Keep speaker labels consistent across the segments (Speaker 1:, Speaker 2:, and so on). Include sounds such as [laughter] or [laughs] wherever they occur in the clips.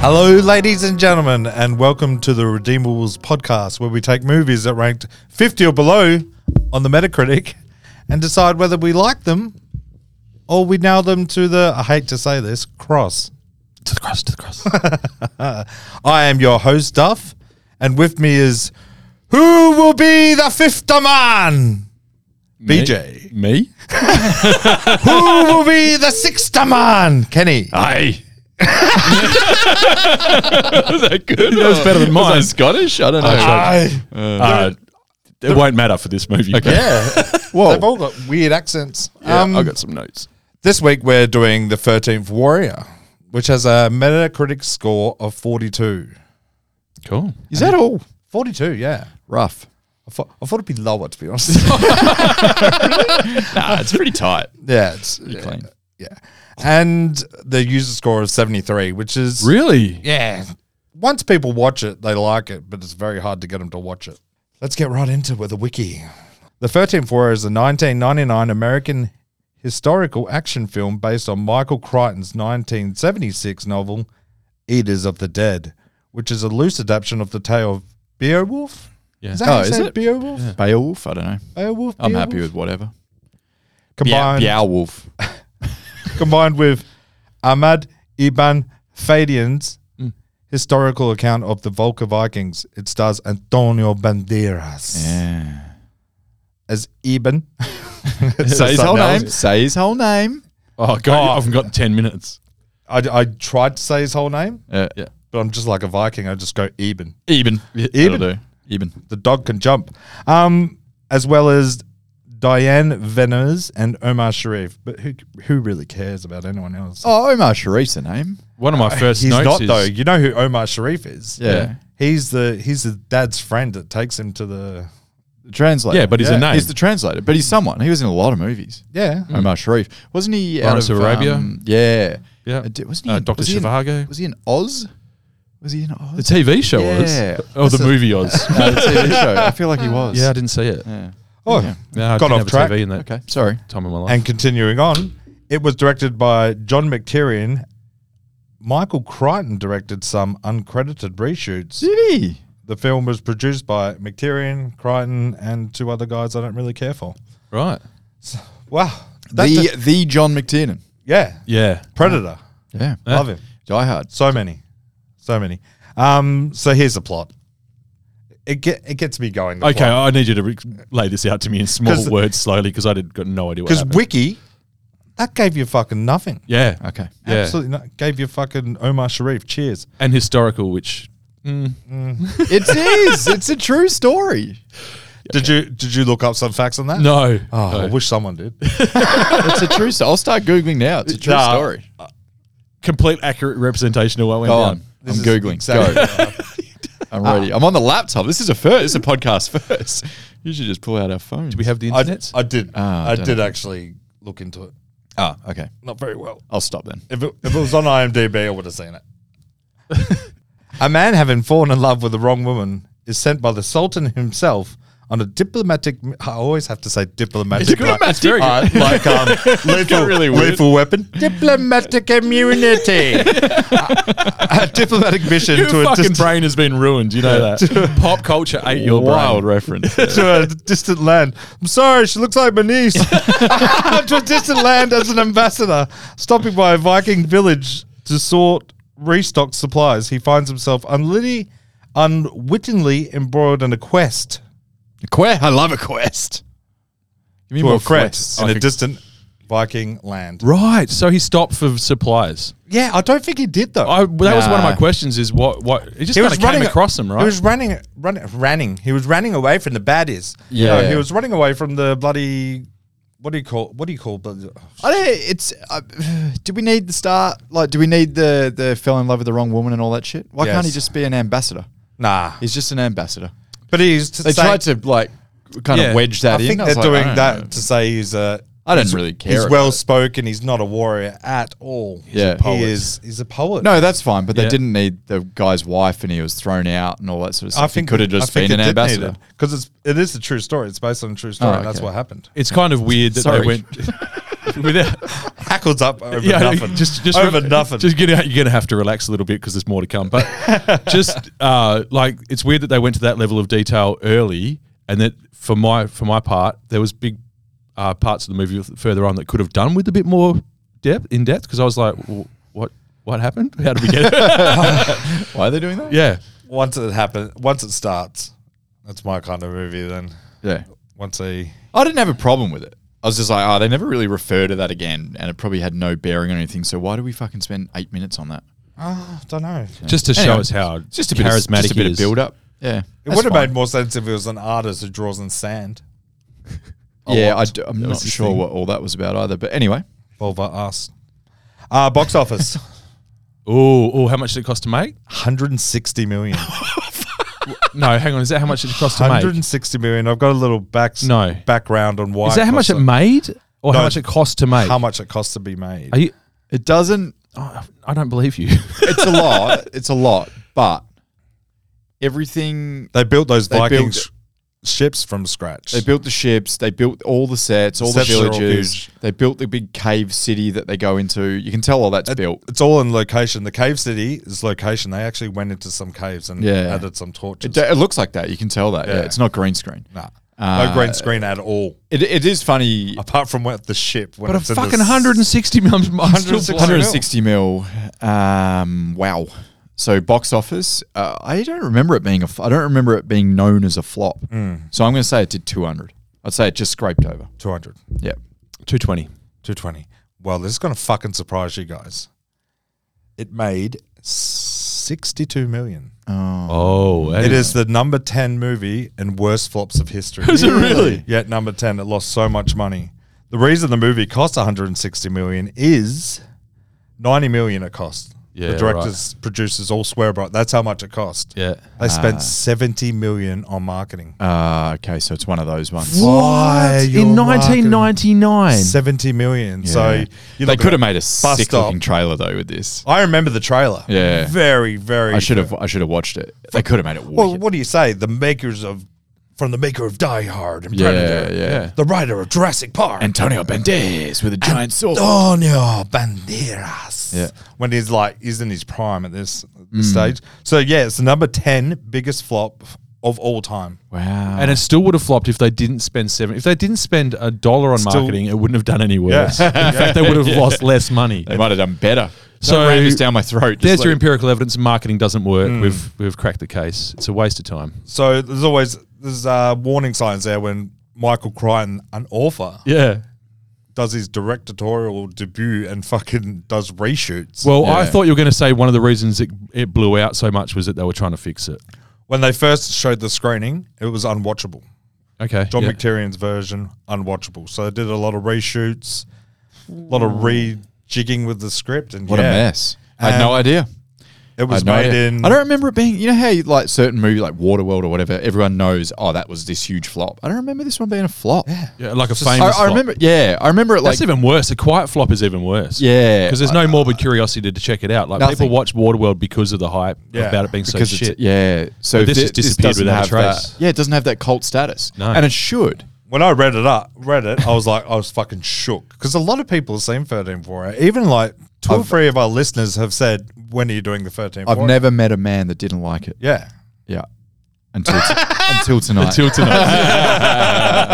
Speaker 1: Hello, ladies and gentlemen, and welcome to the Redeemables podcast, where we take movies that ranked 50 or below on the Metacritic and decide whether we like them or we nail them to the, I hate to say this, cross.
Speaker 2: To the cross, to the [laughs] cross.
Speaker 1: I am your host, Duff, and with me is Who Will Be the Fifth Man? BJ.
Speaker 2: Me? [laughs]
Speaker 1: Who will be the sixth man? Kenny.
Speaker 2: [laughs] Aye. was that good? That was
Speaker 3: better than
Speaker 2: Was
Speaker 3: mine.
Speaker 2: that Scottish? I don't know.
Speaker 1: Aye.
Speaker 2: Uh, it won't matter for this movie. Okay. Um,
Speaker 1: Yeah.
Speaker 2: [laughs] Whoa.
Speaker 1: They've all got weird accents. Um,
Speaker 2: Yeah, I got some notes.
Speaker 1: This week we're doing the 13th Warrior, which has a Metacritic score of 42.
Speaker 2: Cool.
Speaker 1: Is that all? 42, yeah.
Speaker 2: Rough.
Speaker 1: I thought, I thought it'd be lower, to be honest. [laughs]
Speaker 2: Nah, it's pretty tight. [laughs]
Speaker 1: yeah, it's yeah,
Speaker 2: Clean.
Speaker 1: yeah. And the user score is 73, which is
Speaker 2: Really?
Speaker 1: yeah. Once people watch it, they like it, but it's very hard to get them to watch it. Let's get right into it with the wiki. The 13th Warrior is a 1999 American historical action film based on Michael Crichton's 1976 novel Eaters of the Dead, which is a loose adaptation of the tale of Beowulf.
Speaker 2: Yeah.
Speaker 1: Is that how
Speaker 2: Oh,
Speaker 1: you
Speaker 2: is
Speaker 1: say
Speaker 2: it?
Speaker 1: Beowulf?
Speaker 2: Beowulf? I don't know.
Speaker 1: Beowulf?
Speaker 2: I'm
Speaker 1: Beowulf?
Speaker 2: happy with whatever.
Speaker 1: combined
Speaker 2: Beowulf.
Speaker 1: combined with Ahmad Ibn Fadian's
Speaker 2: Mm.
Speaker 1: historical account of the Volca Vikings. It stars Antonio Banderas
Speaker 2: [laughs] Yeah.
Speaker 1: as
Speaker 2: [laughs]
Speaker 1: Ibn.
Speaker 2: Say his whole
Speaker 1: Something
Speaker 2: name.
Speaker 1: else.
Speaker 2: Say his whole name. Oh, God. I've got 10 minutes.
Speaker 1: I, I tried to say his whole name,
Speaker 2: Yeah. yeah.
Speaker 1: but I'm just like a Viking. I just go Ibn.
Speaker 2: Eben.
Speaker 1: Eben.
Speaker 2: Even. Do. Eben.
Speaker 1: The dog can jump. Um, as well as Diane Veners and Omar Sharif. But who who really cares about anyone else?
Speaker 2: Oh, Omar Sharif's a name.
Speaker 3: One of my first
Speaker 1: He's
Speaker 3: notes
Speaker 1: not
Speaker 3: is
Speaker 1: though. You know who Omar Sharif is?
Speaker 2: Yeah.
Speaker 1: He's the he's the dad's friend that takes him to the
Speaker 2: The translator.
Speaker 3: Yeah, but he's a name. Mm.
Speaker 2: He's the translator, but he's someone. He was in a lot of movies.
Speaker 1: yeah.
Speaker 2: Omar Sharif. Wasn't he out
Speaker 3: Lawrence
Speaker 2: of
Speaker 3: of Arabia?
Speaker 2: um, yeah.
Speaker 3: Yeah.
Speaker 2: Uh, di- wasn't he?
Speaker 3: uh, Doctor
Speaker 2: was he in-
Speaker 3: Zhivago.
Speaker 2: was he in Oz? Was he in
Speaker 3: the
Speaker 2: Oz?
Speaker 3: TV show
Speaker 2: Yeah.
Speaker 3: was. Oh, the
Speaker 2: That's a-
Speaker 3: movie was.
Speaker 2: [laughs] no, the TV show. I feel like
Speaker 3: [laughs]
Speaker 2: he was.
Speaker 3: yeah, I didn't see it.
Speaker 2: Yeah.
Speaker 1: Oh,
Speaker 2: Yeah.
Speaker 3: No, I
Speaker 1: Got
Speaker 3: didn't
Speaker 1: off
Speaker 3: have
Speaker 1: track.
Speaker 3: a TV in that
Speaker 2: Okay. Sorry.
Speaker 3: time of my life.
Speaker 1: And continuing on, it was directed by John McTiernan. Michael Crichton directed some uncredited reshoots.
Speaker 2: Did he?
Speaker 1: The film was produced by McTiernan, Crichton, and two other guys I don't really care for.
Speaker 3: right.
Speaker 1: Wow. That
Speaker 2: The
Speaker 1: di-
Speaker 2: the John McTiernan.
Speaker 1: yeah.
Speaker 3: Yeah.
Speaker 1: Predator.
Speaker 2: Yeah.
Speaker 3: Yeah.
Speaker 1: Love him.
Speaker 2: Die Hard.
Speaker 1: So many. So many. Um, so here's the plot. It, get, it gets me going.
Speaker 3: Okay, I need you to re- lay this out to me in
Speaker 1: 'Cause-
Speaker 3: small words slowly because I did got no idea what
Speaker 1: Because
Speaker 3: happened.
Speaker 1: Wiki, that gave you fucking nothing.
Speaker 3: yeah.
Speaker 2: Okay.
Speaker 3: Yeah.
Speaker 1: Absolutely not. Gave you fucking Omar Sharif. Cheers.
Speaker 3: And historical, which
Speaker 2: it is. It's a true story.
Speaker 1: Did you did you look up some facts on that?
Speaker 3: no.
Speaker 1: Oh, I
Speaker 3: No.
Speaker 1: wish someone did.
Speaker 2: It's a true story. I'll start googling now. It's a true
Speaker 3: Nah.
Speaker 2: story.
Speaker 3: complete accurate representation of what went
Speaker 2: Go
Speaker 3: down.
Speaker 2: on. I'm
Speaker 1: [laughs]
Speaker 2: googling. Go. I'm ready. I'm on the laptop. This is a first. This is a podcast first. [laughs] You should just pull out our phone.
Speaker 3: Do we have the
Speaker 1: I,
Speaker 3: internet?
Speaker 1: I did.
Speaker 2: Ah,
Speaker 1: I
Speaker 2: don't
Speaker 1: did actually look into it.
Speaker 2: Ah, okay.
Speaker 1: Not very well.
Speaker 2: I'll stop then.
Speaker 1: If it, if it was on IMDb, I would have seen it. a man having fallen in love with the wrong woman is sent by the Sultan himself on a diplomatic. I always have to say diplomatic.
Speaker 2: Diplomatic.
Speaker 1: Like, [laughs] uh, like um, lethal,
Speaker 2: really weird.
Speaker 1: lethal weapon. Diplomatic immunity. a, [laughs] a diplomatic mission
Speaker 3: Your
Speaker 1: to a
Speaker 3: fucking
Speaker 1: distant
Speaker 3: brain has been ruined. You know that. Pop culture ate your
Speaker 2: Wild
Speaker 3: brain.
Speaker 2: reference.
Speaker 3: [laughs]
Speaker 1: to a distant land. I'm sorry, she looks like my niece. [laughs] to a distant land as an ambassador, stopping by a Viking village to sort restock supplies. He finds himself unwittingly, unwittingly embroiled in a quest
Speaker 2: Quest. I love a quest. Give me
Speaker 1: to a
Speaker 2: more
Speaker 1: quest
Speaker 2: quests.
Speaker 1: in
Speaker 3: Like
Speaker 1: a
Speaker 3: a-
Speaker 1: distant Viking land.
Speaker 3: Right. So he stopped for supplies.
Speaker 1: Yeah, I don't think he did though.
Speaker 3: I, well, that was one of my
Speaker 2: Nah.
Speaker 3: questions. Is what what he just kind of came across him, right?
Speaker 1: He was running, running, running. He was running away from the baddies.
Speaker 2: Yeah.
Speaker 1: No, he was running away from the bloody. What do you call? What do you call? bloody-
Speaker 2: I don't. It's. Uh, do we need the start? Like, do we need the the fell in love with the wrong woman and all that shit? Why can't he
Speaker 1: Yes.
Speaker 2: just be an ambassador?
Speaker 1: Nah,
Speaker 2: He's just an ambassador.
Speaker 1: but he's
Speaker 2: They
Speaker 1: say-
Speaker 2: tried to like kind
Speaker 3: Yeah.
Speaker 2: of wedge that
Speaker 1: I
Speaker 2: in.
Speaker 1: think
Speaker 2: I
Speaker 1: they're
Speaker 2: was like, I
Speaker 1: doing
Speaker 2: don't
Speaker 1: that
Speaker 2: know.
Speaker 1: to say he's a.
Speaker 2: I don't really care.
Speaker 1: He's
Speaker 2: about
Speaker 1: well
Speaker 2: it.
Speaker 1: spoken. He's not a warrior at all. He's
Speaker 2: Yeah.
Speaker 1: a poet.
Speaker 2: Poet.
Speaker 1: he is. He's a poet.
Speaker 2: No, that's fine, but
Speaker 3: Yeah.
Speaker 2: they didn't need the guy's wife, and he was thrown out and all that sort of stuff.
Speaker 1: I think
Speaker 2: he could have just been an ambassador.
Speaker 1: because it's it is a true story. It's based on a true story.
Speaker 2: Oh,
Speaker 1: and That's
Speaker 2: okay.
Speaker 1: what
Speaker 2: [laughs]
Speaker 1: happened.
Speaker 3: It's kind of weird that
Speaker 2: Sorry.
Speaker 3: they went [laughs]
Speaker 2: [laughs]
Speaker 3: without
Speaker 1: Hackles up over
Speaker 3: yeah,
Speaker 1: nothing.
Speaker 3: Just, just
Speaker 1: over nothing.
Speaker 3: Just get out. You're gonna have to relax a little bit because there's more to come. But
Speaker 2: [laughs]
Speaker 3: just uh, like it's weird that they went to that level of detail early, and that for my for my part, there was big uh, parts of the movie further on that could have done with a bit more depth in depth because I was like, "Wh- what what happened? How did we
Speaker 2: [laughs]
Speaker 3: get it?
Speaker 2: Why are they doing that?
Speaker 3: yeah.
Speaker 1: once it happens, once it starts, that's my kind of movie. Then
Speaker 2: Yeah.
Speaker 1: once he
Speaker 2: I didn't have a problem with it. I was just like, oh, they never really refer to that again, and it probably had no bearing on anything. So why do we fucking spend eight minutes on that?
Speaker 1: I don't know.
Speaker 3: Just to show
Speaker 2: Anyway,
Speaker 3: us how
Speaker 2: It's just a bit
Speaker 3: charismatic
Speaker 2: of, just a bit of
Speaker 3: he is.
Speaker 2: build up. Yeah,
Speaker 1: It would have made more sense if it was an artist who draws in sand.
Speaker 2: Yeah, I do, I'm not
Speaker 1: his
Speaker 2: sure
Speaker 1: thing.
Speaker 2: what all that Oh, was about either. But anyway,
Speaker 1: Volva us. Uh,
Speaker 3: [laughs]
Speaker 1: box office,
Speaker 3: Oh, oh, how much did it cost to make?
Speaker 1: 160 million.
Speaker 3: [laughs] No, hang on. Is that how much it cost to make?
Speaker 1: 160 million. I've got a little back
Speaker 3: No.
Speaker 1: background on why.
Speaker 3: Is that how much
Speaker 1: cost
Speaker 3: it made, or
Speaker 1: No.
Speaker 3: how much it cost to make?
Speaker 1: How much it costs to be made?
Speaker 3: Are you?
Speaker 2: it doesn't.
Speaker 3: Oh, I don't believe you. [laughs]
Speaker 2: It's a lot. [laughs] It's a lot, but everything
Speaker 1: they built those
Speaker 2: They built
Speaker 1: Viking sh- ships from scratch.
Speaker 2: They built the ships. They built all the sets, all
Speaker 1: Sets are
Speaker 2: the
Speaker 1: all
Speaker 2: villages.
Speaker 1: huge.
Speaker 2: They built the big cave city that they go into. You can tell all that's built.
Speaker 1: it's all in location. The cave city is location. They actually went into some caves and
Speaker 2: Yeah.
Speaker 1: added some torches.
Speaker 2: It, it looks like that. You can tell that. Yeah,
Speaker 1: Yeah.
Speaker 2: it's not green screen.
Speaker 1: nah, no
Speaker 2: Uh,
Speaker 1: green screen at all.
Speaker 2: It, it is funny.
Speaker 1: Apart from what the ship. When
Speaker 3: But a
Speaker 1: it's in the
Speaker 3: fucking
Speaker 1: s-
Speaker 3: 160 mil. I'm still
Speaker 1: 160
Speaker 3: blown.
Speaker 2: 160 mil. Um, wow. So box office. Uh, I don't remember it being a. f- I don't remember it being known as a flop.
Speaker 3: Hmm.
Speaker 2: So I'm going to say it did 200. I'd say it just scraped over.
Speaker 1: 200,
Speaker 2: Yeah.
Speaker 3: 220.
Speaker 1: 220. Well, this is going to fucking surprise you guys. It made 62 million.
Speaker 3: Oh,
Speaker 1: It is the number 10 movie and worst flops of history.
Speaker 3: Is it really?
Speaker 1: Yet number 10, it lost so much money. The reason the movie cost 160 million is 90 million it cost.
Speaker 3: Yeah,
Speaker 1: the directors, producers all swear by it. That's how much it cost.
Speaker 3: Yeah. Ah.
Speaker 1: They spent 70 million on marketing.
Speaker 2: Uh, okay. So it's one of those ones.
Speaker 1: Why you're
Speaker 3: In 1999.
Speaker 1: 70 million. So you're
Speaker 2: Yeah. they
Speaker 1: looking
Speaker 2: could
Speaker 1: at-
Speaker 2: have made a
Speaker 1: bus
Speaker 2: sick
Speaker 1: stop.
Speaker 2: looking trailer though with this.
Speaker 1: I remember the trailer.
Speaker 2: Yeah.
Speaker 1: Very, very.
Speaker 2: I should have. I should have watched it. They could have made it.
Speaker 1: Well,
Speaker 2: wicked.
Speaker 1: what do you say? The makers of. From the maker of Die Hard and
Speaker 2: Yeah,
Speaker 1: Predator.
Speaker 2: yeah.
Speaker 1: The writer of Jurassic Park.
Speaker 2: Antonio Banderas with a giant sword.
Speaker 1: Antonio Banderas.
Speaker 2: Yeah. Mm.
Speaker 1: When he's like, he's in his prime at this, this stage. So, yeah, it's the number 10 biggest flop of all time.
Speaker 2: Wow.
Speaker 3: And it still would have flopped if they didn't spend seven. If they didn't spend a dollar on
Speaker 1: Still-
Speaker 3: marketing, it wouldn't have done any worse. In fact, they would have lost less money.
Speaker 2: they might have done better.
Speaker 3: So-
Speaker 2: So ran this down my throat. Just
Speaker 3: There's
Speaker 2: let
Speaker 3: your
Speaker 2: it-
Speaker 3: empirical evidence. Marketing doesn't work. We've we've cracked the case. It's a waste of time.
Speaker 1: So, there's always, there's uh, warning signs there when Michael Crichton, an author,
Speaker 3: Yeah.
Speaker 1: does his directorial debut and fucking does reshoots.
Speaker 3: Well, I
Speaker 2: Yeah.
Speaker 3: thought you were going to say one of the reasons it, it blew out so much was that they were trying to fix it.
Speaker 1: when they first showed the screening, it was unwatchable.
Speaker 3: Okay.
Speaker 1: John
Speaker 3: yeah.
Speaker 1: McTiernan McTiernaan's version, unwatchable. So, they did a lot of reshoots, a lot of rejigging with the script. And
Speaker 2: What
Speaker 1: yeah,
Speaker 2: a mess. I had no idea.
Speaker 1: It
Speaker 2: I
Speaker 1: was
Speaker 2: had no
Speaker 1: made
Speaker 2: idea.
Speaker 1: in.
Speaker 2: I don't remember it being. You know how you, like certain movie like Waterworld or whatever. Everyone knows. Oh, that was this huge flop. I don't remember this one being a flop. Yeah.
Speaker 3: Yeah, like a famous.
Speaker 2: I, I
Speaker 3: flop.
Speaker 2: remember. Yeah. I remember it like.
Speaker 3: That's even worse. A quiet flop is even worse.
Speaker 2: Yeah.
Speaker 3: because there's no morbid curiosity to check it out. Like
Speaker 2: Nothing.
Speaker 3: people watch Waterworld because of the hype
Speaker 1: Yeah,
Speaker 3: about it being so
Speaker 2: because it's,
Speaker 3: shit.
Speaker 2: yeah. So
Speaker 3: But
Speaker 2: if
Speaker 3: this
Speaker 2: thi-
Speaker 3: just disappeared
Speaker 2: doesn't
Speaker 3: without a
Speaker 2: have that-
Speaker 3: trace.
Speaker 2: yeah, it doesn't have that cult status.
Speaker 3: No.
Speaker 2: And it should.
Speaker 1: when I read it up, read it, I was like, I was fucking shook because a lot of people have seen thirteen four eight. Even like 2 or three of our listeners have said, "When are you doing the 13
Speaker 2: I've never met a man that didn't like it.
Speaker 1: Yeah,
Speaker 2: Yeah. Until t- [laughs] until tonight.
Speaker 3: Till
Speaker 2: [laughs]
Speaker 3: tonight.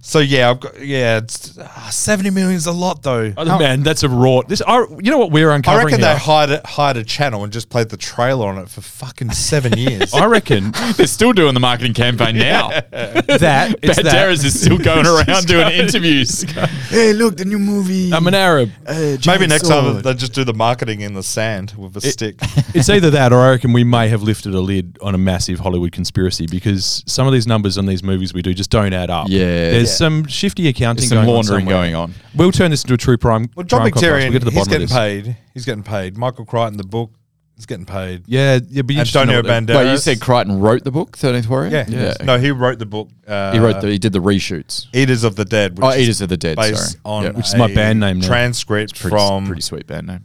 Speaker 1: so yeah, I've got yeah. It's, ah, Seventy million's a lot though.
Speaker 3: Oh, man, that's a raw. This, I, you know what we're
Speaker 1: I
Speaker 3: uncovering.
Speaker 1: reckon
Speaker 3: here?
Speaker 1: they hired a, hired a channel and just played the trailer on it for fucking
Speaker 2: [laughs]
Speaker 1: seven years.
Speaker 2: Oh,
Speaker 3: I reckon
Speaker 2: They're still doing the marketing
Speaker 3: [laughs]
Speaker 2: campaign now.
Speaker 3: that it's that.
Speaker 2: Banderas is still going around doing interviews. hey, look, the new movie.
Speaker 3: I'm an Arab.
Speaker 1: Uh, Maybe next time they just do the marketing in the sand with a stick.
Speaker 3: It's either that, or I reckon we may have lifted a lid on a massive Hollywood conspiracy because some of these numbers on these movies we do just don't add up.
Speaker 2: Yeah.
Speaker 3: there's
Speaker 2: Yeah.
Speaker 3: some shifty accounting,
Speaker 2: Some
Speaker 3: going
Speaker 2: laundering
Speaker 3: on somewhere.
Speaker 2: going on.
Speaker 3: We'll turn this into a true prime.
Speaker 1: Well, John
Speaker 3: crime podcast. We'll
Speaker 1: McTiernan,
Speaker 3: get to the
Speaker 1: he's
Speaker 3: bottom of
Speaker 1: getting
Speaker 3: this.
Speaker 1: paid. He's getting paid. Michael Crichton, the book He's getting paid.
Speaker 3: Yeah, yeah, but you just
Speaker 1: Antonio
Speaker 3: know what
Speaker 1: Banderas.
Speaker 2: Wait, you said Crichton wrote the book, 13th Warrior?
Speaker 1: yeah.
Speaker 2: Yeah.
Speaker 1: No, he wrote the book. Uh,
Speaker 2: he wrote the, he did the reshoots.
Speaker 1: Eaters of the Dead. Which
Speaker 2: Oh,
Speaker 1: is
Speaker 2: Eaters of the Dead,
Speaker 1: based
Speaker 2: sorry.
Speaker 1: on
Speaker 2: Yeah.
Speaker 3: Which is my
Speaker 1: a
Speaker 3: band name now.
Speaker 1: Transcript
Speaker 2: Pretty,
Speaker 1: from
Speaker 2: pretty sweet band name.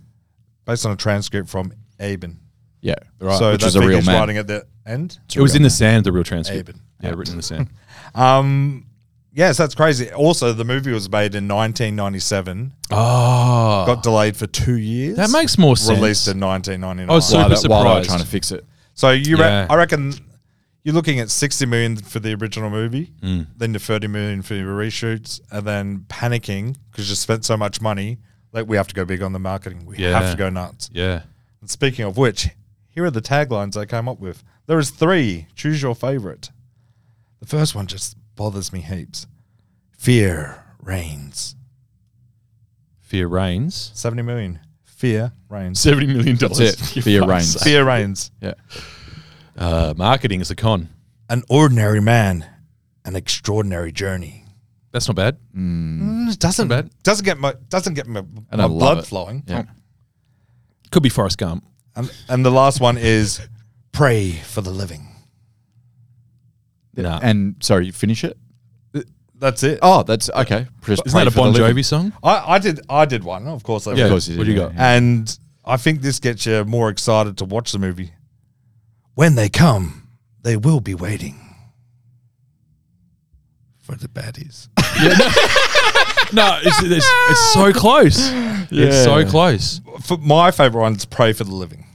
Speaker 1: based on a transcript from Aben.
Speaker 2: Yeah.
Speaker 3: Right.
Speaker 1: So
Speaker 2: Which
Speaker 1: that's
Speaker 2: is a real
Speaker 1: he's
Speaker 2: man.
Speaker 1: writing at the end.
Speaker 3: It was in the sand, the real transcript.
Speaker 1: Aben.
Speaker 3: Yeah, written in the sand.
Speaker 1: Um, yes, that's crazy. Also, the movie was made in 1997.
Speaker 2: Ah.
Speaker 3: oh,
Speaker 1: Got delayed for two years.
Speaker 3: that makes more sense.
Speaker 1: released in 1999.
Speaker 3: I was super
Speaker 2: While they- while they were
Speaker 3: surprised.
Speaker 2: trying to fix
Speaker 3: [laughs]
Speaker 2: it.
Speaker 1: So you,
Speaker 3: Yeah.
Speaker 1: re- I reckon, you're looking at 60 million for the original movie,
Speaker 3: Mm.
Speaker 1: then the 30 million for your reshoots, and then panicking because you spent so much money. Like we have to go big on the marketing. We have
Speaker 3: Yeah.
Speaker 1: to go nuts.
Speaker 3: yeah.
Speaker 1: And speaking of which, here are the taglines I came up with. There is three. Choose your favorite. The first one just bothers me heaps. Fear reigns.
Speaker 3: Fear reigns.
Speaker 1: 70 million. Fear reigns.
Speaker 3: Seventy million dollars.
Speaker 2: That's it. Fear reigns.
Speaker 1: Fear reigns.
Speaker 2: Yeah.
Speaker 3: Uh, marketing is a con.
Speaker 1: An ordinary man, an extraordinary journey.
Speaker 3: That's not bad.
Speaker 1: Mm, doesn't
Speaker 3: Not bad.
Speaker 1: doesn't get my doesn't get my,
Speaker 2: I
Speaker 1: my
Speaker 2: love
Speaker 1: blood
Speaker 2: it.
Speaker 1: flowing.
Speaker 2: Yeah.
Speaker 3: Could be Forrest Gump.
Speaker 1: And, and the last one is pray for the living.
Speaker 3: Nah.
Speaker 2: And sorry, you finish it?
Speaker 1: That's it.
Speaker 2: Oh, that's okay. Just
Speaker 3: Isn't
Speaker 2: pray
Speaker 3: that a
Speaker 2: for the
Speaker 3: Bon
Speaker 2: living.
Speaker 3: Jovi song?
Speaker 1: I, I did I did one, of course. I
Speaker 3: Yeah.
Speaker 2: Of course you
Speaker 3: What do
Speaker 2: did,
Speaker 3: you
Speaker 2: yeah.
Speaker 3: got?
Speaker 1: And I think this gets you more excited to watch the movie. When they come, they will be waiting for the baddies. [laughs]
Speaker 3: No, it's, it's, it's so close. It's so
Speaker 2: Yeah.
Speaker 3: close.
Speaker 1: For my favorite one's Pray for the Living.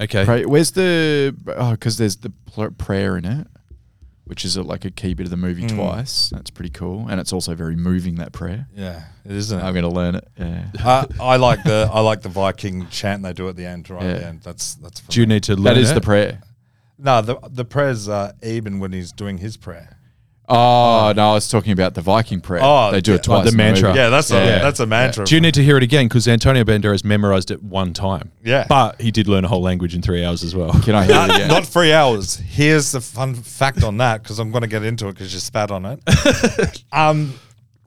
Speaker 3: Okay.
Speaker 2: Pray, where's the oh? Because there's the pl- prayer in it, which is a, like a key bit of the movie twice. That's pretty cool, and it's also very moving. That prayer.
Speaker 1: Yeah, it isn't
Speaker 2: I'm going to learn it. Yeah.
Speaker 1: I, I like the I like the Viking chant they do at the end, right at the
Speaker 2: Yeah.
Speaker 1: end. That's that's
Speaker 3: Do you need to learn
Speaker 2: That is
Speaker 3: it?
Speaker 2: the prayer.
Speaker 1: No, the the prayers uh Eben when he's doing his prayer.
Speaker 2: Oh no, I was talking about the Viking prayer.
Speaker 1: Oh,
Speaker 2: they do
Speaker 1: yeah.
Speaker 2: it twice.
Speaker 3: Oh, the
Speaker 2: in movie.
Speaker 3: mantra.
Speaker 1: Yeah, that's
Speaker 2: Yeah.
Speaker 1: a that's a mantra.
Speaker 3: Do you need to hear it again? Because Antonio Banderas memorized it one time.
Speaker 1: Yeah.
Speaker 3: But he did learn a whole language in three hours as well.
Speaker 2: Can I hear it
Speaker 1: Uh, [laughs]
Speaker 2: again?
Speaker 1: Not three hours. Here's the fun fact on that because I'm going to get into it because you spat on it.
Speaker 2: [laughs]
Speaker 1: um,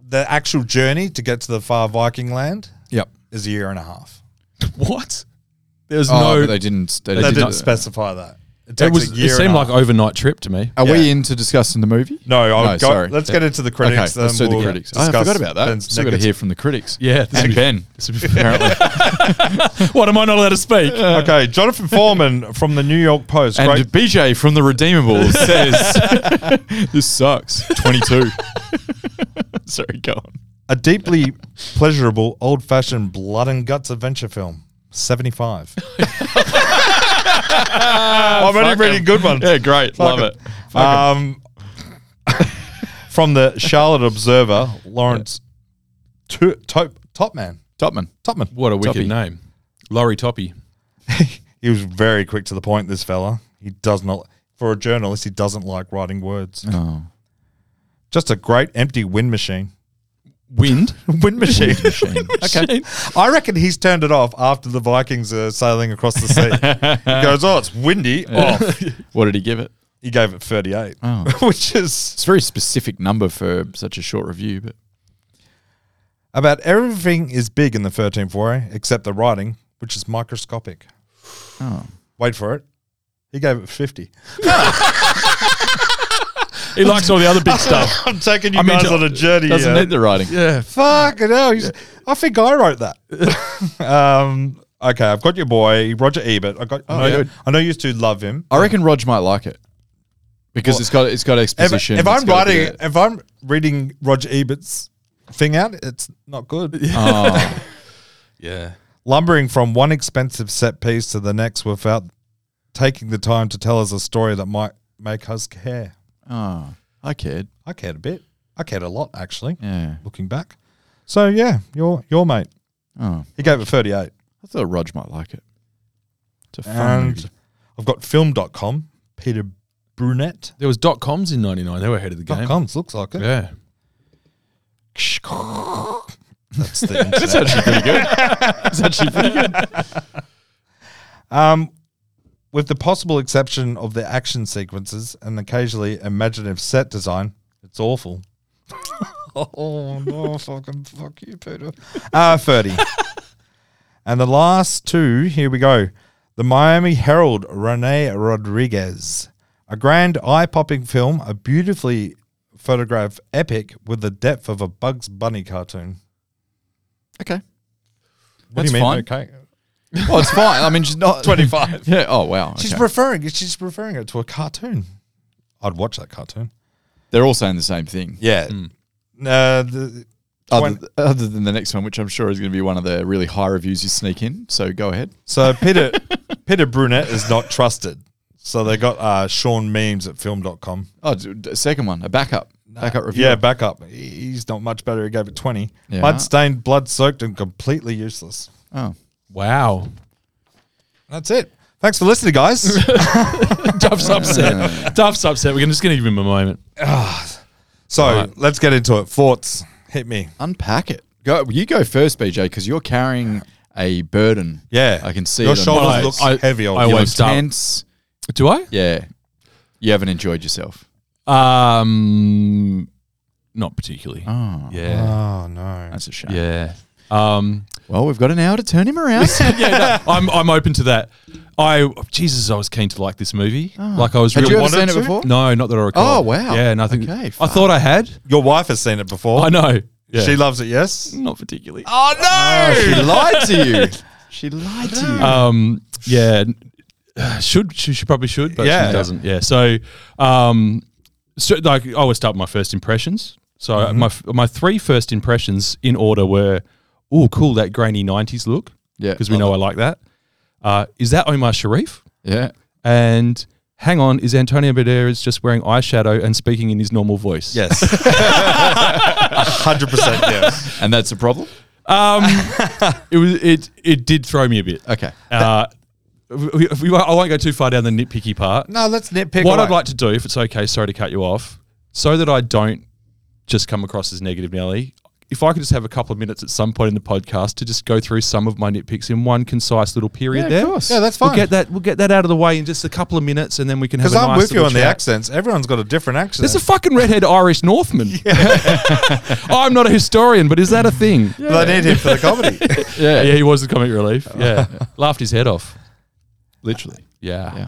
Speaker 1: the actual journey to get to the far Viking land
Speaker 2: yep.
Speaker 1: is a year and a half.
Speaker 3: [laughs] what? There's
Speaker 2: Oh,
Speaker 3: no.
Speaker 2: but they didn't. They,
Speaker 1: They
Speaker 2: didn't.
Speaker 1: didn't specify that. It,
Speaker 3: it
Speaker 1: takes
Speaker 3: was.
Speaker 1: a
Speaker 3: It
Speaker 1: year
Speaker 3: seemed
Speaker 1: and a
Speaker 3: like
Speaker 1: half.
Speaker 3: overnight trip to me.
Speaker 2: Are we
Speaker 1: Yeah.
Speaker 2: into discussing the movie?
Speaker 1: no. I'll
Speaker 2: No,
Speaker 1: go,
Speaker 2: sorry.
Speaker 1: Let's get into the critics.
Speaker 2: okay, let's
Speaker 1: then
Speaker 2: do the
Speaker 1: we'll
Speaker 2: critics. Oh, I
Speaker 1: discuss
Speaker 2: forgot about that.
Speaker 1: Ben's
Speaker 2: Still got to
Speaker 1: negatives.
Speaker 2: hear from the critics.
Speaker 3: Yeah, [laughs] this
Speaker 2: and
Speaker 3: would be-
Speaker 2: Ben. Apparently,
Speaker 3: what am I not allowed to speak?
Speaker 1: Okay, Jonathan Foreman from the New York Post.
Speaker 2: and
Speaker 1: Great,
Speaker 2: BJ from the Redeemables says this sucks. Twenty-two. Sorry, go on.
Speaker 1: a deeply pleasurable, old-fashioned blood and guts adventure film.
Speaker 2: [laughs]
Speaker 1: Seventy-five. I'm only
Speaker 2: Ah, Fuck
Speaker 1: reading
Speaker 2: him.
Speaker 1: good ones.
Speaker 2: Yeah, great. Love it.
Speaker 1: Um, from the Charlotte Observer, Lawrence to, Top Topman.
Speaker 2: Topman.
Speaker 1: Topman.
Speaker 3: What a wicked
Speaker 2: Toppy.
Speaker 3: name, Laurie Toppy.
Speaker 1: He was very quick to the point. This fella. He does not. For a journalist, he doesn't like writing words.
Speaker 2: Oh.
Speaker 1: Just a great empty wind machine.
Speaker 2: [laughs] Wind.
Speaker 1: Wind machine.
Speaker 2: okay.
Speaker 1: I reckon he's turned it off after the Vikings are sailing across the sea. he goes, "Oh, it's
Speaker 2: [laughs]
Speaker 1: windy." Oh,
Speaker 2: What did he give it?
Speaker 1: he gave it thirty-eight,
Speaker 2: Oh.
Speaker 1: [laughs] which is
Speaker 2: It's a very specific number for such a short review, but
Speaker 1: About everything is big in the 13th Warrior except the writing, which is microscopic.
Speaker 2: oh.
Speaker 1: Wait for it. He gave it 50.
Speaker 3: He likes all the other big stuff.
Speaker 1: [laughs] I'm taking you
Speaker 3: I mean,
Speaker 1: guys on a journey.
Speaker 2: doesn't
Speaker 1: here.
Speaker 2: need the writing.
Speaker 3: Yeah.
Speaker 1: Fuck it hell. he's- I think I wrote that. [laughs] um, okay, I've got your boy, Roger Ebert. I got I, know,
Speaker 2: Oh, yeah.
Speaker 1: I know you two love him.
Speaker 2: I reckon Rog might like it because
Speaker 1: Well,
Speaker 2: it's got it's got
Speaker 1: If,
Speaker 2: exposition.
Speaker 1: if
Speaker 2: it's
Speaker 1: I'm
Speaker 2: got a bit
Speaker 1: writing if I'm reading Roger Ebert's thing out, it's not
Speaker 2: [laughs]
Speaker 1: good.
Speaker 2: of- oh,
Speaker 3: Yeah.
Speaker 1: Lumbering from one expensive set piece to the next without taking the time to tell us a story that might make us care.
Speaker 2: oh, I cared.
Speaker 1: I cared a bit. I cared a lot, actually,
Speaker 2: Yeah.
Speaker 1: looking back. So yeah, your your mate.
Speaker 2: Oh,
Speaker 1: He gave it 38.
Speaker 2: I thought Rog might like it. It's a fun
Speaker 1: And
Speaker 2: movie.
Speaker 1: I've got film.com, Peter Brunette.
Speaker 3: [laughs] There was dot coms in '99. They were ahead of the game.
Speaker 1: coms looks like it.
Speaker 3: Yeah.
Speaker 1: That's [laughs] the internet.
Speaker 2: actually pretty good. It's actually pretty good.
Speaker 1: um, with the possible exception of the action sequences and occasionally imaginative set design, it's awful. oh no, fucking fuck you, Peter. Uh, 30. Ah, [laughs] And the last two, here we go. The Miami Herald, Rene Rodriguez. A grand eye popping film, a beautifully photographed epic with the depth of a Bugs Bunny cartoon.
Speaker 2: Okay.
Speaker 1: What
Speaker 2: That's
Speaker 1: do you mean?
Speaker 2: fine.
Speaker 1: Okay.
Speaker 2: Well, it's fine. I mean, she's not
Speaker 1: 25.
Speaker 2: yeah. Oh wow.
Speaker 1: She's
Speaker 2: okay.
Speaker 1: referring she's referring it to a cartoon. I'd watch that cartoon.
Speaker 2: They're all saying the same thing.
Speaker 1: Yeah. Uh, the,
Speaker 2: Other,
Speaker 1: twen-
Speaker 2: other than Oh, the next one, which I'm sure is going to be one of the really high reviews you sneak in. So go ahead.
Speaker 1: so Peter Peter Brunette is not trusted. So they got uh, Sean Memes at film.com.
Speaker 2: Oh, d- d- second one, a backup, backup review.
Speaker 1: Yeah, back up. He's not much better. He gave it 20.
Speaker 2: Ah. Yeah.
Speaker 1: Blood stained, blood soaked, and completely useless.
Speaker 2: Oh,
Speaker 3: [laughs] Wow.
Speaker 1: That's it. Thanks for listening, guys.
Speaker 3: Duff's upset. Duff's upset. We're just going to give him a moment.
Speaker 1: so
Speaker 3: Right.
Speaker 1: let's get into it. Thoughts. Hit me.
Speaker 2: unpack it. Go. You go first, BJ, because you're carrying a burden.
Speaker 1: Yeah.
Speaker 2: I can see
Speaker 1: Your
Speaker 2: it on
Speaker 1: shoulders
Speaker 2: your
Speaker 1: look
Speaker 2: face.
Speaker 1: heavy.
Speaker 3: I
Speaker 1: on
Speaker 3: went
Speaker 1: you.
Speaker 2: You look
Speaker 3: Always dumb.
Speaker 2: tense.
Speaker 3: Do I?
Speaker 2: Yeah, you haven't enjoyed yourself.
Speaker 3: Um, not particularly.
Speaker 2: Oh,
Speaker 3: Yeah.
Speaker 1: oh, no.
Speaker 2: that's a shame.
Speaker 3: Yeah. Um, [laughs]
Speaker 2: Well, we've got an hour to turn him around.
Speaker 3: yeah, no, I'm I'm open to that. I Jesus, I was keen to like this movie. Like I was
Speaker 2: Oh. Had
Speaker 3: really
Speaker 2: you ever
Speaker 1: wanted
Speaker 2: seen it
Speaker 1: to?
Speaker 2: before?
Speaker 3: No, not that I recall.
Speaker 2: Oh, wow.
Speaker 3: Yeah, nothing.
Speaker 2: Okay,
Speaker 3: I
Speaker 2: fuck.
Speaker 3: thought I had.
Speaker 1: Your wife has seen it before.
Speaker 3: I know. Yeah.
Speaker 1: She loves it, yes?
Speaker 3: not particularly.
Speaker 1: Oh, no.
Speaker 2: she lied to you. She lied to you.
Speaker 3: Um. Yeah. n- Should she, she probably should, but
Speaker 1: Yeah.
Speaker 3: she doesn't. Yeah. So, um, so like I always start with my first impressions. So
Speaker 2: Mm-hmm.
Speaker 3: my f- my three first impressions in order were, oh, cool that grainy '90s look.
Speaker 2: Yeah,
Speaker 3: Because we
Speaker 2: love
Speaker 3: know I like that. Uh, is that Omar Sharif?
Speaker 2: yeah.
Speaker 3: And hang on, is Antonio Banderas just wearing eyeshadow and speaking in his normal voice?
Speaker 1: [laughs] Yes. 100% yes.
Speaker 2: And that's a problem.
Speaker 3: Um, it was it it did throw me a bit.
Speaker 2: Okay.
Speaker 3: Uh, we, we, won't- I won't go too far down the nitpicky part.
Speaker 1: No, let's nitpick.
Speaker 3: what
Speaker 1: away.
Speaker 3: I'd like to do, if it's okay, sorry to cut you off, so that I don't just come across as negative Nelly. If I could just have a couple of minutes at some point in the podcast to just go through some of my nitpicks in one concise little period
Speaker 2: Yeah, of
Speaker 3: there.
Speaker 2: course.
Speaker 1: Yeah, that's
Speaker 3: We'll
Speaker 1: fine.
Speaker 3: get that we'll get that out of the way in just a couple of minutes and then we can have a
Speaker 1: Because I'm
Speaker 3: nice
Speaker 1: with you
Speaker 3: little
Speaker 1: on the
Speaker 3: chat.
Speaker 1: accents. Everyone's got a different accent.
Speaker 3: There's a fucking redhead Irish Northman. [laughs] I'm not a historian, but is that a thing? Yeah,
Speaker 1: But I need him for
Speaker 3: [laughs]
Speaker 1: the comedy.
Speaker 2: Yeah.
Speaker 3: he was the comic relief. Yeah, [laughs] laughed his head off.
Speaker 2: Literally.
Speaker 3: Yeah, yeah.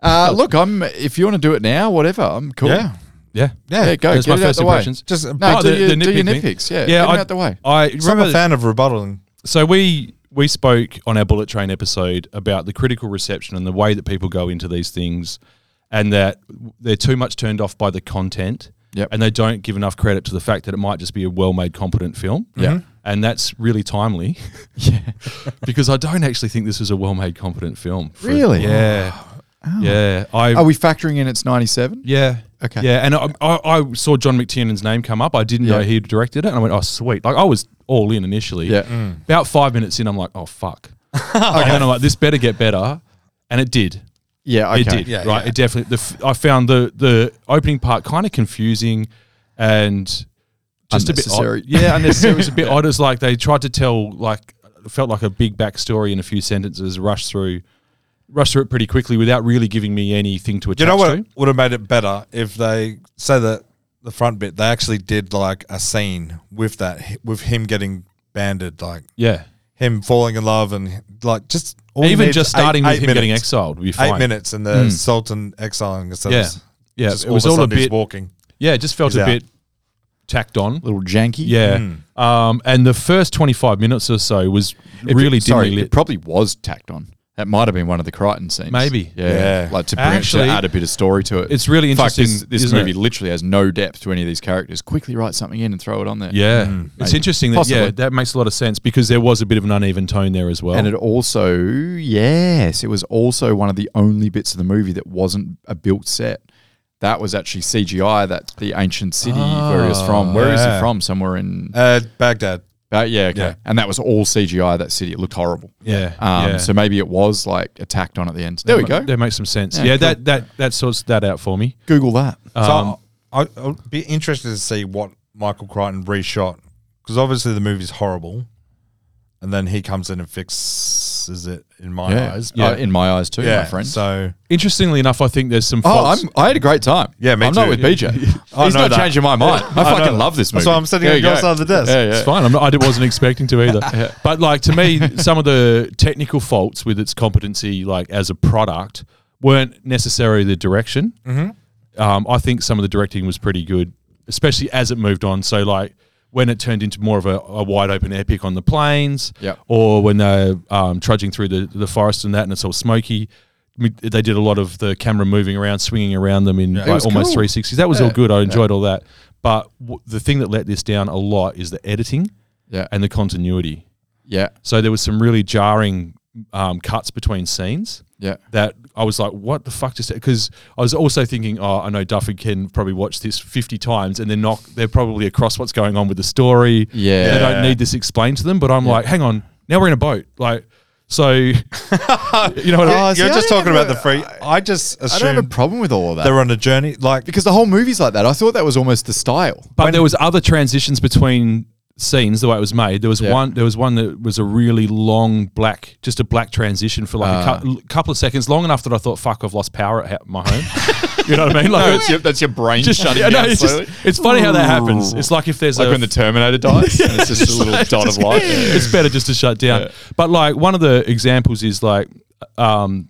Speaker 2: Uh,
Speaker 3: Oh.
Speaker 2: look, I'm. If you want to do it now, whatever, I'm cool.
Speaker 1: yeah. Yeah.
Speaker 2: Yeah, go.
Speaker 3: There's
Speaker 2: get
Speaker 3: my
Speaker 2: it out
Speaker 3: first
Speaker 2: the way.
Speaker 3: impressions.
Speaker 1: Just no,
Speaker 2: No,
Speaker 3: Oh,
Speaker 2: do,
Speaker 3: the-
Speaker 2: your,
Speaker 3: the
Speaker 2: do your
Speaker 3: nitpick thing.
Speaker 2: nitpicks. Yeah,
Speaker 3: Yeah,
Speaker 2: get
Speaker 3: I-
Speaker 2: it out the way.
Speaker 3: I
Speaker 1: I'm
Speaker 3: remember.
Speaker 1: a fan of rebuttaling.
Speaker 3: so we we spoke on our bullet train episode about the critical reception and the way that people go into these things, and that they're too much turned off by the content.
Speaker 2: Yep.
Speaker 3: and they don't give enough credit to the fact that it might just be a well-made, competent film.
Speaker 2: Yeah. Mhm.
Speaker 3: and that's really timely.
Speaker 2: [laughs] Yeah.
Speaker 3: [laughs] because I don't actually think this was a well-made, competent film. For-
Speaker 2: Really?
Speaker 3: Yeah. Yeah. I.
Speaker 2: Are we factoring in it's 97?
Speaker 3: yeah.
Speaker 2: Okay.
Speaker 3: Yeah, and I, I, I saw John McTiernan's name come up. I didn't know
Speaker 2: Yeah.
Speaker 3: he directed it, and I went, "Oh, sweet!" Like I was all in initially.
Speaker 2: Yeah.
Speaker 3: Hmm. About five minutes in, I'm like, "Oh,
Speaker 1: [laughs]
Speaker 3: fuck!" And then I'm like, "This better get better," and it did.
Speaker 2: Yeah, okay.
Speaker 3: It did,
Speaker 1: Yeah,
Speaker 3: right?
Speaker 1: yeah.
Speaker 3: It definitely. The f- I found the the opening part kind of confusing, and just a bit
Speaker 2: Unnecessary.
Speaker 3: odd. Yeah, unnecessary. it was
Speaker 1: [laughs]
Speaker 3: a bit odd. It's like they tried to tell like it felt like a big backstory in a few sentences, rushed through, rushed through it pretty quickly without really giving me anything to attach
Speaker 1: You know what
Speaker 3: to.
Speaker 1: would have made it better if they say that the front bit they actually did like a scene with that h- with him getting banded, like
Speaker 3: Yeah,
Speaker 1: him falling in love and like just all you need
Speaker 3: even
Speaker 1: is
Speaker 3: just
Speaker 1: eight-
Speaker 3: starting with
Speaker 1: eight
Speaker 3: him getting
Speaker 1: minutes.
Speaker 3: exiled would be fine.
Speaker 1: Eight minutes and the Sultan exiling
Speaker 3: Yeah,
Speaker 1: themselves.
Speaker 3: yeah.
Speaker 1: Just
Speaker 3: It was
Speaker 1: of
Speaker 3: all a
Speaker 1: sudden he's
Speaker 3: bit.
Speaker 1: walking.
Speaker 3: Yeah, it just felt
Speaker 1: He's
Speaker 3: a
Speaker 1: out.
Speaker 3: bit tacked on.
Speaker 2: Little janky.
Speaker 3: Yeah. Um, and the first 25 minutes or so was really
Speaker 2: sorry,
Speaker 3: dimly lit.
Speaker 2: Hmm. it probably was tacked on. That might have been one of the Crichton scenes.
Speaker 3: Maybe.
Speaker 2: Yeah.
Speaker 1: Yeah.
Speaker 2: Like to bring
Speaker 3: Actually,
Speaker 2: to add a bit of story to it.
Speaker 3: it's really
Speaker 2: Fuck,
Speaker 3: interesting.
Speaker 2: this- this
Speaker 3: isn't
Speaker 2: movie
Speaker 3: it?
Speaker 2: literally has no depth to any of these characters. Quickly write something in and throw it on there.
Speaker 3: Yeah. It's
Speaker 2: Maybe.
Speaker 3: interesting that, yeah,
Speaker 2: Hmm. Possibly.
Speaker 3: that makes a lot of sense because there was a bit of an uneven tone there as
Speaker 1: Oh.
Speaker 3: well.
Speaker 2: And it also, yes, it was also one of the only bits of the movie that wasn't a built set. That was actually CGI. That the ancient city where he was from. Where is
Speaker 1: yeah.
Speaker 2: he from? Somewhere in.
Speaker 1: Uh, Baghdad.
Speaker 2: Uh, yeah, okay.
Speaker 1: yeah.
Speaker 2: And that was all CGI. That city. It looked horrible.
Speaker 3: yeah.
Speaker 2: Um,
Speaker 3: yeah.
Speaker 2: So maybe it was like attacked on at the end. There we
Speaker 3: That ma-
Speaker 2: go.
Speaker 3: That makes some sense. Yeah,
Speaker 2: Yeah,
Speaker 3: that, that, that sorts that out for me.
Speaker 2: Google that.
Speaker 3: Um,
Speaker 1: so I, I'll be interested to see what Michael Crichton reshot because obviously the movie's horrible, and then he comes in and fixes success is it in my
Speaker 2: yeah.
Speaker 1: eyes?
Speaker 2: Uh, in my eyes too, my friend.
Speaker 1: So
Speaker 3: Interestingly enough, I think there's some
Speaker 2: oh,
Speaker 3: faults.
Speaker 2: I'm, I had a great time.
Speaker 1: Yeah, me
Speaker 2: I'm not
Speaker 1: too.
Speaker 2: with
Speaker 1: [laughs]
Speaker 2: BJ.
Speaker 1: I
Speaker 2: He's
Speaker 1: know
Speaker 2: not
Speaker 1: that.
Speaker 2: changing my mind.
Speaker 1: [laughs]
Speaker 2: I
Speaker 1: I know
Speaker 2: fucking
Speaker 1: that.
Speaker 2: love this movie.
Speaker 1: That's why I'm sitting
Speaker 2: There
Speaker 1: on
Speaker 2: you
Speaker 1: your
Speaker 2: go.
Speaker 1: side of the desk.
Speaker 2: Yeah, yeah.
Speaker 3: It's fine. I'm not, I wasn't expecting
Speaker 2: [laughs]
Speaker 3: to either. but like to me, some of the technical faults with its competency, like as a product, weren't necessarily the direction.
Speaker 2: Mm-hmm.
Speaker 3: Um, I think some of the directing was pretty good, especially as it moved on. So like when it turned into more of a, a wide open epic on the plains,
Speaker 2: Yep.
Speaker 3: or when they're um, trudging through the, the forest and that, and it's all smoky. I mean, They did a lot of the camera moving around, swinging around them in like
Speaker 2: was
Speaker 3: almost
Speaker 2: cool.
Speaker 3: 360s. That was all good. I enjoyed all that. But w- the thing that let this down a lot is the editing
Speaker 2: Yeah.
Speaker 3: and the continuity.
Speaker 2: Yeah.
Speaker 3: So there was some really jarring um, cuts between scenes
Speaker 2: Yeah.
Speaker 3: that I was like, "What the fuck just?" Because I was also thinking, "Oh, I know Duff and Ken probably watched this fifty times, and they're not. They're probably across what's going on with the story.
Speaker 2: Yeah.
Speaker 3: they don't need this explained to them." But I'm like, "Hang on, now we're in a boat, like." So, [laughs] you know what I
Speaker 2: Oh,
Speaker 3: mean?
Speaker 2: see,
Speaker 1: You're
Speaker 2: I
Speaker 1: just
Speaker 2: don't
Speaker 1: talking
Speaker 2: have
Speaker 1: about the free. I just
Speaker 2: I don't have a
Speaker 1: assumed
Speaker 2: problem with all of that.
Speaker 1: they're on a journey. Like
Speaker 2: because the whole movie's like that. I thought that was almost the style.
Speaker 3: But there was other transitions between scenes the way it was made. There was
Speaker 2: Yeah.
Speaker 3: one. There was one that was a really long black, just a black transition for like
Speaker 2: Ah.
Speaker 3: a cou- couple of seconds, long enough that I thought, "Fuck, I've lost power at ha- my home." [laughs] you know what I mean? Like it's
Speaker 2: your, that's your brain
Speaker 3: just shutting down it's, just- it's funny how that happens. It's like if there's
Speaker 2: like
Speaker 3: a
Speaker 2: when the [laughs] Terminator dies, and it's just a little dot of light.
Speaker 3: [laughs] it's better just to shut down. But like one of the examples is like, um,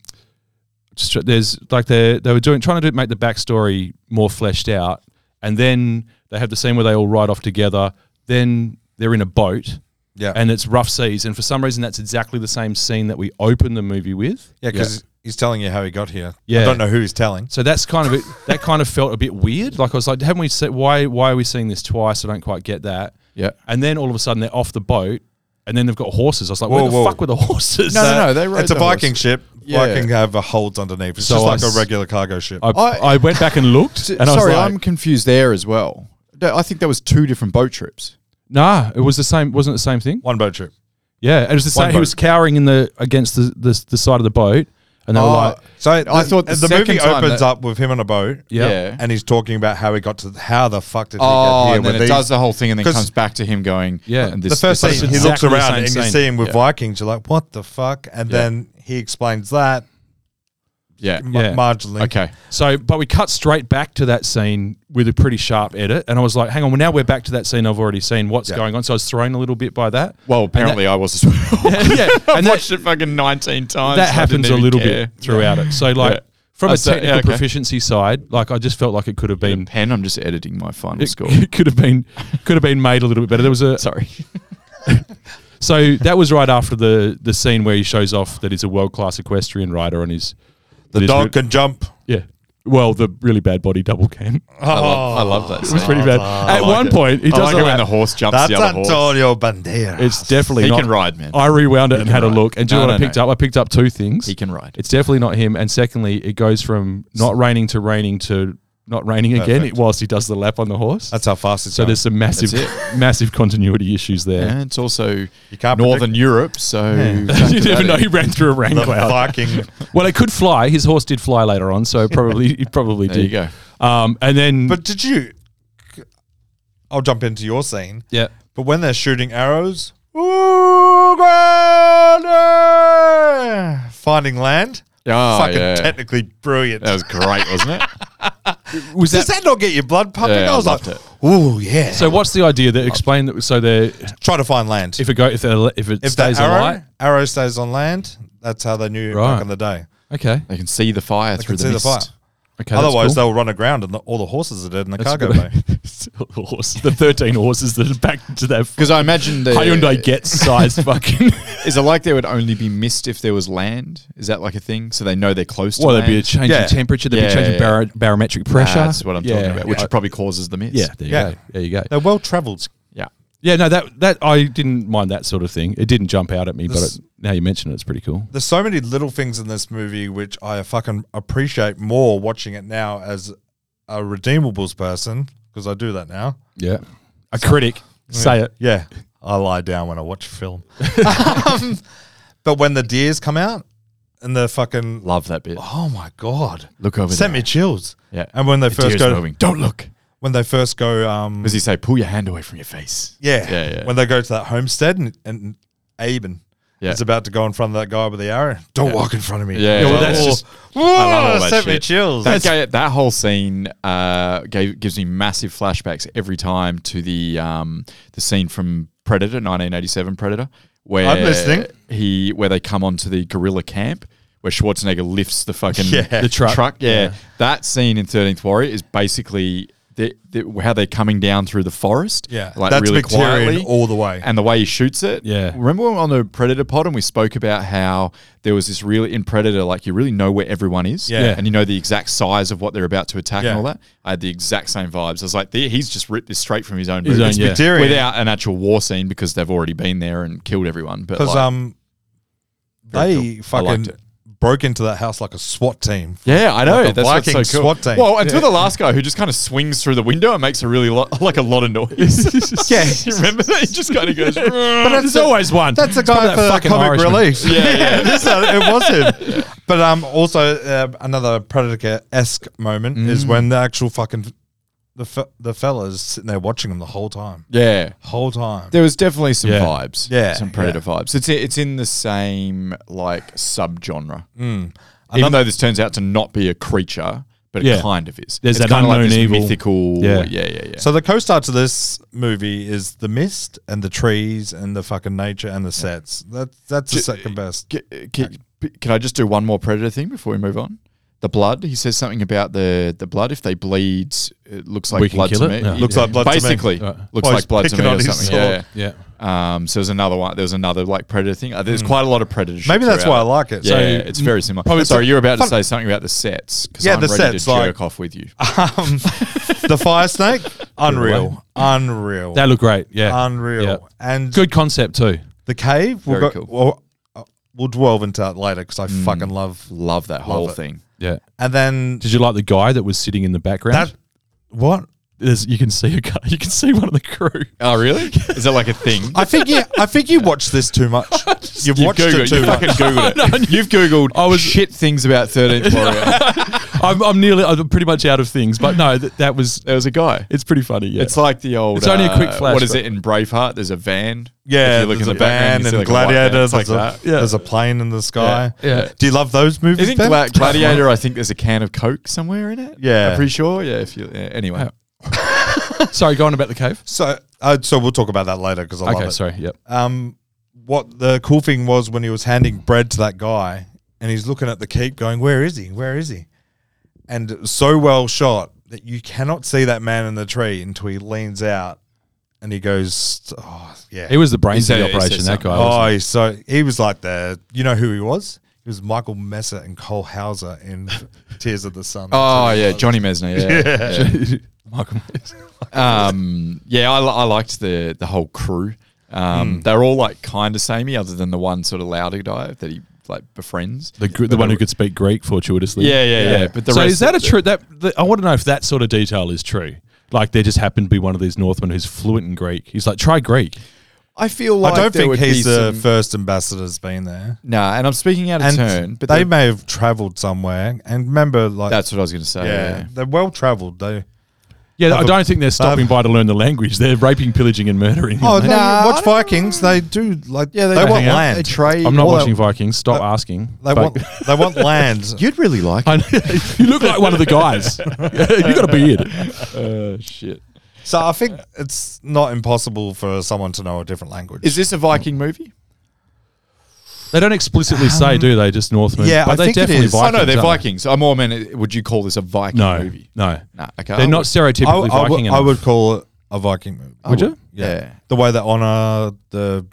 Speaker 3: just tr- there's like they they were doing trying to do, make the backstory more fleshed out, and then they have the scene where they all ride off together. Then they're in a boat,
Speaker 1: yeah,
Speaker 3: and it's rough seas, and for some reason that's exactly the same scene that we open the movie with.
Speaker 1: yeah, because he's telling you how he got here. I
Speaker 3: Yeah.
Speaker 1: don't know who he's telling.
Speaker 3: So that's kind of it. That kind of felt a bit weird. Like I was like, haven't we? Se- why? Why are we seeing this twice? I don't quite get that.
Speaker 2: [laughs] Yeah.
Speaker 3: And then all of a sudden they're off the boat, and then they've got horses. I was like, where
Speaker 1: Whoa,
Speaker 3: the
Speaker 1: whoa.
Speaker 3: fuck were the [laughs] horses?
Speaker 2: No, no, no. They rode
Speaker 1: It's a
Speaker 2: the horse.
Speaker 1: Viking ship.
Speaker 2: Yeah.
Speaker 1: Viking have a holds underneath. It's
Speaker 3: So I
Speaker 1: just like
Speaker 3: s-
Speaker 1: a regular cargo ship.
Speaker 3: I, I,
Speaker 2: I-
Speaker 3: went back
Speaker 2: [laughs]
Speaker 3: and looked,
Speaker 2: S-
Speaker 3: and I was
Speaker 2: Sorry,
Speaker 3: like,
Speaker 2: I'm confused there as well. No, I think that was two different boat trips.
Speaker 3: nah, it was the same. Wasn't it the same thing?
Speaker 1: One boat trip.
Speaker 3: Yeah, it was the
Speaker 1: One
Speaker 3: same. He
Speaker 1: boat.
Speaker 3: was cowering in the against the the, the side of the boat, and they were
Speaker 2: Oh,
Speaker 3: like,
Speaker 1: So I
Speaker 2: thought the
Speaker 1: the, movie
Speaker 2: second time
Speaker 1: opens
Speaker 2: that-
Speaker 1: up with him on a boat.
Speaker 3: yeah.
Speaker 2: Yeah.
Speaker 1: and he's talking about how he got to how the fuck did he
Speaker 2: Oh,
Speaker 1: get here?
Speaker 2: and then
Speaker 1: with
Speaker 2: it
Speaker 1: these-
Speaker 2: does the whole thing, and then
Speaker 1: 'Cause
Speaker 2: comes back to him going,
Speaker 3: Yeah.
Speaker 2: and
Speaker 1: the first
Speaker 3: that's
Speaker 1: scene he
Speaker 3: exactly
Speaker 1: looks
Speaker 3: the
Speaker 1: around
Speaker 3: same
Speaker 1: and you
Speaker 3: scene.
Speaker 1: see him with Vikings. You're like, what the fuck? And then he explains that
Speaker 2: yeah,
Speaker 1: ma-
Speaker 3: Yeah.
Speaker 1: marginally.
Speaker 2: okay,
Speaker 3: So, but we cut straight back to that scene with a pretty sharp edit, and I was like, "Hang on, well, now we're back to that scene I've already seen. What's
Speaker 1: Yeah.
Speaker 3: going on?" So I was thrown a little bit by that.
Speaker 2: Well, apparently I was as [laughs] well.
Speaker 3: And [laughs] yeah, and that,
Speaker 2: it fucking 19 times.
Speaker 3: that happens a little bit throughout it. So, like
Speaker 2: Yeah.
Speaker 3: from
Speaker 2: Oh,
Speaker 3: a
Speaker 2: so- yeah,
Speaker 3: technical
Speaker 2: okay.
Speaker 3: proficiency side, like I just felt like it could have been,
Speaker 2: pen, I'm just editing my final
Speaker 3: it,
Speaker 2: score.
Speaker 3: [laughs] could have been, could have been made a little bit better. There was a
Speaker 2: Sorry.
Speaker 3: so that was right after the the scene where he shows off that he's a world class equestrian rider and he's
Speaker 1: The
Speaker 3: This
Speaker 1: dog
Speaker 3: would-
Speaker 1: can jump.
Speaker 3: yeah. Well, the really bad body double [laughs] can.
Speaker 1: Oh, I
Speaker 2: love- [laughs] I love that
Speaker 3: It was pretty bad. At
Speaker 2: like
Speaker 3: one
Speaker 2: it.
Speaker 3: point, he
Speaker 2: Oh, I
Speaker 3: does
Speaker 2: like
Speaker 3: all
Speaker 2: it when
Speaker 3: that-
Speaker 2: the horse jumps
Speaker 1: That's
Speaker 2: the other horse.
Speaker 1: Antonio Banderas.
Speaker 3: It's definitely
Speaker 2: He
Speaker 3: not.
Speaker 2: can ride, man.
Speaker 3: I rewound it and had a
Speaker 2: ride.
Speaker 3: look. And do you
Speaker 2: No,
Speaker 3: know what
Speaker 2: no,
Speaker 3: I picked
Speaker 2: no.
Speaker 3: up? I picked up two things.
Speaker 2: He can ride.
Speaker 3: It's definitely not him. And secondly, it goes from not raining to raining to not raining again
Speaker 1: Perfect.
Speaker 3: whilst he does the lap on the horse.
Speaker 1: That's how fast it's
Speaker 3: so
Speaker 1: going.
Speaker 3: there's some massive, [laughs] massive continuity issues there.
Speaker 2: And it's also
Speaker 1: can't
Speaker 2: Northern Europe, so
Speaker 3: you never know. He ran through a rain
Speaker 1: the
Speaker 3: cloud.
Speaker 1: Viking.
Speaker 3: Well, it could fly. His horse did fly later on, so probably he probably
Speaker 2: [laughs] There you
Speaker 3: did. [laughs]
Speaker 2: go.
Speaker 3: Um, and then,
Speaker 1: But did you? I'll jump into your scene.
Speaker 3: yeah,
Speaker 1: But when they're shooting arrows, Ooh, grande! finding land.
Speaker 2: Oh,
Speaker 1: fucking
Speaker 2: yeah.
Speaker 1: technically brilliant.
Speaker 2: That was great,
Speaker 3: [laughs]
Speaker 2: wasn't it?
Speaker 3: was
Speaker 1: Does that not get your blood pumping?
Speaker 2: Yeah,
Speaker 1: I
Speaker 2: I
Speaker 1: was
Speaker 2: loved
Speaker 1: like, "Ooh, yeah."
Speaker 3: So, what's the idea? That explain that. So they're
Speaker 1: try to find land.
Speaker 3: if it go if it, if it
Speaker 1: If
Speaker 3: stays
Speaker 1: the arrow,
Speaker 3: alight.
Speaker 1: arrow stays on land, that's how they knew
Speaker 3: Right.
Speaker 1: back in the day.
Speaker 3: Okay.
Speaker 2: They can see the fire
Speaker 1: They
Speaker 2: through
Speaker 1: could see
Speaker 2: the
Speaker 1: the fire.
Speaker 2: mist.
Speaker 3: Okay.
Speaker 1: Otherwise,
Speaker 3: that's cool.
Speaker 1: they'll run aground and the, all the horses are dead in the
Speaker 3: That's
Speaker 1: cargo bay.
Speaker 3: good. [laughs] the horse, the thirteen horses that are back to that
Speaker 2: Because I imagine the
Speaker 3: Hyundai Get
Speaker 2: [laughs]
Speaker 3: size fucking.
Speaker 2: Is it like there would only be mist if there was land? Is that like a thing? So they know they're close to
Speaker 3: well,
Speaker 2: land?
Speaker 3: there'd be a change
Speaker 1: Yeah.
Speaker 3: in temperature. There'd be
Speaker 2: Yeah,
Speaker 3: a change in
Speaker 2: yeah,
Speaker 3: bar- barometric pressure.
Speaker 2: That's what I'm
Speaker 3: Yeah.
Speaker 2: talking about, which
Speaker 3: Yeah.
Speaker 2: probably causes the mist.
Speaker 3: yeah. There you
Speaker 1: Yeah.
Speaker 3: go. There you go.
Speaker 1: They're well travelled.
Speaker 2: Yeah.
Speaker 3: Yeah. No, that that I didn't mind that sort of thing. It didn't jump out at me, but
Speaker 1: This-
Speaker 3: it, now you mention it, it's pretty cool.
Speaker 1: There's so many little things in this movie which I fucking appreciate more watching it now as a redeemables person because I do that now.
Speaker 3: Yeah. A critic. Say it.
Speaker 1: Yeah, I lie down when I watch film. [laughs] um, but when the deers come out and the fucking
Speaker 2: Love that bit.
Speaker 1: oh my god,
Speaker 2: Look over
Speaker 1: sent
Speaker 2: there.
Speaker 1: me chills.
Speaker 2: Yeah.
Speaker 1: and when they
Speaker 2: The
Speaker 1: first
Speaker 2: deer's
Speaker 1: go,
Speaker 2: moving. Don't look.
Speaker 1: when they first go, um,
Speaker 2: Does he say, pull your hand away from your face?
Speaker 1: Yeah.
Speaker 2: Yeah, yeah.
Speaker 1: When they go to that homestead and, and Aben
Speaker 2: Yeah.
Speaker 1: It's about to go in front of that guy with the arrow. Don't walk in front of me.
Speaker 2: Yeah,
Speaker 3: well, that's
Speaker 1: oh,
Speaker 3: just-
Speaker 1: whoa,
Speaker 2: all
Speaker 1: that
Speaker 2: that
Speaker 1: sent me
Speaker 2: shit.
Speaker 1: chills.
Speaker 2: That, ga- that whole scene uh, gave, gives me massive flashbacks every time to the um, the scene from Predator, 1987 Predator, where
Speaker 1: I'm listening.
Speaker 2: he where they come onto the gorilla camp where Schwarzenegger lifts the fucking
Speaker 1: [laughs] Yeah. The
Speaker 3: truck.
Speaker 2: Yeah.
Speaker 3: Yeah.
Speaker 2: that scene in 13th Warrior is basically. The, the, how they're coming down through the forest,
Speaker 1: yeah,
Speaker 2: like
Speaker 1: that's
Speaker 2: really
Speaker 1: Victorian
Speaker 2: quietly,
Speaker 1: all the way.
Speaker 2: and the way he shoots it.
Speaker 3: Yeah.
Speaker 2: Remember when on the Predator pod and we spoke about how there was this really in Predator, like you really know where everyone is.
Speaker 1: Yeah.
Speaker 2: And you know the exact size of what they're about to attack
Speaker 1: Yeah.
Speaker 2: and all that. I had the exact same vibes. I was like, "There- he's just ripped this straight from his own
Speaker 3: His
Speaker 2: book."
Speaker 3: own,
Speaker 2: It's
Speaker 3: yeah.
Speaker 1: Victorian.
Speaker 2: without an actual war scene because they've already been there and killed everyone. But
Speaker 1: Because
Speaker 2: like,
Speaker 1: um,
Speaker 2: Very
Speaker 1: they
Speaker 2: cool. I liked
Speaker 1: fucking broke into that house like a SWAT team. [laughs]
Speaker 2: yeah, I know.
Speaker 1: like a
Speaker 2: That's what's
Speaker 1: Viking
Speaker 2: so cool.
Speaker 1: SWAT team.
Speaker 2: Well, until the last guy who just kind of swings through the window and makes a really lot, [laughs] like a lot of noise. yeah, [laughs] you remember that? He just kind
Speaker 1: [laughs]
Speaker 2: of goes.
Speaker 3: But
Speaker 2: [laughs]
Speaker 3: there's always one.
Speaker 1: That's the
Speaker 3: It's probably
Speaker 1: guy
Speaker 3: that
Speaker 1: for
Speaker 3: fucking
Speaker 1: comic
Speaker 3: Irishman.
Speaker 1: relief.
Speaker 2: Yeah,
Speaker 1: [laughs]
Speaker 2: yeah.
Speaker 1: It is, uh, it was him.
Speaker 2: [laughs]
Speaker 1: But um, also uh, another Predator esque moment
Speaker 2: Mm.
Speaker 1: is when the actual fucking the fe- the fellas sitting there watching them the whole time,
Speaker 2: yeah.
Speaker 1: whole time.
Speaker 2: There was definitely some
Speaker 3: Yeah.
Speaker 2: vibes,
Speaker 1: Yeah,
Speaker 2: some predator vibes. It's it's in the same like subgenre, even
Speaker 1: Hmm. Another-
Speaker 2: though this turns out to not be a creature, but
Speaker 3: Yeah.
Speaker 2: it kind of is.
Speaker 3: There's
Speaker 2: it's
Speaker 3: that
Speaker 2: kind of
Speaker 3: unknown evil.
Speaker 2: mythical,
Speaker 3: Yeah.
Speaker 2: yeah, yeah, yeah. yeah.
Speaker 1: So the co-star to this movie is the mist and the trees and the fucking nature and the sets. That's that's the second best.
Speaker 2: C- c- p- can I just do one more predator thing before we move on? The blood. He says something about the the blood. If they bleed, it looks like
Speaker 3: We can
Speaker 2: blood
Speaker 3: kill
Speaker 2: to
Speaker 3: it?
Speaker 2: me.
Speaker 3: No. Looks
Speaker 1: like blood to me.
Speaker 2: Basically,
Speaker 3: Right.
Speaker 2: looks
Speaker 1: Well, he's
Speaker 2: like blood to
Speaker 1: picking
Speaker 2: me
Speaker 1: on
Speaker 2: or
Speaker 1: his
Speaker 2: something.
Speaker 1: sword.
Speaker 2: Yeah.
Speaker 3: Yeah.
Speaker 2: Um, so there's another one. There's another like predator thing. Uh, There's quite a lot of predator. shit
Speaker 1: Hmm. Maybe that's why I
Speaker 2: throughout.
Speaker 1: like it.
Speaker 2: Yeah,
Speaker 1: So
Speaker 2: it's very similar.
Speaker 1: probably-
Speaker 2: Sorry, you're about
Speaker 1: fun-
Speaker 2: to say something about the sets ah, because
Speaker 1: Yeah,
Speaker 2: I'm
Speaker 1: the
Speaker 2: ready
Speaker 1: sets,
Speaker 2: to
Speaker 1: like-
Speaker 2: jerk off with you.
Speaker 1: um, the fire
Speaker 2: [laughs]
Speaker 1: snake, unreal, unreal,
Speaker 3: They look great. Yeah.
Speaker 1: unreal,
Speaker 3: Yeah.
Speaker 1: and
Speaker 3: Good concept too.
Speaker 1: The cave. We'll
Speaker 2: Very
Speaker 1: go,
Speaker 2: cool. Mm.
Speaker 1: Well, uh, we'll delve into that later because I fucking love.
Speaker 2: Love that whole
Speaker 1: it.
Speaker 2: thing.
Speaker 3: Yeah.
Speaker 1: And then
Speaker 3: Did you like the guy that was sitting in the background?
Speaker 1: that. What?
Speaker 3: There's, you can see a guy. [laughs] You can see one of the crew.
Speaker 2: Oh, really? [laughs] Is that like a thing?
Speaker 1: I think you. I think you watched this too
Speaker 2: [laughs]
Speaker 1: much. You've
Speaker 2: You've
Speaker 1: watched
Speaker 2: Googled,
Speaker 1: it too
Speaker 2: you
Speaker 1: much.
Speaker 2: fucking [laughs] googled it. You've googled
Speaker 3: I was-
Speaker 2: shit things about [laughs] 13th Warrior.
Speaker 3: I'm, I'm nearly. I'm pretty much out of things. But no, that, that was.
Speaker 2: there was a guy.
Speaker 3: It's pretty funny. Yeah.
Speaker 2: It's like the old.
Speaker 3: It's only a quick
Speaker 2: uh,
Speaker 3: flash,
Speaker 2: What is
Speaker 3: but-
Speaker 2: it in Braveheart? There's a van.
Speaker 1: Yeah,
Speaker 2: If you look
Speaker 1: there's
Speaker 2: in
Speaker 1: a
Speaker 2: the background,
Speaker 1: van
Speaker 2: you see
Speaker 1: and
Speaker 2: like a white van.
Speaker 1: Gladiator.
Speaker 2: It's
Speaker 1: There's,
Speaker 2: like
Speaker 1: a,
Speaker 2: that.
Speaker 3: Yeah.
Speaker 1: there's a plane in the sky.
Speaker 3: Yeah.
Speaker 1: Do you love those movies?
Speaker 2: Isn't
Speaker 1: Ben?
Speaker 2: Gla- Gladiator? I think there's a can of Coke somewhere in it.
Speaker 1: Yeah.
Speaker 2: I'm pretty sure. Yeah. If you yeah, anyway,
Speaker 3: sorry, go on about the cave.
Speaker 1: so, uh, so we'll talk about that later because I love
Speaker 3: okay,
Speaker 1: it.
Speaker 3: sorry. Yep.
Speaker 1: Um, what the cool thing was when he was handing bread to that guy, and he's looking at the keep, going, "Where is he? Where is he?" And it was so well shot that you cannot see that man in the tree until he leans out, and he goes, "Oh, yeah."
Speaker 3: He was the brains of
Speaker 2: He
Speaker 3: the
Speaker 2: said- he
Speaker 3: operation.
Speaker 2: said
Speaker 3: That guy.
Speaker 2: something.
Speaker 3: wasn't
Speaker 1: oh, he's so he was like the, you know who he was? He was Michael Messer and Cole Hauser
Speaker 2: [laughs]
Speaker 1: in Tears of the Sun.
Speaker 2: Oh yeah, Johnny Mesner. [laughs] yeah. yeah.
Speaker 3: he? Michael. Myers.
Speaker 2: um, yeah, I, li- I liked the the whole crew.
Speaker 1: Hmm.
Speaker 2: Um, They're all like kind of samey, other than the one sort of louder guy that he like befriends.
Speaker 3: The, gr- the one who could speak Greek fortuitously.
Speaker 2: Yeah, yeah, yeah, but the
Speaker 3: so
Speaker 2: rest
Speaker 3: is that a
Speaker 2: of the-
Speaker 3: true? That the, I want to know if that sort of detail is true. Like there just happened to be one of these Northmen who's fluent in Greek. He's like, try Greek.
Speaker 2: I feel like
Speaker 1: I don't
Speaker 2: there
Speaker 1: think
Speaker 2: would
Speaker 1: he's
Speaker 2: be
Speaker 1: the
Speaker 2: some-
Speaker 1: first ambassador's been there.
Speaker 2: Nah, and I'm speaking out of
Speaker 1: And
Speaker 2: turn, but
Speaker 1: they,
Speaker 2: they.
Speaker 1: may have travelled somewhere. And remember, like
Speaker 2: That's what I was going to say.
Speaker 1: yeah,
Speaker 2: Yeah.
Speaker 1: they're well travelled. They
Speaker 3: Yeah, I
Speaker 1: Have a-
Speaker 3: don't think they're stopping by to learn the language. They're raping, pillaging, and murdering.
Speaker 1: Oh,
Speaker 3: Like,
Speaker 1: no,
Speaker 2: Nah, I
Speaker 1: watch
Speaker 2: don't
Speaker 1: Vikings. They do like
Speaker 2: Yeah,
Speaker 1: they,
Speaker 2: they
Speaker 1: want
Speaker 3: hang out.
Speaker 1: land.
Speaker 2: They trade.
Speaker 3: I'm not
Speaker 1: well,
Speaker 3: watching
Speaker 1: they-
Speaker 3: Vikings. Stop asking.
Speaker 1: they
Speaker 3: Fuck.
Speaker 1: want they
Speaker 2: [laughs]
Speaker 1: want land.
Speaker 2: You'd really like.
Speaker 3: [laughs] I know. [laughs] you look like one of the guys. [laughs] you got a beard. Uh, shit.
Speaker 1: So I think it's not impossible for someone to know a different language.
Speaker 2: Is this a Viking movie?
Speaker 3: They don't explicitly say, do they? Just Northmen.
Speaker 1: yeah,
Speaker 3: but
Speaker 1: I
Speaker 3: they
Speaker 1: think it
Speaker 3: definitely
Speaker 1: is.
Speaker 2: I oh
Speaker 3: Vikings.
Speaker 2: no, they're
Speaker 3: aren't they?
Speaker 2: Vikings. I'm more meant. Would you call this a Viking
Speaker 3: No,
Speaker 2: movie?
Speaker 3: no,
Speaker 2: Nah, okay. I
Speaker 3: they're not
Speaker 2: would-
Speaker 1: I,
Speaker 3: stereotypically
Speaker 1: I,
Speaker 3: Viking.
Speaker 1: would, I
Speaker 3: enough.
Speaker 1: would call it a Viking movie.
Speaker 2: I
Speaker 3: Would you?
Speaker 2: Oh, Yeah.
Speaker 1: The way they honor the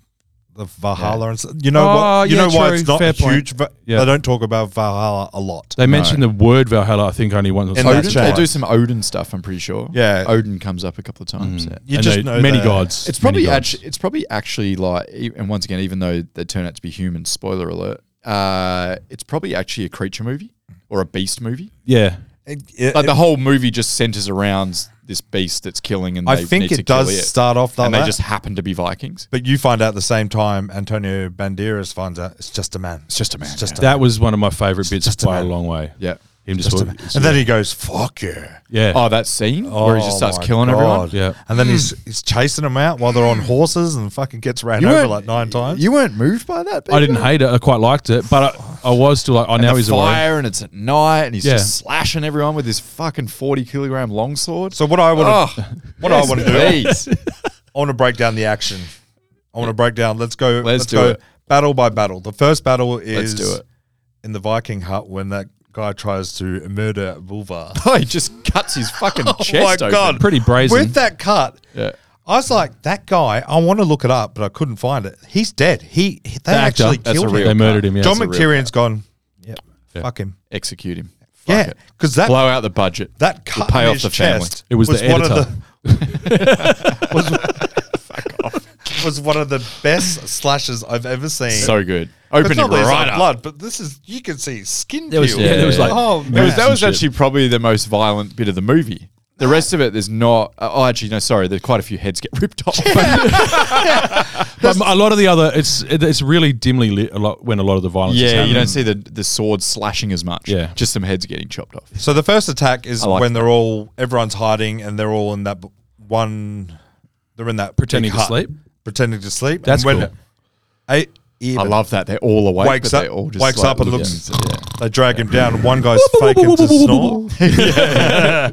Speaker 1: the Valhalla and stuff. you know
Speaker 2: Ah,
Speaker 3: Oh,
Speaker 1: what you
Speaker 3: yeah,
Speaker 1: know why
Speaker 3: true.
Speaker 1: it's not
Speaker 3: Fair
Speaker 1: a
Speaker 3: point.
Speaker 1: huge. Va-
Speaker 3: Yeah.
Speaker 1: They don't talk about Valhalla a lot.
Speaker 3: They mentioned the word Valhalla. I think only once.
Speaker 1: In
Speaker 3: or something.
Speaker 1: that
Speaker 2: Odin,
Speaker 1: right.
Speaker 2: they do some Odin stuff. I'm pretty sure.
Speaker 1: Yeah. Mm.
Speaker 2: Odin comes up a couple of times. Yeah.
Speaker 1: you
Speaker 3: And
Speaker 1: just
Speaker 3: they-
Speaker 1: know
Speaker 3: many
Speaker 1: that-
Speaker 3: gods.
Speaker 2: It's
Speaker 3: many
Speaker 2: probably
Speaker 3: gods.
Speaker 2: actually it's probably actually like e- and once again, even though they turn out to be human, spoiler alert, uh, it's probably actually a creature movie or a beast movie.
Speaker 3: yeah.
Speaker 1: It, it,
Speaker 2: Like the whole movie just centers around this beast that's killing and
Speaker 1: I
Speaker 2: they
Speaker 1: think
Speaker 2: need to
Speaker 1: it
Speaker 2: kill
Speaker 1: does start off like
Speaker 2: and they
Speaker 1: that.
Speaker 2: just happen to be Vikings.
Speaker 1: but you find out at the same time Antonio Banderas finds out it's just a man.
Speaker 2: It's just a man.
Speaker 1: It's just a
Speaker 3: That was one of my favorite bits
Speaker 1: just a
Speaker 3: by a
Speaker 1: man.
Speaker 3: long way.
Speaker 2: yeah.
Speaker 3: Him just,
Speaker 1: Just a-
Speaker 3: walking-
Speaker 1: and then he goes, "Fuck yeah!" Oh
Speaker 3: yeah,
Speaker 2: Oh, that scene where he just starts
Speaker 1: my
Speaker 2: killing everyone.
Speaker 1: God.
Speaker 3: Yeah.
Speaker 1: and then he's
Speaker 3: Hmm.
Speaker 1: he's chasing them out while they're on horses and fucking gets ran over like nine times.
Speaker 2: You weren't moved by that.
Speaker 1: Oh,
Speaker 3: I didn't hate it. I quite liked it, but I, I was still like, oh, now
Speaker 2: the
Speaker 3: he's away.
Speaker 2: fire and it's at night and he's
Speaker 3: Yeah.
Speaker 2: just slashing everyone with his fucking forty kilogram longsword.
Speaker 1: so what I want to
Speaker 2: [laughs] Oh,
Speaker 1: what I want to do,
Speaker 2: please.
Speaker 1: I want to break down the action. I want to break down. Let's go.
Speaker 2: Let's do
Speaker 1: go
Speaker 2: it.
Speaker 1: battle by battle. The first battle is
Speaker 2: do it.
Speaker 1: in the Viking hut when that guy tries to murder Vulvar.
Speaker 2: Oh, he just cuts
Speaker 1: [laughs]
Speaker 2: his fucking chest
Speaker 1: Oh my
Speaker 2: open.
Speaker 1: God.
Speaker 3: Pretty brazen.
Speaker 1: With that cut,
Speaker 2: Yeah.
Speaker 1: I was like, that guy. I want to look it up, but I couldn't find it. He's dead. He, he- they
Speaker 3: The actor.
Speaker 1: actually
Speaker 2: That's a
Speaker 1: killed
Speaker 2: real
Speaker 3: they
Speaker 1: him.
Speaker 3: murdered him. Yeah,
Speaker 1: John
Speaker 3: It's a real-
Speaker 1: McTierion's gone. Yep.
Speaker 3: Yeah.
Speaker 1: Fuck him.
Speaker 2: Execute him. Fuck
Speaker 1: Yeah,
Speaker 2: it.
Speaker 1: because that
Speaker 2: Blow out the budget.
Speaker 1: that
Speaker 2: We'll
Speaker 1: cut
Speaker 2: pay
Speaker 1: in
Speaker 2: off
Speaker 1: his
Speaker 2: the family.
Speaker 1: chest
Speaker 3: It was the editor.
Speaker 1: the [laughs] was, was one of the best slashes I've ever seen.
Speaker 2: So good.
Speaker 1: It's
Speaker 2: Open it
Speaker 1: not that it's
Speaker 2: right
Speaker 1: not
Speaker 2: up.
Speaker 1: blood, but this is you can see skin
Speaker 3: There was-
Speaker 1: peel.
Speaker 3: yeah, there was like-
Speaker 1: oh
Speaker 3: there
Speaker 2: It
Speaker 1: man,
Speaker 2: was, that was
Speaker 3: Some shit.
Speaker 2: actually probably the most violent bit of the movie. The rest of it, there's not. Oh, actually, no, sorry. There's quite a few heads get [laughs] ripped off. [laughs]
Speaker 3: But a lot of the other, it's it- it's really dimly lit a lot when a lot of the violence. is
Speaker 2: yeah, you
Speaker 3: happening.
Speaker 2: don't see the, the sword slashing as much.
Speaker 3: Yeah.
Speaker 2: Just some heads getting chopped off.
Speaker 1: So the first attack is
Speaker 2: I like
Speaker 1: when they're all everyone's hiding and they're all in that b- one. They're in that
Speaker 3: Pretending
Speaker 1: big
Speaker 3: to
Speaker 1: hut,
Speaker 3: sleep?
Speaker 1: Pretending to sleep.
Speaker 3: That's
Speaker 1: and
Speaker 3: cool.
Speaker 1: I, even,
Speaker 2: I love that. They're all awake.
Speaker 1: Wakes
Speaker 2: but
Speaker 1: up-
Speaker 2: they all just
Speaker 1: wakes
Speaker 2: like,
Speaker 1: up and
Speaker 2: look
Speaker 1: looks-
Speaker 2: at him.
Speaker 1: They drag him down. and One [laughs] guy's faking to [laughs] snore, [laughs]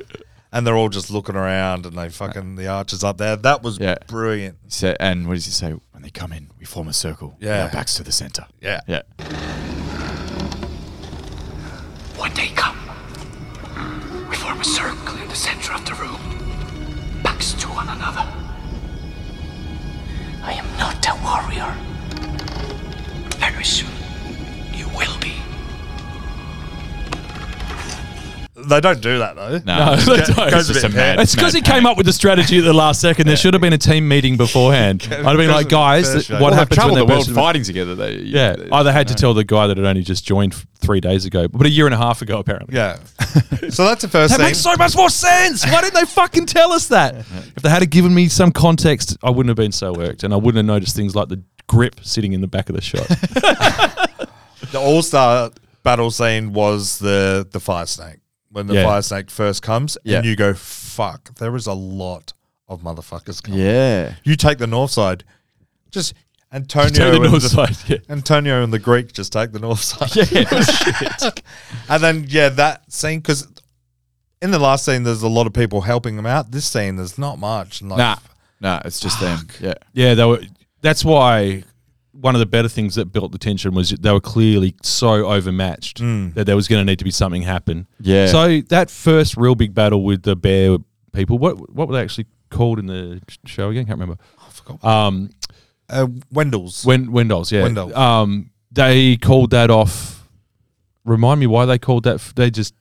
Speaker 1: and they're all just looking around. And they fucking the archers up there. That was
Speaker 2: Yeah.
Speaker 1: brilliant.
Speaker 2: He said- and what does he say? When they come in, we form a circle. with
Speaker 1: Yeah.
Speaker 2: Our backs to the center.
Speaker 1: Yeah.
Speaker 2: Yeah.
Speaker 4: When they come, we form a circle in the center of the room, backs to one another. I am not a warrior. Very soon, you will be.
Speaker 1: They don't do that though.
Speaker 2: No.
Speaker 3: No, they don't.
Speaker 1: goes
Speaker 2: It's just
Speaker 1: a
Speaker 2: a
Speaker 1: bit
Speaker 2: mad.
Speaker 1: mad.
Speaker 3: It's because
Speaker 2: mad
Speaker 3: he came up with the strategy at the last second. There should have been a team
Speaker 1: [laughs]
Speaker 3: meeting beforehand. I'd have been
Speaker 1: Because
Speaker 3: like,
Speaker 1: of
Speaker 3: guys,
Speaker 1: the first
Speaker 3: th-
Speaker 1: show. Well,
Speaker 3: what
Speaker 2: Well, they've
Speaker 3: happens when
Speaker 2: travelled
Speaker 3: the
Speaker 2: the world
Speaker 3: person-
Speaker 2: fighting together. They,
Speaker 3: Yeah, either had to tell the guy that had only just joined f- three days ago, but a year and a half ago apparently.
Speaker 1: Yeah. so that's the first
Speaker 3: That
Speaker 1: thing.
Speaker 3: makes so much more sense. Why didn't they fucking tell us that? If they had have given me some context, I wouldn't have been so worked, and I wouldn't have noticed things like the grip sitting in the back of the shot.
Speaker 1: the all star battle scene was the the fire snake when the
Speaker 3: Yeah.
Speaker 1: fire snake first comes,
Speaker 2: Yeah.
Speaker 1: and you go, "Fuck!" There is a lot of motherfuckers coming.
Speaker 2: Yeah.
Speaker 1: You take the north side, just Antonio.
Speaker 3: Take the
Speaker 1: and
Speaker 3: north
Speaker 1: the-
Speaker 3: side. Yeah.
Speaker 1: Antonio and the Greek just take the north
Speaker 3: [laughs]
Speaker 1: side. [laughs] and then yeah, that scene because in the last scene there's a lot of people helping them out. This scene there's not much. and, Like,
Speaker 2: Nah. Nah, it's just them. Yeah.
Speaker 3: Yeah, they were. That's why one of the better things that built the tension was they were clearly so overmatched that there was going to need to be something happen.
Speaker 2: Mm. Yeah.
Speaker 3: So that first real big battle with the bear people, what what were they actually called in the sh- show again? Can't remember. Um,
Speaker 1: Uh, Wendell's.
Speaker 3: Wen- Wendell's, yeah.
Speaker 1: Wendell.
Speaker 3: Um, they called that off. Remind me why they called that. F- they just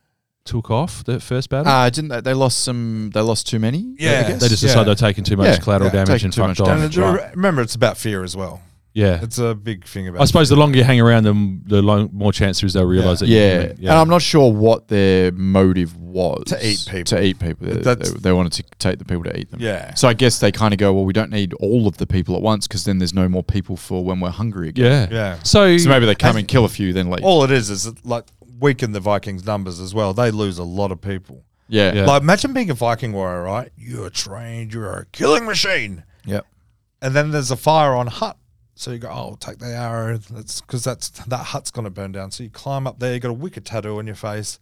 Speaker 3: took off that first battle.
Speaker 2: Uh, didn't they, they lost some? They lost too many.
Speaker 1: Yeah.
Speaker 2: I guess?
Speaker 3: they just decided
Speaker 2: Yeah.
Speaker 3: they're taking too much
Speaker 2: Yeah,
Speaker 3: collateral
Speaker 1: yeah,
Speaker 3: damage
Speaker 2: taking
Speaker 3: and
Speaker 2: too much
Speaker 3: fucked off.
Speaker 2: damage.
Speaker 1: and it- remember, it's about fear as well.
Speaker 3: Yeah.
Speaker 1: It's a big thing about.
Speaker 3: I suppose the longer you hang around them, the long, more chance there is they'll realize that.
Speaker 2: Yeah.
Speaker 3: You're human.
Speaker 2: and I'm not sure what their motive was
Speaker 1: To eat people.
Speaker 2: To eat people, they,
Speaker 1: That's-
Speaker 2: they- they wanted to take the people to eat them.
Speaker 1: Yeah.
Speaker 2: So I guess they kind of go, well, we don't need all of the people at once because then there's no more people for when we're hungry again.
Speaker 3: yeah. [laughs]
Speaker 1: Yeah.
Speaker 3: So,
Speaker 2: So maybe they come and kill a few, then leave.
Speaker 1: all it is is like weaken the Vikings' numbers as well. They lose a lot of people.
Speaker 2: yeah.
Speaker 3: Yeah.
Speaker 1: Like imagine being a Viking warrior, right? You're trained, you're a killing machine,
Speaker 2: Yeah.
Speaker 1: and then there's a fire on hut. So you go, oh, take the arrow. That's because that's that hut's gonna burn down. So you climb up there. You got a wicked tattoo on your
Speaker 3: [laughs]
Speaker 1: face,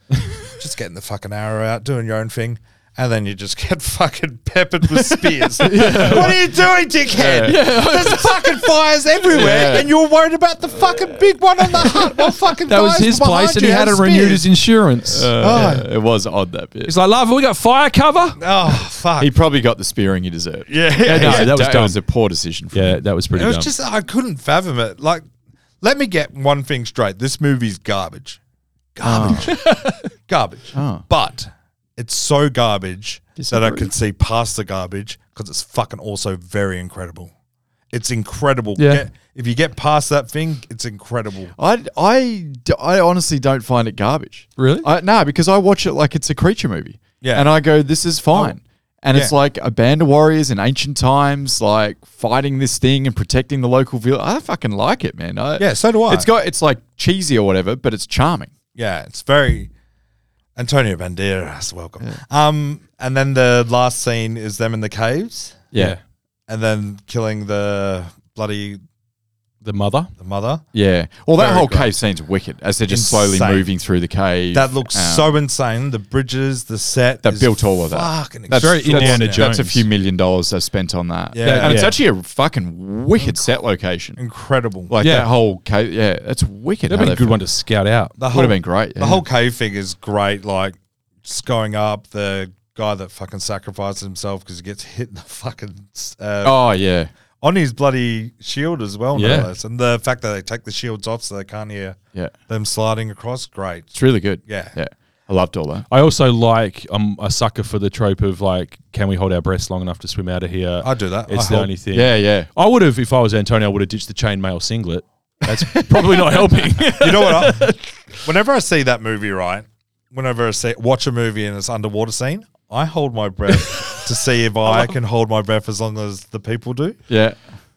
Speaker 1: just getting the fucking arrow out, doing your own thing, and then you just get [laughs] fucking peppered
Speaker 3: [laughs]
Speaker 1: with spears. What are you doing, dickhead? [laughs] There's fucking fires everywhere,
Speaker 2: Yeah.
Speaker 1: and you're worried about the fucking big one on the hut. Well, fucking
Speaker 3: that was
Speaker 1: guys
Speaker 3: his
Speaker 1: behind
Speaker 3: place, and
Speaker 1: you
Speaker 3: he had
Speaker 1: have
Speaker 3: to renew
Speaker 1: spears.
Speaker 3: his insurance.
Speaker 2: Uh, It was odd that bit.
Speaker 3: He's like, love, we got fire cover.
Speaker 1: Oh fuck!
Speaker 2: he probably got the spearing he deserved.
Speaker 1: yeah,
Speaker 3: Yeah, no, that was
Speaker 2: That
Speaker 3: dumb.
Speaker 2: was a poor decision. For
Speaker 3: yeah,
Speaker 2: him.
Speaker 3: that was pretty
Speaker 1: It was
Speaker 3: dumb.
Speaker 1: just I couldn't fathom it. Like, let me get one thing straight: this movie's garbage, garbage, [laughs] garbage.
Speaker 2: Oh.
Speaker 1: But it's so garbage that I
Speaker 2: Disagree.
Speaker 1: could see past the garbage because it's fucking also very incredible. It's incredible.
Speaker 3: Yeah.
Speaker 1: Get- if you get past that thing, it's incredible.
Speaker 2: I, I, d- I honestly don't find it garbage.
Speaker 3: Really?
Speaker 2: I, nah, because I watch it like it's a creature movie.
Speaker 1: Yeah. Oh.
Speaker 2: And I go, this is fine. and it's
Speaker 1: yeah.
Speaker 2: like a band of warriors in ancient times, like fighting this thing and protecting the local village. I fucking like it, man. I,
Speaker 1: Yeah, so do I.
Speaker 2: It's got, it's like cheesy or whatever, but it's charming.
Speaker 1: Yeah, it's very. Antonio Banderas, welcome. Um, and then the last scene is them in the caves,
Speaker 2: Yeah.
Speaker 1: and then killing the bloody
Speaker 3: The mother.
Speaker 1: the mother.
Speaker 2: Yeah. Well, that
Speaker 1: Very
Speaker 2: whole
Speaker 1: great.
Speaker 2: cave scene's wicked as they're just
Speaker 1: Insane.
Speaker 2: slowly moving through the cave.
Speaker 1: That looks
Speaker 2: Um,
Speaker 1: so insane. The bridges, the set.
Speaker 2: They
Speaker 1: is
Speaker 2: built all of that.
Speaker 1: Fucking
Speaker 2: That's
Speaker 3: very
Speaker 2: that's-
Speaker 3: Indiana
Speaker 2: That's a
Speaker 3: Jones.
Speaker 2: few million dollars they've spent on that.
Speaker 1: Yeah.
Speaker 2: Yeah. And it's
Speaker 3: Yeah.
Speaker 2: actually a fucking wicked set location.
Speaker 1: incredible.
Speaker 2: Like
Speaker 3: Yeah.
Speaker 2: that whole cave. Yeah. That's wicked.
Speaker 3: That'd
Speaker 2: how
Speaker 3: be a
Speaker 2: they
Speaker 3: good one
Speaker 2: filmed
Speaker 3: to scout out.
Speaker 1: the
Speaker 2: it. Would have been great.
Speaker 1: The whole cave thing is great. Like just going up, the guy that fucking sacrifices himself because he gets hit in the fucking uh,
Speaker 2: Oh, yeah.
Speaker 1: on his bloody shield as well. no
Speaker 3: Yeah.
Speaker 1: less. and the fact that they take the shields off so they can't hear
Speaker 2: Yeah.
Speaker 1: them sliding across. Great.
Speaker 2: It's really good.
Speaker 1: Yeah.
Speaker 2: Yeah. I loved all that.
Speaker 3: I also like I'm a sucker for the trope of like, can we hold our breaths long enough to swim out of here?
Speaker 1: I do that.
Speaker 3: It's
Speaker 1: I
Speaker 3: the
Speaker 1: hold-
Speaker 3: only thing.
Speaker 2: Yeah. Yeah.
Speaker 3: I would have if I was Antonio. I would have ditched the chainmail singlet. That's probably
Speaker 1: [laughs]
Speaker 3: not helping.
Speaker 1: You know what? I, whenever I see that movie, right? Whenever I see watch a movie and it's underwater scene, I hold my breath to see if
Speaker 2: [laughs]
Speaker 1: I can hold my breath as long as the people do.
Speaker 2: Yeah.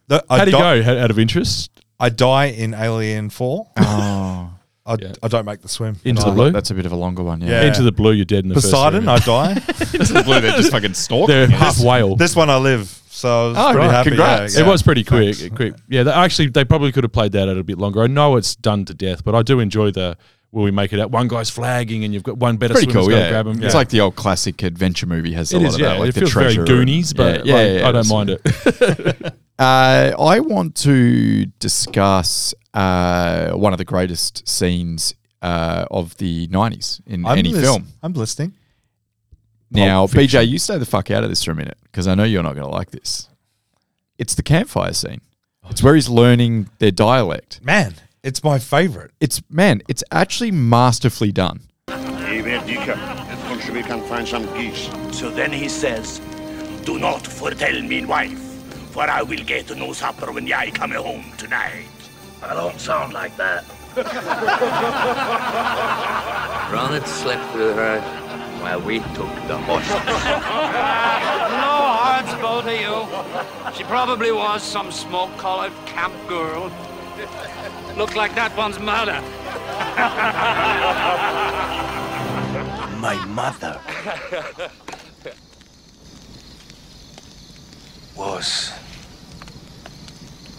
Speaker 1: The- I
Speaker 3: [laughs] How do you
Speaker 1: di-
Speaker 3: go? Out out of interest
Speaker 1: I die in Alien Four.
Speaker 2: Oh.
Speaker 1: [laughs] I, I don't make the swim.
Speaker 3: into
Speaker 1: No.
Speaker 3: the blue.
Speaker 2: That's a bit of a longer one.
Speaker 1: Yeah.
Speaker 2: Yeah.
Speaker 3: Into the blue, you're dead in the
Speaker 1: Poseidon, I
Speaker 2: [laughs]
Speaker 3: first.
Speaker 1: die.
Speaker 2: Into the blue, they're [laughs] just fucking stalking.
Speaker 3: They're
Speaker 2: you.
Speaker 3: half whale.
Speaker 1: this one I live, so I was
Speaker 2: Oh,
Speaker 1: pretty
Speaker 2: right.
Speaker 1: happy.
Speaker 2: Congrats.
Speaker 1: Yeah,
Speaker 3: It
Speaker 1: yeah.
Speaker 3: was pretty quick.
Speaker 1: Thanks.
Speaker 3: Quick, yeah. They, actually, they probably could have played that out a bit longer. I know it's done to death, but I do enjoy the will we make it out. One guy's flagging, and you've got one better
Speaker 2: Pretty
Speaker 3: swimmer's
Speaker 2: cool,
Speaker 3: gonna
Speaker 2: yeah.
Speaker 3: grab him.
Speaker 2: It's
Speaker 3: Yeah.
Speaker 2: like the old classic adventure movie has a
Speaker 3: It
Speaker 2: lot
Speaker 3: is,
Speaker 2: of
Speaker 3: yeah.
Speaker 2: that, like
Speaker 3: it
Speaker 2: the
Speaker 3: feels very
Speaker 2: treasure. and-
Speaker 3: Goonies, but
Speaker 2: yeah,
Speaker 3: like,
Speaker 2: yeah, yeah,
Speaker 3: I
Speaker 2: that's-
Speaker 3: don't mind
Speaker 2: [laughs]
Speaker 3: it.
Speaker 2: Uh, I want to discuss uh, one of the greatest scenes uh, of the 90s in any
Speaker 1: lis-
Speaker 2: film.
Speaker 1: I'm listening.
Speaker 2: Now,
Speaker 3: Fiction.
Speaker 2: BJ, you stay the fuck out of this for a minute because I know you're not going to like this. It's the campfire scene. It's where he's learning their dialect.
Speaker 1: Man, it's my favorite.
Speaker 2: It's, man, it's actually masterfully done.
Speaker 5: Geh her, Dicker. That country we can find some geese.
Speaker 6: So then he says, Do not foretell me wife, for I will get no supper when I come home tonight. I don't sound like
Speaker 7: [laughs]
Speaker 6: that.
Speaker 7: Ronald slept with her while we took the horses.
Speaker 8: [laughs] No hearts, both of you. She probably was some smoke-collared camp girl. Looked like that one's mother.
Speaker 6: My mother was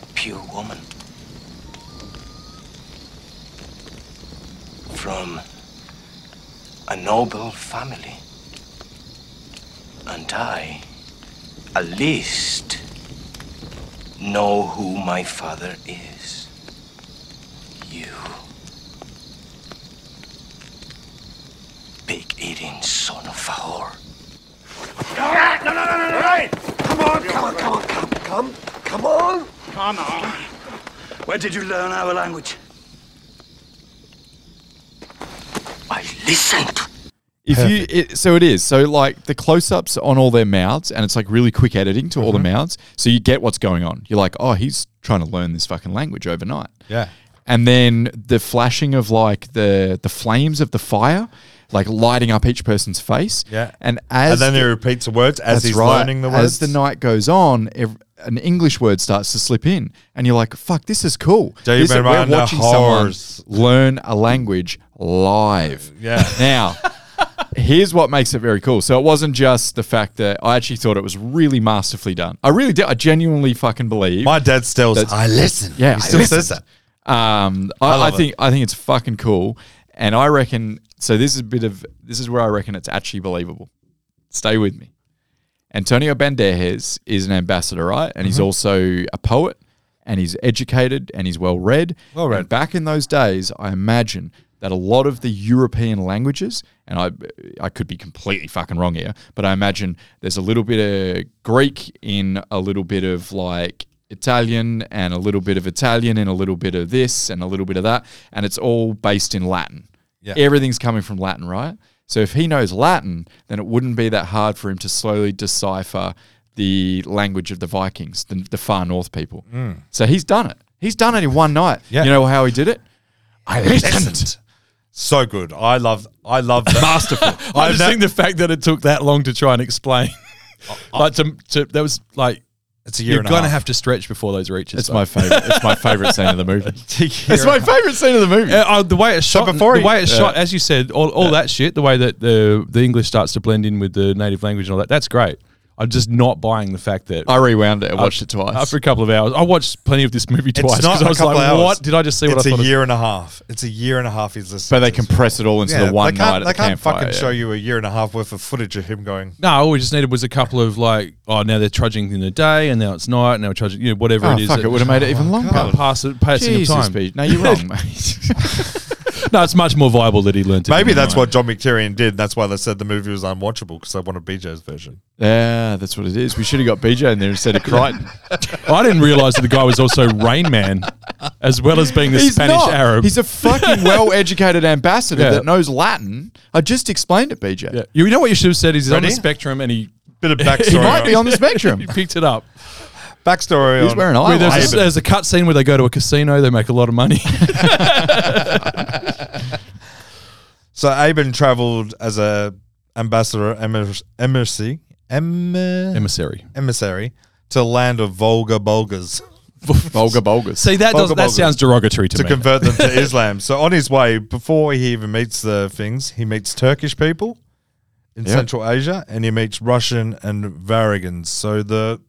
Speaker 6: a pure woman from a noble family, and I, at least, know who my father is. You. pig eating son of a whore. No, no, no, no, no, right! Come on, come on, come on, come, come, come on! Come on. Where did you learn our language? I listened.
Speaker 2: If you it, so it is so like the close-ups on all their mouths and it's like really quick editing to all the mouths so you get what's going on you're like oh he's trying to learn this fucking language overnight
Speaker 1: Yeah.
Speaker 2: and then the flashing of like the the flames of the fire like lighting up each person's face
Speaker 1: Yeah.
Speaker 2: and as
Speaker 1: and then
Speaker 2: the-
Speaker 1: he repeats the words as
Speaker 2: that's
Speaker 1: he's
Speaker 2: right.
Speaker 1: learning the words.
Speaker 2: As the night goes on, ev an English word starts to slip in, and you're like, "Fuck, this is cool."
Speaker 1: Do you
Speaker 2: This- we're
Speaker 1: remember
Speaker 2: watching someone
Speaker 1: horse?
Speaker 2: learn a language live.
Speaker 1: [laughs] Yeah.
Speaker 2: Now, here's what makes it very cool. So it wasn't just the fact that I actually thought it was really masterfully done. I really did. I genuinely fucking believe.
Speaker 1: my dad still says,
Speaker 2: That's-
Speaker 1: I listen.
Speaker 2: yeah,
Speaker 1: he still
Speaker 2: I
Speaker 1: says that.
Speaker 2: listened. Um, I, I,
Speaker 1: love it.
Speaker 2: think I think it's fucking cool, and I reckon. So this is a bit of this is where I reckon it's actually believable. Stay with me. Antonio Banderas is an ambassador, right? And he's also a poet, and he's educated, and he's well read. Well
Speaker 1: read.
Speaker 2: back in those days, I imagine that a lot of the European languages, and I I could be completely fucking wrong here, but I imagine there's a little bit of Greek in a little bit of like Italian and a little bit of Italian and a little bit of this and a little bit of that, and it's all based in Latin.
Speaker 1: Yeah.
Speaker 2: Everything's coming from Latin, right? So if he knows Latin, then it wouldn't be that hard for him to slowly decipher the language of the Vikings, the, the far north people. So he's done it. He's done it in one night.
Speaker 1: Mm. Yeah.
Speaker 2: You know how he did it?
Speaker 1: I listened. So good. I love I
Speaker 3: [laughs]
Speaker 1: love that. [laughs] Masterful.
Speaker 3: I
Speaker 1: I've
Speaker 3: just
Speaker 1: ne-
Speaker 3: [laughs] think the fact that it took that long to try and explain, like to, to that was like
Speaker 1: It's a year
Speaker 3: You're
Speaker 1: and a
Speaker 3: going to
Speaker 1: half.
Speaker 3: have to stretch before those reaches.
Speaker 2: It's my favorite. It's my favorite scene of
Speaker 1: [laughs]
Speaker 2: the movie. it's my favorite scene of the movie.
Speaker 3: Uh, uh, the way it's shot,
Speaker 1: before
Speaker 3: the
Speaker 1: he-
Speaker 3: way it's shot, as you said, all, all that shit, the way that the the English starts to blend in with the native language and all that, that's great. I'm just not buying the fact that
Speaker 2: I rewound it and watched it twice.
Speaker 3: after a couple of hours, I watched plenty of this movie twice
Speaker 1: It's not
Speaker 3: because
Speaker 1: a
Speaker 3: I was
Speaker 1: couple
Speaker 3: like,
Speaker 1: hours.
Speaker 3: "What did I just see?" What
Speaker 1: it's
Speaker 3: I thought
Speaker 1: a
Speaker 3: of-
Speaker 1: year and a half. It's a year and a half. He's listening.
Speaker 2: but they compress it all into the one
Speaker 1: they can't,
Speaker 2: night.
Speaker 1: they
Speaker 2: At the
Speaker 1: can't
Speaker 2: campfire,
Speaker 1: fucking
Speaker 2: yeah.
Speaker 1: show you a year and a half worth of footage of him going.
Speaker 3: No, all we just needed was a couple of like, oh, now they're trudging in the day, and now it's night, and now we're trudging, you know, whatever
Speaker 2: Oh,
Speaker 3: it is.
Speaker 2: fuck!
Speaker 3: that-
Speaker 2: It would have made it even longer.
Speaker 3: Pa- Pass it, passing
Speaker 2: Jesus,
Speaker 3: of time.
Speaker 2: Pete. No, you're
Speaker 1: [laughs]
Speaker 2: wrong, mate.
Speaker 3: No, it's much more viable that he learned. it
Speaker 1: Maybe
Speaker 3: in the
Speaker 1: that's
Speaker 3: night.
Speaker 1: what John McTiernan did. That's why they said the movie was unwatchable because they wanted BJ's version.
Speaker 2: yeah, that's what it is. We should have got BJ in there instead
Speaker 1: [laughs]
Speaker 2: of Crichton.
Speaker 3: I didn't realize that the guy was also Rain Man, as well as being the Spanish
Speaker 2: not.
Speaker 3: Arab.
Speaker 2: He's a
Speaker 3: [laughs]
Speaker 2: fucking well-educated ambassador
Speaker 3: Yeah.
Speaker 2: that knows Latin. I just explained it, BJ.
Speaker 3: Yeah. You know what you should have said is he's on
Speaker 1: Ready?
Speaker 3: the spectrum and he
Speaker 1: Bit of
Speaker 3: [laughs] He
Speaker 1: backstory.
Speaker 2: He might be on the spectrum. [laughs]
Speaker 3: he [laughs] picked it up.
Speaker 1: backstory.
Speaker 2: He's
Speaker 1: on-
Speaker 2: wearing
Speaker 3: Where there's, a,
Speaker 2: eyelashes.
Speaker 3: there's a cut scene where they go to a casino, they make a lot
Speaker 2: [laughs]
Speaker 3: of money.
Speaker 1: So Aben traveled as a ambassador emir- embassy emir-
Speaker 3: Emissary.
Speaker 1: emissary to the land of Volga Bulgars
Speaker 2: Vulgar, bulgars.
Speaker 3: See that does,
Speaker 1: Vulgar
Speaker 3: that
Speaker 1: bulgars.
Speaker 3: sounds derogatory to,
Speaker 1: to
Speaker 3: me.
Speaker 1: convert them
Speaker 2: [laughs]
Speaker 1: to Islam. So on his way, before he even meets the things, he meets Turkish people in Central Asia and he meets Russian and Varagans. So the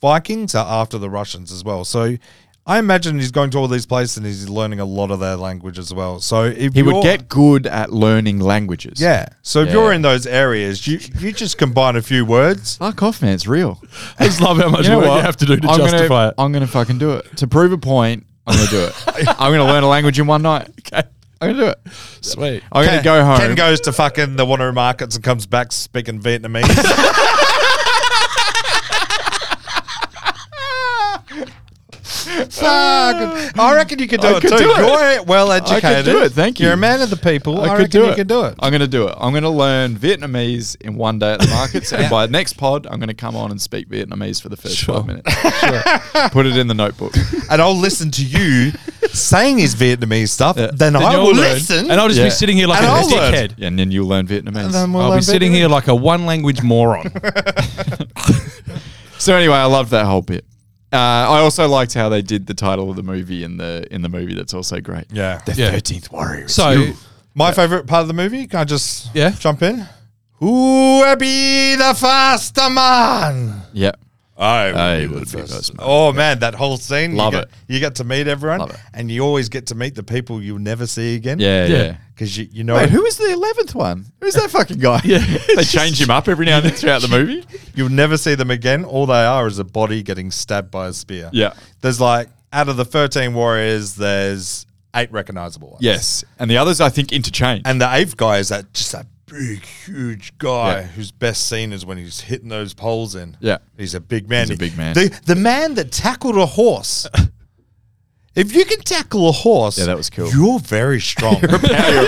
Speaker 1: Vikings are after the Russians as well. So I imagine he's going to all these places and he's learning a lot of their language as well. So if
Speaker 2: he would
Speaker 1: you're-
Speaker 2: get good at learning languages.
Speaker 1: Yeah. So if
Speaker 2: Yeah.
Speaker 1: you're in those areas, you you just combine a few words.
Speaker 2: Fuck off, man. It's real.
Speaker 3: I just love how much work you have to do to
Speaker 2: I'm
Speaker 3: justify
Speaker 2: gonna,
Speaker 3: it.
Speaker 2: I'm going to fucking do it. To prove a point, I'm going to do
Speaker 3: [laughs]
Speaker 2: it. I'm going to learn a language in one night.
Speaker 3: Okay.
Speaker 2: I'm going to do it.
Speaker 3: Sweet.
Speaker 2: I'm
Speaker 1: [laughs]
Speaker 2: going to go home.
Speaker 1: Ken goes to fucking the Wanneroo markets and comes back speaking Vietnamese. [laughs] Fuck. I reckon you could do
Speaker 2: I
Speaker 1: it
Speaker 2: could
Speaker 1: too.
Speaker 2: do it.
Speaker 1: You're well educated.
Speaker 2: do it, thank you.
Speaker 1: You're a man of the people. I,
Speaker 2: I,
Speaker 1: reckon
Speaker 2: could do
Speaker 1: you
Speaker 2: it.
Speaker 1: could do it.
Speaker 2: I'm going to do it. I'm going to learn Vietnamese in one day at the markets, and by next pod, I'm going to come on and speak Vietnamese for the first five [laughs] minutes. Put it in the notebook.
Speaker 1: And I'll listen to you [laughs] saying his Vietnamese stuff. Then, I
Speaker 3: you'll
Speaker 1: will
Speaker 3: learn.
Speaker 1: listen.
Speaker 3: And I'll just
Speaker 2: Yeah.
Speaker 3: be sitting here like
Speaker 1: And
Speaker 3: a
Speaker 1: I'll learn.
Speaker 3: dickhead.
Speaker 2: Yeah, and then you'll learn Vietnamese.
Speaker 1: And then we'll
Speaker 3: I'll
Speaker 1: learn
Speaker 3: be sitting
Speaker 1: Vietnamese.
Speaker 3: here like a one
Speaker 2: [laughs]
Speaker 3: language moron.
Speaker 2: So anyway, I loved that whole bit. Uh, I also liked how they did the title of the movie in the in the movie. That's also great.
Speaker 1: Yeah.
Speaker 2: the
Speaker 3: Yeah.
Speaker 2: Thirteenth Warriors.
Speaker 3: So [laughs]
Speaker 1: My favorite part of the movie. Can I just
Speaker 3: Yeah.
Speaker 1: jump in? Who will be the faster man?
Speaker 2: yeah,
Speaker 1: I.
Speaker 2: I would be first. man.
Speaker 1: Oh man, that whole scene!
Speaker 2: Love
Speaker 1: you get,
Speaker 2: it.
Speaker 1: You get to meet everyone,
Speaker 2: Love it.
Speaker 1: and you always get to meet the people you'll never see again.
Speaker 2: Yeah,
Speaker 3: Yeah.
Speaker 2: yeah.
Speaker 1: because you you know
Speaker 2: Wait, who is the eleventh one? Who's that fucking guy? [laughs] Yeah, [laughs] they change him [laughs] up every now and then throughout the movie.
Speaker 1: you'll never see them again. All they are is a body getting stabbed by a spear.
Speaker 2: Yeah.
Speaker 1: there's like out of the thirteen warriors, there's eight recognizable ones.
Speaker 2: Yes, and the others I think interchange.
Speaker 1: and the eighth guy is that just that big, huge guy
Speaker 2: Yeah.
Speaker 1: who's best seen is when he's hitting those poles in.
Speaker 2: Yeah.
Speaker 1: he's a big man.
Speaker 2: He's a big man.
Speaker 1: The the man that tackled a
Speaker 2: [laughs]
Speaker 1: horse. If you can tackle a horse,
Speaker 2: Yeah, that was cool.
Speaker 1: You're very
Speaker 2: [laughs]
Speaker 1: strong.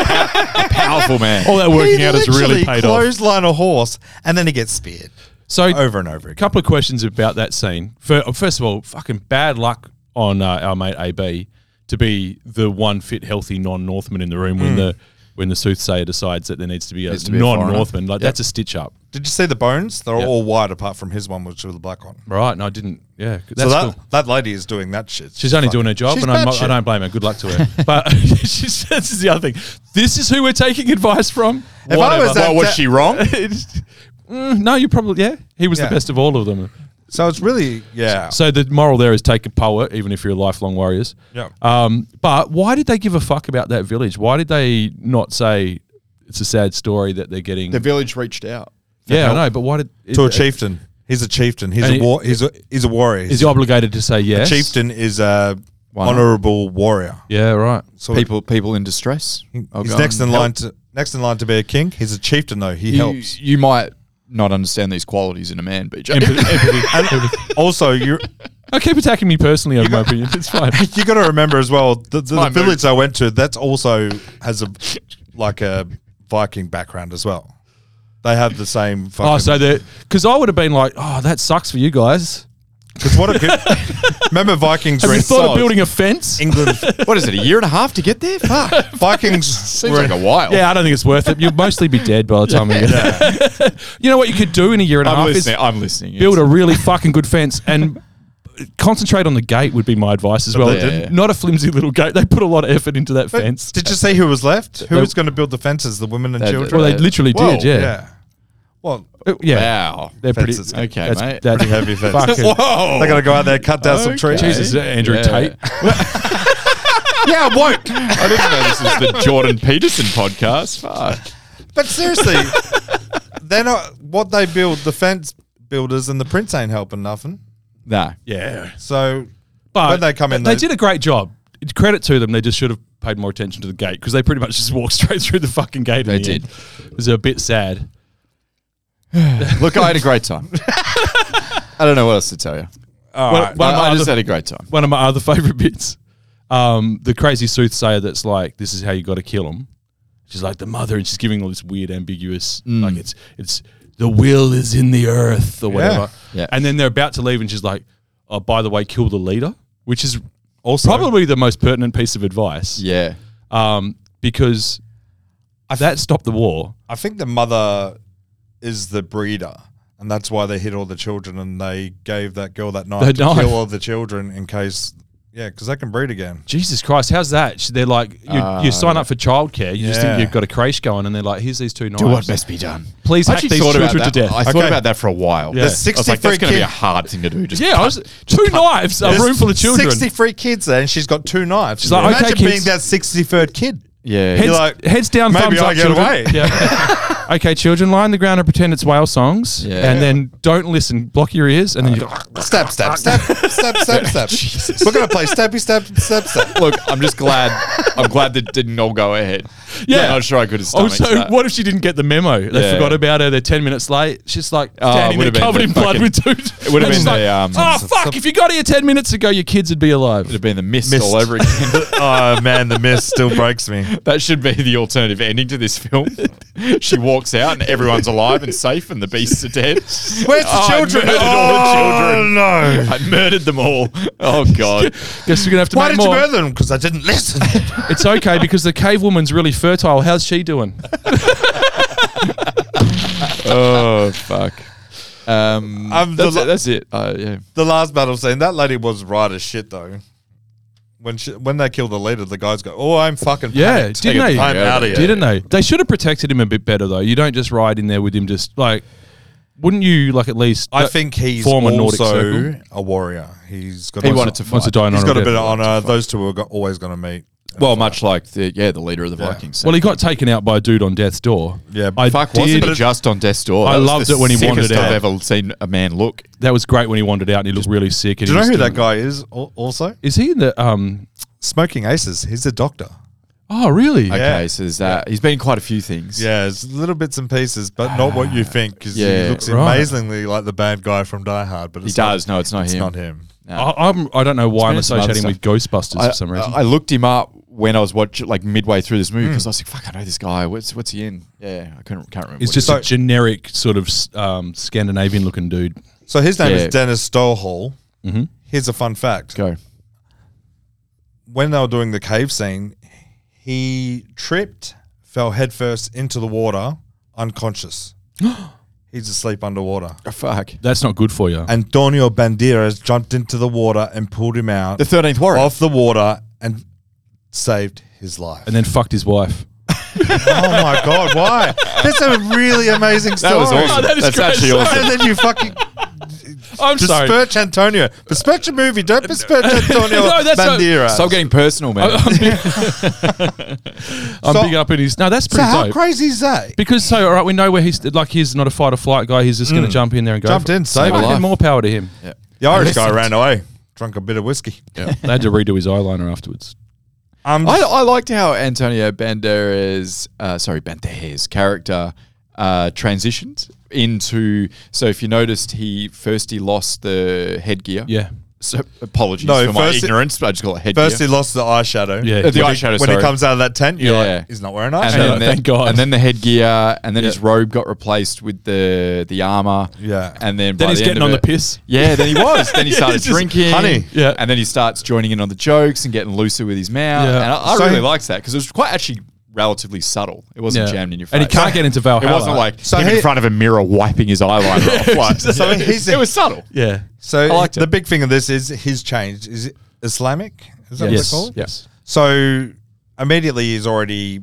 Speaker 2: Powerful [laughs] man.
Speaker 3: all that working
Speaker 1: He
Speaker 3: out has really
Speaker 1: literally
Speaker 3: paid off.
Speaker 1: clothesline a horse, and then he gets speared
Speaker 3: So
Speaker 1: over and over
Speaker 3: A
Speaker 1: again.
Speaker 3: couple of questions about that scene. Fir- oh, First of all, fucking bad luck on uh, our mate AB to be the one fit, healthy non-Northman in the room
Speaker 1: Hmm.
Speaker 3: when the when the soothsayer decides that there needs to be a
Speaker 2: Needs to be a
Speaker 3: non-Northman. like that's a stitch up,
Speaker 1: Did you see the bones? They're
Speaker 3: Yeah.
Speaker 1: all white apart from his one, which was the black one.
Speaker 3: right? And I didn't. Yeah,
Speaker 1: So
Speaker 3: that's
Speaker 1: that,
Speaker 3: cool.
Speaker 1: that lady is doing that shit.
Speaker 3: She's only doing her job,
Speaker 1: She's
Speaker 3: and I'm,
Speaker 1: bad
Speaker 3: not- I
Speaker 1: shit.
Speaker 3: don't blame her. Good luck to her.
Speaker 1: [laughs]
Speaker 3: But [laughs] she's, this is the other thing. This is who we're taking advice from.
Speaker 1: If I was that-
Speaker 2: Well, was she wrong?
Speaker 3: Mm, no, you probably yeah. He was
Speaker 1: Yeah.
Speaker 3: the best of all of them.
Speaker 1: [laughs] So it's really yeah.
Speaker 3: So the moral there is take a poet, even if you're lifelong warriors.
Speaker 1: Yeah.
Speaker 3: Um, but why did they give a fuck about that village? Why did they not say it's a sad story that they're getting?
Speaker 2: the village reached out.
Speaker 3: yeah, I know. But why did
Speaker 1: to a
Speaker 3: is,
Speaker 1: chieftain. He's a chieftain. He's
Speaker 3: And
Speaker 1: a
Speaker 3: he-
Speaker 1: war. He's a he's a warrior.
Speaker 3: is he obligated to say yes?
Speaker 1: chieftain is a
Speaker 2: not?
Speaker 1: honourable warrior. [laughs]
Speaker 3: Yeah, right.
Speaker 1: So
Speaker 2: People, people in distress. I'll
Speaker 1: he's
Speaker 2: go
Speaker 1: next
Speaker 2: and
Speaker 1: in
Speaker 2: help.
Speaker 1: line to next in line to be a king. He's a chieftain though. He
Speaker 2: You-
Speaker 3: [laughs]
Speaker 1: helps.
Speaker 2: You might not understand these qualities in a man, [laughs] BJ.
Speaker 1: And also, you
Speaker 3: [laughs] I keep attacking me personally over my opinion.
Speaker 1: [laughs]
Speaker 3: It's fine.
Speaker 1: you got to remember as well the, the, the
Speaker 2: My
Speaker 1: village I went to. That's also has a like a Viking background as well. They have the same. Fucking,
Speaker 3: Oh, so that because I would have been like, oh, that sucks for you guys.
Speaker 1: Because what a good. [laughs] remember Vikings
Speaker 3: Have
Speaker 1: were
Speaker 3: you
Speaker 1: in
Speaker 3: thought of
Speaker 1: size.
Speaker 3: building a fence?
Speaker 1: England.
Speaker 3: [laughs]
Speaker 2: What is it? A year and a half to get there? Fuck.
Speaker 1: Vikings
Speaker 2: Seems
Speaker 1: were
Speaker 2: like a while.
Speaker 3: Yeah, I don't think it's worth it. You'll mostly be dead by the
Speaker 1: [laughs]
Speaker 3: time we get there. [laughs] you know what you could do in a year and a
Speaker 2: I'm
Speaker 3: half is
Speaker 2: listening. I'm listening.
Speaker 3: build
Speaker 2: [laughs]
Speaker 3: a really fucking good fence and concentrate on the gate would be my advice as well.
Speaker 2: they didn't.
Speaker 3: Not a flimsy little gate. They put a lot of effort into that
Speaker 1: But
Speaker 3: fence.
Speaker 1: Did you see who was left? Who
Speaker 3: They-
Speaker 1: was going to build the fences? The women and
Speaker 2: They-
Speaker 1: children.
Speaker 3: well, they literally did.
Speaker 2: Whoa,
Speaker 3: Yeah.
Speaker 1: yeah. Well,
Speaker 3: Uh, yeah.
Speaker 2: Wow.
Speaker 3: They're pretty.
Speaker 1: Fences.
Speaker 2: Okay,
Speaker 3: that's,
Speaker 2: mate.
Speaker 3: that's
Speaker 1: heavy fence.
Speaker 2: [laughs]
Speaker 3: fucking-
Speaker 2: Whoa.
Speaker 1: they're going to go out there, cut down some trees.
Speaker 3: Jesus, is that Andrew
Speaker 2: Yeah.
Speaker 3: Tate.
Speaker 2: yeah, I won't. I didn't know this was the Jordan Peterson podcast. Fuck.
Speaker 1: But seriously, they're not what they build. The fence builders and the prints ain't helping nothing.
Speaker 2: No.
Speaker 3: Yeah.
Speaker 1: So
Speaker 3: But
Speaker 1: when they come in,
Speaker 3: they,
Speaker 1: they,
Speaker 3: did a great job. Credit to them. They just should have paid more attention to the gate because they pretty much just [laughs] walked straight through the fucking gate.
Speaker 2: They
Speaker 3: in the
Speaker 2: did.
Speaker 3: end. It was a bit sad.
Speaker 2: Look, I had a great time. I don't know what else to tell you.
Speaker 3: One- one
Speaker 2: I,
Speaker 3: of my
Speaker 2: I just
Speaker 3: other-
Speaker 2: had a great time.
Speaker 3: one of my other [laughs] favorite bits. Um, the crazy soothsayer that's like, this is how you got to kill him. She's like the mother, and she's giving all this weird, ambiguous, like it's it's the will is in the earth or whatever.
Speaker 2: Yeah.
Speaker 3: And then they're about to leave, and she's like, oh, by the way, kill the leader, which is also probably the most pertinent piece of advice.
Speaker 2: Yeah.
Speaker 3: Um, because that stopped the war.
Speaker 1: I think the mother is the breeder, and that's why they hit all the children and they gave that girl that knife
Speaker 3: The
Speaker 1: to
Speaker 3: knife.
Speaker 1: kill all the children in case, yeah, because they can breed again.
Speaker 3: Jesus Christ, how's that? She- They're like, you, you sign up for childcare, you just
Speaker 1: Yeah.
Speaker 3: think you've got a creche going, and they're like, here's these two knives.
Speaker 2: Do what best be done.
Speaker 3: Please
Speaker 2: I
Speaker 3: hack
Speaker 2: actually
Speaker 3: these
Speaker 2: thought about
Speaker 3: children to
Speaker 2: that.
Speaker 3: death.
Speaker 2: I thought
Speaker 1: Okay.
Speaker 2: about that for a while.
Speaker 3: Yeah.
Speaker 2: I
Speaker 1: There's
Speaker 3: There's
Speaker 2: was
Speaker 1: 63
Speaker 2: like, that's going to be a
Speaker 1: kids.
Speaker 2: hard thing to do. Just
Speaker 3: Yeah, I was, two knives, a room full of children.
Speaker 1: 63 kids there, and she's got two knives.
Speaker 3: She's like,
Speaker 1: Imagine
Speaker 3: "Okay,
Speaker 1: being
Speaker 3: kids."
Speaker 1: that 63rd kid.
Speaker 2: Yeah.
Speaker 3: Heads,
Speaker 1: You're like,
Speaker 3: heads down,
Speaker 1: "Maybe
Speaker 3: thumbs
Speaker 1: I
Speaker 3: up,
Speaker 1: get
Speaker 3: children.
Speaker 1: away.
Speaker 3: Yeah. [laughs] okay, children, lie on the ground and pretend it's whale songs,
Speaker 2: Yeah. Oh,
Speaker 3: and then don't listen. Block your ears, and then you go.
Speaker 1: Stab, stab, stab, stab,
Speaker 2: [laughs]
Speaker 1: stab, stab. We're going to play stabby, stab, stab, stab.
Speaker 2: Look, I'm just [laughs] glad. I'm glad that didn't all go ahead.
Speaker 3: Yeah.
Speaker 2: I'm not sure I could have stomached
Speaker 3: Also,
Speaker 2: that.
Speaker 3: what if she didn't get the memo? They
Speaker 2: Yeah.
Speaker 3: forgot about her. They're ten minutes late. She's like
Speaker 2: Oh, it
Speaker 3: standing there
Speaker 2: would've been
Speaker 3: covered
Speaker 2: the
Speaker 3: in blood
Speaker 2: fucking-
Speaker 3: with two.
Speaker 2: it would've
Speaker 3: and
Speaker 2: been
Speaker 3: she's
Speaker 2: the, um,
Speaker 3: oh fuck! If you got here ten minutes ago, your kids would be alive.
Speaker 2: It'd have been the mist, all over again. [laughs]
Speaker 1: oh, man, the mist still breaks me.
Speaker 2: that should be the alternative ending to this [laughs] film. she walks out and everyone's alive and safe, and the beasts are [laughs] dead.
Speaker 1: Where's the children?
Speaker 2: Oh,
Speaker 1: Oh,
Speaker 2: I murdered all the children.
Speaker 1: no.
Speaker 2: I murdered them all. Oh god.
Speaker 3: Guess we're gonna have to
Speaker 1: Why
Speaker 3: make
Speaker 1: did
Speaker 3: more.
Speaker 1: you murder them? Because I didn't listen.
Speaker 3: It's okay because the cave woman's really fertile. How's she doing?
Speaker 2: [laughs] oh fuck. [laughs] Um,
Speaker 1: Um, the
Speaker 2: that's,
Speaker 1: la-
Speaker 2: it, that's it. Uh, yeah.
Speaker 1: the last battle scene, that lady was right as shit though. When she, when they kill the leader, the guys go, "Oh, I'm fucking
Speaker 3: Yeah,
Speaker 1: panicked."
Speaker 3: didn't they?
Speaker 1: I'm out of here.
Speaker 3: Didn't they? They should have protected him a bit better though. You don't just ride in there with him. Just like, wouldn't you like at least?
Speaker 1: I
Speaker 3: uh,
Speaker 1: think he's
Speaker 3: form a Nordic
Speaker 1: also
Speaker 3: circle?
Speaker 1: a warrior. He's got
Speaker 2: He
Speaker 1: he's
Speaker 2: wanted to
Speaker 3: wants
Speaker 2: fight.
Speaker 3: to die an
Speaker 1: got a
Speaker 3: honorable
Speaker 1: bit of
Speaker 3: death.
Speaker 1: honor. Those two are go- always going to meet.
Speaker 2: well, much like the yeah the leader of the Vikings.
Speaker 3: Well, he got taken out by a dude on death door.
Speaker 1: Yeah,
Speaker 3: I
Speaker 2: fuck
Speaker 3: did.
Speaker 2: wasn't he just on death's door.
Speaker 3: I
Speaker 2: That was
Speaker 3: loved
Speaker 2: the
Speaker 3: it when he wandered
Speaker 2: sickest I've
Speaker 3: out.
Speaker 2: ever seen a man look.
Speaker 3: That was great when he wandered out and he looked really sick. And
Speaker 1: Do you
Speaker 3: he
Speaker 1: know
Speaker 3: was
Speaker 1: who
Speaker 3: doing-
Speaker 1: that guy is? al- Also,
Speaker 3: Is he in the? Um.
Speaker 1: Smoking Aces. He's a doctor.
Speaker 3: Oh, really?
Speaker 2: Okay, so there's that. He's been in quite a few things.
Speaker 1: Yeah, it's little bits and pieces, but not what you think. Because
Speaker 2: Yeah,
Speaker 1: he looks
Speaker 3: right.
Speaker 1: amazingly like the bad guy from Die Hard, but
Speaker 2: he
Speaker 1: it's
Speaker 2: does.
Speaker 1: Not,
Speaker 2: No, it's not
Speaker 1: it's
Speaker 2: him.
Speaker 1: not him.
Speaker 3: I, I'm. I don't know why I'm
Speaker 2: been in some
Speaker 3: associating
Speaker 2: other
Speaker 3: with Ghostbusters
Speaker 2: I,
Speaker 3: for
Speaker 1: uh,
Speaker 3: some reason.
Speaker 2: I looked him up when I was watching, like midway through this movie, because I was like, "Fuck, I know this guy. What's what's he in?" Yeah, I couldn't can't remember.
Speaker 3: it's
Speaker 2: what he-
Speaker 3: just a generic sort of um, Scandinavian-looking dude.
Speaker 1: So his name
Speaker 2: Yeah.
Speaker 1: is Dennis Stowhall. Here's a fun fact.
Speaker 2: go.
Speaker 1: when they were doing the cave scene, he tripped, fell headfirst into the water, unconscious. He's asleep underwater.
Speaker 2: Oh, fuck.
Speaker 3: That's not good for you.
Speaker 1: Antonio Banderas jumped into the water and pulled him out
Speaker 2: The Thirteenth Warrior.
Speaker 1: off the water and saved his life.
Speaker 3: And then fucked his wife.
Speaker 1: oh my god, why? That's a really amazing story.
Speaker 2: that was awesome.
Speaker 3: that is
Speaker 2: That's
Speaker 3: great.
Speaker 2: actually awesome.
Speaker 1: And then you fucking
Speaker 3: I'm sorry. [laughs]
Speaker 1: besmirch Antonio. Besmirch a movie. Don't besmirch Antonio
Speaker 3: No, that's not-
Speaker 1: Banderas.
Speaker 2: Stop getting personal, man.
Speaker 3: I'm, big, I'm
Speaker 1: So-
Speaker 3: big up in his. No, that's
Speaker 1: so
Speaker 3: pretty
Speaker 1: how
Speaker 3: dope.
Speaker 1: crazy is that?
Speaker 3: Because so all right, we know where he's like he's not a fight or flight guy. He's just
Speaker 2: Mm.
Speaker 3: going to jump in there and go.
Speaker 1: Jumped
Speaker 3: for it.
Speaker 1: in, saved
Speaker 2: a
Speaker 3: Fucking
Speaker 2: life.
Speaker 3: more power to him.
Speaker 2: yeah.
Speaker 1: The Irish
Speaker 2: Yes,
Speaker 1: guy
Speaker 2: it's-
Speaker 1: ran away, drunk a bit of whiskey.
Speaker 3: They had to redo his eyeliner afterwards.
Speaker 1: Um,
Speaker 2: I, I liked how Antonio Banderas, uh, sorry, Banderas' character uh, transitioned into. So if you noticed, he first he lost the headgear.
Speaker 3: Yeah.
Speaker 2: So apologies
Speaker 1: No,
Speaker 2: for my
Speaker 1: first-
Speaker 2: ignorance, but I just call it headgear.
Speaker 1: First, he lost the eyeshadow.
Speaker 3: Yeah.
Speaker 2: Uh, the
Speaker 1: when
Speaker 2: eyeshadow,
Speaker 1: He, when he
Speaker 2: sorry.
Speaker 1: comes out of that tent, you're
Speaker 2: Yeah.
Speaker 1: like, he's not wearing
Speaker 2: and
Speaker 1: eyeshadow. [laughs]
Speaker 2: then the,
Speaker 3: Thank God.
Speaker 2: And then the headgear, and then
Speaker 3: Yeah.
Speaker 2: his robe got replaced with the the armor.
Speaker 1: Yeah.
Speaker 2: and then
Speaker 3: Then
Speaker 2: by
Speaker 3: he's
Speaker 2: the end
Speaker 3: getting
Speaker 2: of
Speaker 3: on the
Speaker 2: it-
Speaker 3: piss.
Speaker 2: Yeah, then he was. Then he
Speaker 3: [laughs] Yeah,
Speaker 2: started
Speaker 3: he's just,
Speaker 2: drinking.
Speaker 3: "Honey." Yeah.
Speaker 2: and then he starts joining in on the jokes and getting looser with his mouth.
Speaker 3: Yeah.
Speaker 2: And I, I
Speaker 1: So
Speaker 2: really
Speaker 1: he-
Speaker 2: liked that because it was quite actually relatively subtle. It wasn't
Speaker 3: Yeah.
Speaker 2: jammed in your face.
Speaker 3: And he can't get into Valhalla.
Speaker 2: It wasn't like
Speaker 1: So
Speaker 2: him
Speaker 1: he-
Speaker 2: in front of a mirror wiping his eyeliner
Speaker 3: [laughs]
Speaker 2: off. Like,
Speaker 1: So he's-
Speaker 2: [laughs] it was subtle.
Speaker 3: yeah.
Speaker 1: so
Speaker 2: I liked
Speaker 1: the
Speaker 2: it.
Speaker 1: big thing of this is his change. Is it Islamic? Is that
Speaker 3: Yes.
Speaker 1: what they call it?
Speaker 3: Yes.
Speaker 1: So immediately he's already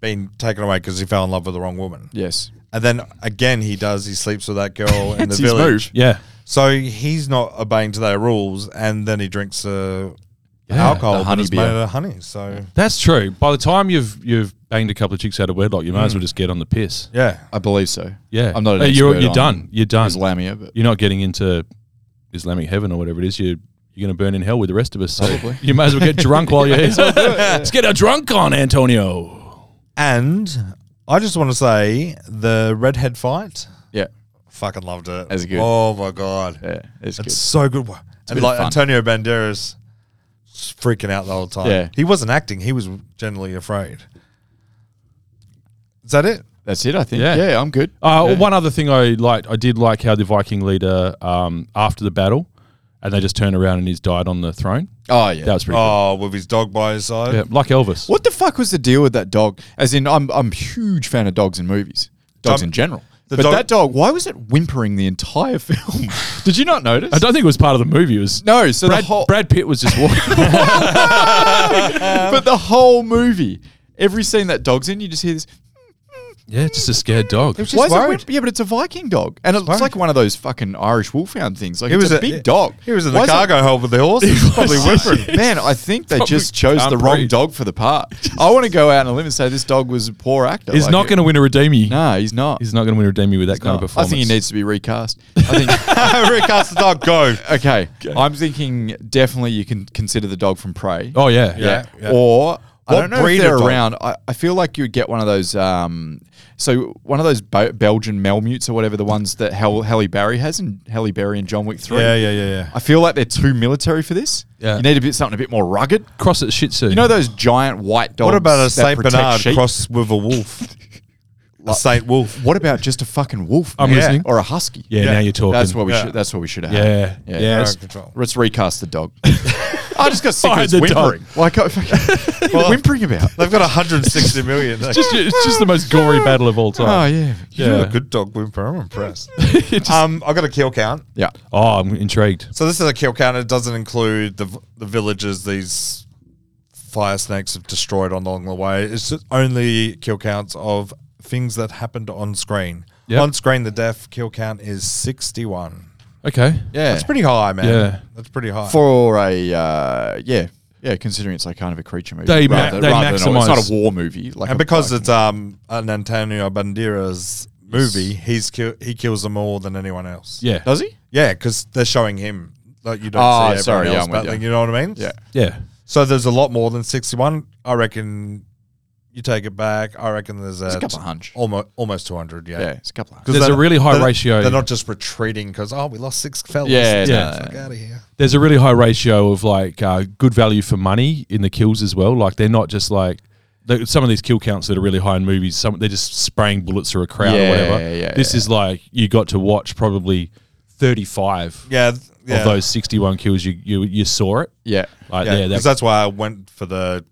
Speaker 1: been taken away because he fell in love with the wrong woman.
Speaker 2: Yes,
Speaker 1: And then again, he does. He sleeps with that
Speaker 2: [laughs]
Speaker 1: girl in the
Speaker 2: That's his
Speaker 1: village.
Speaker 2: move.
Speaker 3: Yeah.
Speaker 1: So he's not obeying to their rules, and then he drinks uh, alcohol,
Speaker 2: the
Speaker 1: honey
Speaker 2: honey
Speaker 1: it's made
Speaker 2: beer.
Speaker 1: out of honey. So
Speaker 3: That's true. By the time you've you've banged a couple of chicks out of wedlock, you might as
Speaker 2: Mm.
Speaker 3: well just get on the piss.
Speaker 1: yeah,
Speaker 2: I believe so.
Speaker 3: Yeah.
Speaker 2: I'm not. An
Speaker 3: Uh, you're
Speaker 2: expert
Speaker 3: you're
Speaker 2: on
Speaker 3: done. You're done.
Speaker 2: Islamia, but
Speaker 3: You're not getting into Islamic heaven or whatever it is. You you're going to burn in hell with the rest of us. So
Speaker 2: Probably.
Speaker 3: You might as well get drunk
Speaker 2: [laughs]
Speaker 3: while you're here. Let's get a drunk on, Antonio.
Speaker 1: and I just want to say the redhead fight,
Speaker 2: yeah,
Speaker 1: fucking loved it.
Speaker 2: That's good.
Speaker 1: Oh my god,
Speaker 2: yeah,
Speaker 1: it's
Speaker 2: it's good.
Speaker 1: so good. and
Speaker 2: bit of
Speaker 1: like
Speaker 2: fun.
Speaker 1: Antonio Banderas, s- freaking out the whole time.
Speaker 2: Yeah.
Speaker 1: he wasn't acting; he was generally afraid. Is that it?
Speaker 2: That's it, I think.
Speaker 3: Yeah.
Speaker 2: Yeah, I'm good.
Speaker 3: Uh,
Speaker 2: Yeah.
Speaker 3: One other thing I liked, I did like how the Viking leader um, after the battle, and they just turn around and he's died on the throne.
Speaker 2: Oh yeah.
Speaker 3: That was pretty.
Speaker 1: Oh, with his dog by his side.
Speaker 3: cool. Yeah, like Elvis.
Speaker 2: what the fuck was the deal with that dog? As in, I'm I'm huge fan of dogs in movies, dogs
Speaker 1: Um,
Speaker 2: in general.
Speaker 1: the
Speaker 2: But
Speaker 1: dog-
Speaker 2: that dog, why was it whimpering the entire [laughs] film? Did you not notice?
Speaker 3: I don't think it was part of the movie. It was
Speaker 2: no, so
Speaker 3: Brad,
Speaker 2: the whole
Speaker 3: Brad Pitt was just
Speaker 2: [laughs]
Speaker 3: walking.
Speaker 2: but the whole movie, every scene that dog's in, you just hear this.
Speaker 3: yeah, just a scared dog.
Speaker 1: was just
Speaker 2: Why is
Speaker 1: worried.
Speaker 2: it? whimp- Yeah, but it's a Viking dog, and it's
Speaker 1: worried.
Speaker 2: like one of those fucking Irish wolfhound things. Like
Speaker 1: He
Speaker 2: it's
Speaker 1: was
Speaker 2: a, big
Speaker 1: he-
Speaker 2: dog.
Speaker 1: He was in
Speaker 2: Why
Speaker 1: the
Speaker 2: is it- [laughs]
Speaker 1: cargo hold with the horses. Probably whimpering.
Speaker 2: Man, I think they just chose
Speaker 3: can't
Speaker 2: the wrong
Speaker 3: breathe.
Speaker 2: dog for the part. I want to go out on a limb and say this dog was a poor actor.
Speaker 3: He's
Speaker 2: Like,
Speaker 3: not going to win a Redeemie.
Speaker 2: No, he's not.
Speaker 3: He's not going to win a Redeemie with that kind
Speaker 2: No,
Speaker 3: of performance.
Speaker 2: I think he needs to be recast.
Speaker 1: [laughs]
Speaker 2: I think.
Speaker 1: Recast the dog. Go.
Speaker 2: okay, I'm thinking definitely you can consider the dog from Prey.
Speaker 3: Oh yeah,
Speaker 1: yeah.
Speaker 2: Or
Speaker 1: What
Speaker 2: I don't know
Speaker 1: breed
Speaker 2: if they're
Speaker 1: of dog?
Speaker 2: around. I, I feel like you would get one of those. Um, so one of those Bo- Belgian Malmutes or whatever the ones that Hel- Halle Berry has in Halle Berry and John Wick Three.
Speaker 1: Yeah, yeah, yeah, yeah.
Speaker 2: I feel like they're too military for this.
Speaker 3: Yeah.
Speaker 2: You need a bit something a bit more rugged.
Speaker 3: Cross it, Shih Tzu.
Speaker 2: You know those giant white dogs.
Speaker 1: What about a
Speaker 2: that
Speaker 1: Saint
Speaker 2: protect
Speaker 1: Bernard
Speaker 2: sheep?
Speaker 1: cross with a
Speaker 2: [laughs]
Speaker 1: wolf? a Saint Wolf.
Speaker 2: What about just a fucking wolf?
Speaker 3: I'm
Speaker 2: man?
Speaker 3: listening.
Speaker 2: Or a husky.
Speaker 3: Yeah, now you're talking.
Speaker 2: That's what we
Speaker 1: Yeah.
Speaker 2: should. That's what we should have.
Speaker 3: Yeah,
Speaker 2: had.
Speaker 3: yeah.
Speaker 1: Out
Speaker 3: it's-
Speaker 1: of control.
Speaker 2: Let's recast the dog. I just got sick
Speaker 3: Fire
Speaker 2: of its
Speaker 3: the dog.
Speaker 2: whimpering. Like, I- what are you whimpering about?
Speaker 1: They've got 160 million. They-
Speaker 3: just, it's just the most gory battle of
Speaker 2: [laughs]
Speaker 3: all
Speaker 2: Oh
Speaker 3: time.
Speaker 2: yeah,
Speaker 1: you
Speaker 3: yeah.
Speaker 1: a good dog whimper. I'm
Speaker 3: [laughs]
Speaker 1: impressed. um, I've got a kill count.
Speaker 2: yeah.
Speaker 3: Oh, I'm intrigued.
Speaker 1: So this is a kill count. It doesn't include the v- the villages these fire snakes have destroyed on along the way. It's just only kill counts of things that happened on screen.
Speaker 3: Yep.
Speaker 1: On screen, the death kill count is 61.
Speaker 3: Okay.
Speaker 2: Yeah.
Speaker 1: That's pretty high, man.
Speaker 3: Yeah.
Speaker 1: That's pretty high.
Speaker 2: for a uh, yeah yeah. Considering it's like kind of a creature movie,
Speaker 3: They ma- they
Speaker 2: than a, it's not
Speaker 3: maximise-
Speaker 2: a war movie. Like
Speaker 1: and
Speaker 2: a
Speaker 1: because
Speaker 2: fucking-
Speaker 1: it's um an Antonio Banderas movie, he's kill he kills them more than anyone else.
Speaker 3: Yeah.
Speaker 2: does he?
Speaker 1: yeah, because they're showing him like you don't
Speaker 2: Ah,
Speaker 1: see everyone
Speaker 2: sorry, yeah,
Speaker 1: else
Speaker 2: I'm with
Speaker 1: battling.
Speaker 2: you.
Speaker 1: You know what I mean?
Speaker 2: Yeah.
Speaker 3: Yeah.
Speaker 1: So there's a lot more than sixty-one. I reckon you take it back. I reckon there's a,
Speaker 2: a couple of hundred.
Speaker 1: almost almost two hundred. Yeah.
Speaker 2: Yeah, it's a couple. Of
Speaker 1: 'Cause
Speaker 3: There's
Speaker 1: they're-
Speaker 3: a really high
Speaker 1: they're-
Speaker 3: ratio.
Speaker 1: They're not just retreating because oh we lost six fellas.
Speaker 2: Yeah,
Speaker 1: Get
Speaker 2: no,
Speaker 1: the
Speaker 2: no,
Speaker 1: fuck
Speaker 2: no.
Speaker 1: out of here.
Speaker 3: There's a really high ratio of like uh, good value for money in the kills as well. Like they're not just like they- some of these kill counts that are really high in movies. Some they're just spraying bullets through a crowd
Speaker 2: Yeah,
Speaker 3: or whatever.
Speaker 2: yeah,
Speaker 3: this is like you got to watch probably 35
Speaker 1: Yeah, th- yeah.
Speaker 3: of those 61 kills. You you you saw it.
Speaker 2: yeah,
Speaker 3: Like
Speaker 1: Yeah,
Speaker 3: yeah,
Speaker 1: 'cause
Speaker 3: that,
Speaker 1: that's why I went for the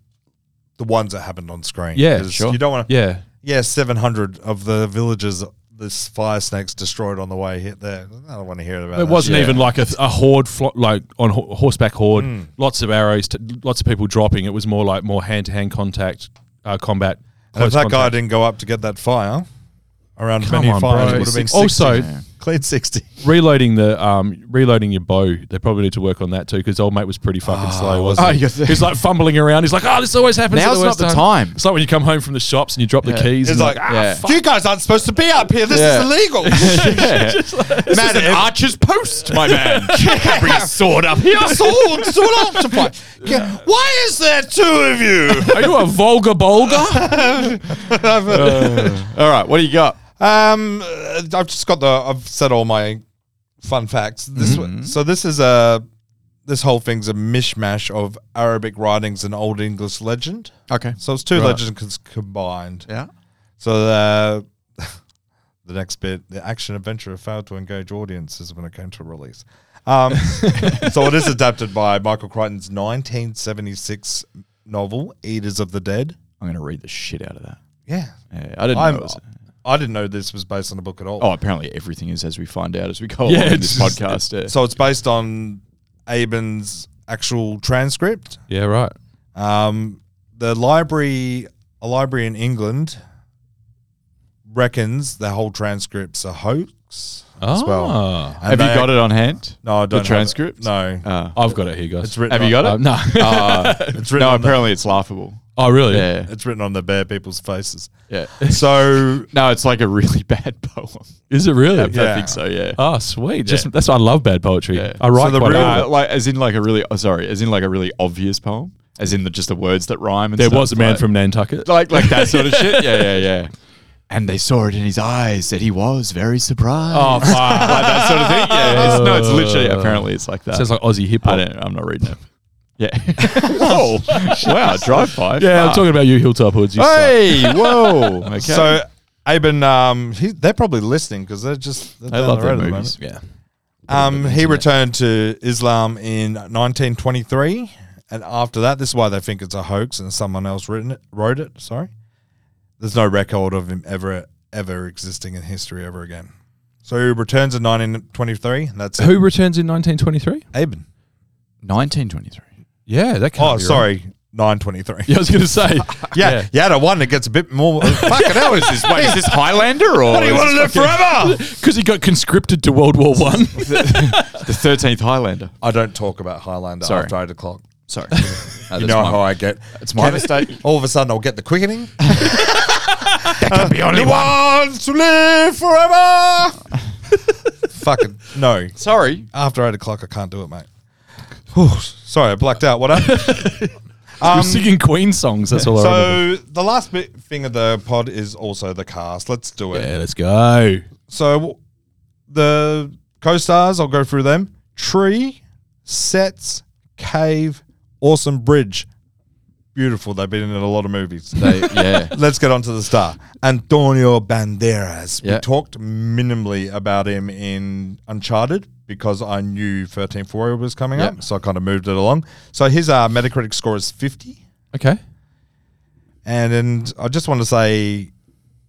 Speaker 1: the ones that happened on screen.
Speaker 3: Yeah,
Speaker 1: 'Cause
Speaker 2: sure.
Speaker 1: You don't want to.
Speaker 3: yeah.
Speaker 1: Yeah, 700 of the villages this fire snakes destroyed on the way hit there. I don't want to hear
Speaker 2: Uh,
Speaker 1: about that
Speaker 3: It wasn't
Speaker 1: shit.
Speaker 3: even like a, a horde, flo- like on ho- horseback horde.
Speaker 1: Hmm.
Speaker 3: Lots of arrows, t- lots of people dropping. It was more like more hand to hand contact uh, combat.
Speaker 1: And if
Speaker 3: close
Speaker 1: that guy
Speaker 3: contact.
Speaker 1: didn't go up to get that fire, around
Speaker 3: Come
Speaker 1: many
Speaker 3: on, bro.
Speaker 1: fires would have been 60.
Speaker 3: Also-
Speaker 1: clean 60.
Speaker 3: reloading the um, reloading your bow, they probably need to work on that too because old mate was pretty fucking slow, wasn't
Speaker 2: Oh,
Speaker 3: he?
Speaker 2: you got the-
Speaker 3: He's like fumbling around. He's like, "Oh, this always happens." at
Speaker 2: Now's
Speaker 3: the worst
Speaker 2: not the time.
Speaker 3: It's like when you come home from the shops and you drop the
Speaker 2: Yeah.
Speaker 3: keys.
Speaker 1: It's
Speaker 3: and
Speaker 1: like,
Speaker 3: like, ah,
Speaker 2: Yeah.
Speaker 3: fuck.
Speaker 1: You guys aren't supposed to be up here. This
Speaker 2: Yeah.
Speaker 1: is
Speaker 3: [laughs]
Speaker 1: illegal.
Speaker 2: this is an archer's post, my
Speaker 3: [laughs]
Speaker 2: man. [laughs] Bring your sword up here.
Speaker 1: sword, sword up to play. Yeah. Why is there two of
Speaker 3: [laughs]
Speaker 1: you?
Speaker 3: Are you a
Speaker 2: [laughs]
Speaker 3: vulgar bolger?
Speaker 2: All right, what do you got?
Speaker 1: Um, uh,
Speaker 3: Mm-hmm.
Speaker 1: I've just got the. I've said all my fun facts. This one, so this is a this whole thing's a mishmash of Arabic writings and Old English legend.
Speaker 2: Okay.
Speaker 1: So it's two
Speaker 3: Right.
Speaker 1: legends cons- combined.
Speaker 2: Yeah.
Speaker 1: So the [laughs] the next bit, the action adventure failed to engage audiences when it came to release. Um, so it is adapted by Michael Crichton's 1976 novel Eaters of the Dead.
Speaker 2: I'm going to read the shit out of that.
Speaker 1: Yeah,
Speaker 2: Yeah, I didn't
Speaker 1: I'm,
Speaker 2: know. It was,
Speaker 1: I didn't know this was based on a book at all.
Speaker 2: oh, apparently everything is as we find out as we go
Speaker 3: Yeah,
Speaker 2: along in
Speaker 3: it's
Speaker 2: this
Speaker 3: just-
Speaker 2: podcast. yeah.
Speaker 1: So it's based on Aben's actual transcript.
Speaker 3: Yeah, right.
Speaker 1: Um, the library, a library in England, reckons the whole transcript's a hoax. as well.
Speaker 3: Ah.
Speaker 1: And
Speaker 2: have you
Speaker 1: they-
Speaker 2: got it on hand?
Speaker 1: No, I don't. have it.
Speaker 2: transcript?
Speaker 1: No,
Speaker 2: Uh,
Speaker 3: I've got it here, guys.
Speaker 1: it's written.
Speaker 2: have you
Speaker 1: on-
Speaker 2: got it?
Speaker 3: Uh, no.
Speaker 2: [laughs] Uh,
Speaker 1: It's written.
Speaker 2: no,
Speaker 1: on the-
Speaker 2: apparently it's laughable.
Speaker 3: [laughs] oh, really?
Speaker 2: Yeah.
Speaker 1: it's written on the bare people's faces.
Speaker 2: Yeah. [laughs]
Speaker 1: So
Speaker 2: No, it's like a really [laughs] bad poem.
Speaker 3: Is it really?
Speaker 2: I
Speaker 1: Yeah.
Speaker 2: think so, yeah.
Speaker 3: Oh, sweet. Just
Speaker 2: Yeah.
Speaker 3: that's why I love bad poetry.
Speaker 2: Yeah.
Speaker 3: I write
Speaker 1: So the
Speaker 3: quite a
Speaker 1: real-
Speaker 3: lot.
Speaker 2: Uh, like as in like a really oh, sorry, as in like a really obvious poem, as in the, just the words that rhyme. And
Speaker 3: There
Speaker 2: stuff,
Speaker 3: was a man
Speaker 2: like,
Speaker 3: from
Speaker 2: [laughs]
Speaker 3: Nantucket.
Speaker 2: like like that sort of shit. Yeah, yeah, yeah. And they saw it in his eyes that he was very surprised.
Speaker 3: oh, fuck.
Speaker 2: [laughs] like that sort of thing. Yeah, it's, no, it's literally apparently it's like that.
Speaker 3: sounds like Aussie hip
Speaker 2: I
Speaker 3: hop.
Speaker 2: don't. I'm not reading it. Yeah. [laughs] oh, wow. Drive by.
Speaker 3: Yeah, I'm talking about you, hilltop hoods. You suck.
Speaker 2: Ah. Hey, [laughs] whoa. Okay.
Speaker 1: so. Aben, um, he, they're probably listening because they're just they're
Speaker 2: I
Speaker 1: down
Speaker 2: love
Speaker 1: the road
Speaker 2: their
Speaker 1: at the
Speaker 2: movies.
Speaker 1: moment.
Speaker 2: Yeah.
Speaker 1: Um, he returned to Islam in 1923, and after that, this is why they think it's a hoax and someone else written it, wrote it. Sorry, there's no record of him ever ever existing in history ever again. So he returns in 1923, and that's
Speaker 3: Who returns in 1923?
Speaker 1: Aben.
Speaker 2: 1923.
Speaker 3: Yeah, that can't
Speaker 1: Oh,
Speaker 3: be right.
Speaker 1: sorry, 923.
Speaker 3: Yeah, I was going
Speaker 2: [laughs]
Speaker 3: to say.
Speaker 1: Yeah, yeah, you had a one that gets a bit [laughs] more. fucking hell, is this?
Speaker 2: Wait, is this Highlander or is
Speaker 1: wanted
Speaker 2: this
Speaker 1: it forever.
Speaker 3: Because he got conscripted to World War
Speaker 2: [laughs]
Speaker 3: One. [laughs]
Speaker 2: the 13th Highlander?
Speaker 1: I don't talk about Highlander
Speaker 2: Sorry.
Speaker 1: after eight o'clock.
Speaker 2: Sorry.
Speaker 1: You know how I get.
Speaker 2: It's my
Speaker 1: Can-
Speaker 2: mistake.
Speaker 1: All of a sudden, I'll get the [laughs] quickening. that can be only one. to live forever. Fucking no.
Speaker 2: Sorry.
Speaker 1: After eight o'clock, I can't do it, mate. Whew, sorry, I blacked out. What up?
Speaker 2: um,
Speaker 3: You're singing Queen songs. That's all I remember.
Speaker 1: so the last bit thing of the pod is also the cast. Let's do it.
Speaker 3: Yeah, let's go.
Speaker 1: So the co-stars, I'll go through them. Tree, Sets, Cave, Awesome Bridge. Beautiful. They've been in a lot of movies.
Speaker 2: They, yeah.
Speaker 1: [laughs] Let's get on to the star. Antonio Banderas.
Speaker 2: Yeah.
Speaker 1: We talked minimally about him in Uncharted because I knew 13th Warrior was coming
Speaker 2: Yeah.
Speaker 1: up, so I kind of moved it along. So his uh, Metacritic score is 50.
Speaker 3: Okay.
Speaker 1: And, and I just want to say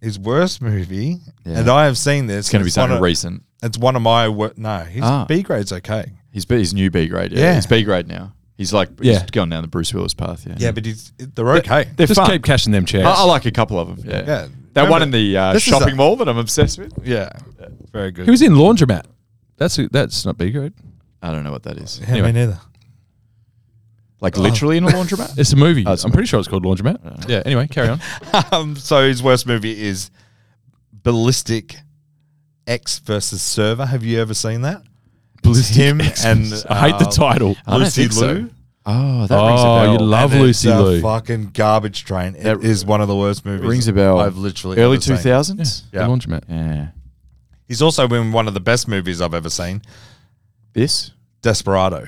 Speaker 1: his worst movie,
Speaker 2: Yeah.
Speaker 1: and I have seen this.
Speaker 2: It's going to be
Speaker 1: it's one
Speaker 2: something
Speaker 1: of-
Speaker 2: recent.
Speaker 1: it's one of my wor- no. His
Speaker 2: Ah.
Speaker 1: B grade's okay.
Speaker 2: He's, B- he's new B grade. Yeah.
Speaker 1: Yeah.
Speaker 2: He's B grade now. He's like,
Speaker 3: Yeah.
Speaker 2: he's going down the Bruce Willis path. Yeah.
Speaker 1: Yeah, but he's they're okay.
Speaker 2: They're
Speaker 3: Just
Speaker 2: fun.
Speaker 3: keep cashing them checks.
Speaker 2: I, I like a couple of them. Yeah.
Speaker 1: Yeah.
Speaker 2: That one
Speaker 1: Remember-
Speaker 2: in the uh,
Speaker 1: This is
Speaker 2: shopping
Speaker 1: a-
Speaker 2: mall that I'm obsessed with.
Speaker 1: yeah, very good.
Speaker 3: He was in Laundromat. That's that's not B grade.
Speaker 2: I don't know what that is.
Speaker 1: yeah,
Speaker 3: anyway.
Speaker 1: me neither.
Speaker 2: Like literally in a
Speaker 3: [laughs]
Speaker 2: laundromat?
Speaker 3: It's a movie.
Speaker 2: Oh, it's a
Speaker 3: I'm pretty sure it's called Laundromat. Yeah. Anyway,
Speaker 2: [laughs]
Speaker 3: carry on.
Speaker 1: [laughs] Um, so his worst movie is Ballistic X versus Server. Have you ever seen that? Ballistic him and
Speaker 3: I hate the
Speaker 1: uh,
Speaker 3: title.
Speaker 2: don't
Speaker 1: Lucy
Speaker 2: think so.
Speaker 1: Liu.
Speaker 2: Oh, that rings a
Speaker 3: Oh,
Speaker 2: bell.
Speaker 3: you love
Speaker 1: And
Speaker 3: Lucy
Speaker 1: it's a
Speaker 3: Liu.
Speaker 1: fucking garbage train. It is
Speaker 2: That
Speaker 1: one of the worst movies.
Speaker 2: rings a bell.
Speaker 1: I've literally
Speaker 2: early
Speaker 1: ever seen.
Speaker 2: two thousands.
Speaker 3: The Laundromat.
Speaker 2: Yeah.
Speaker 1: He's also in one of the best movies I've ever seen,
Speaker 2: This.
Speaker 1: Desperado,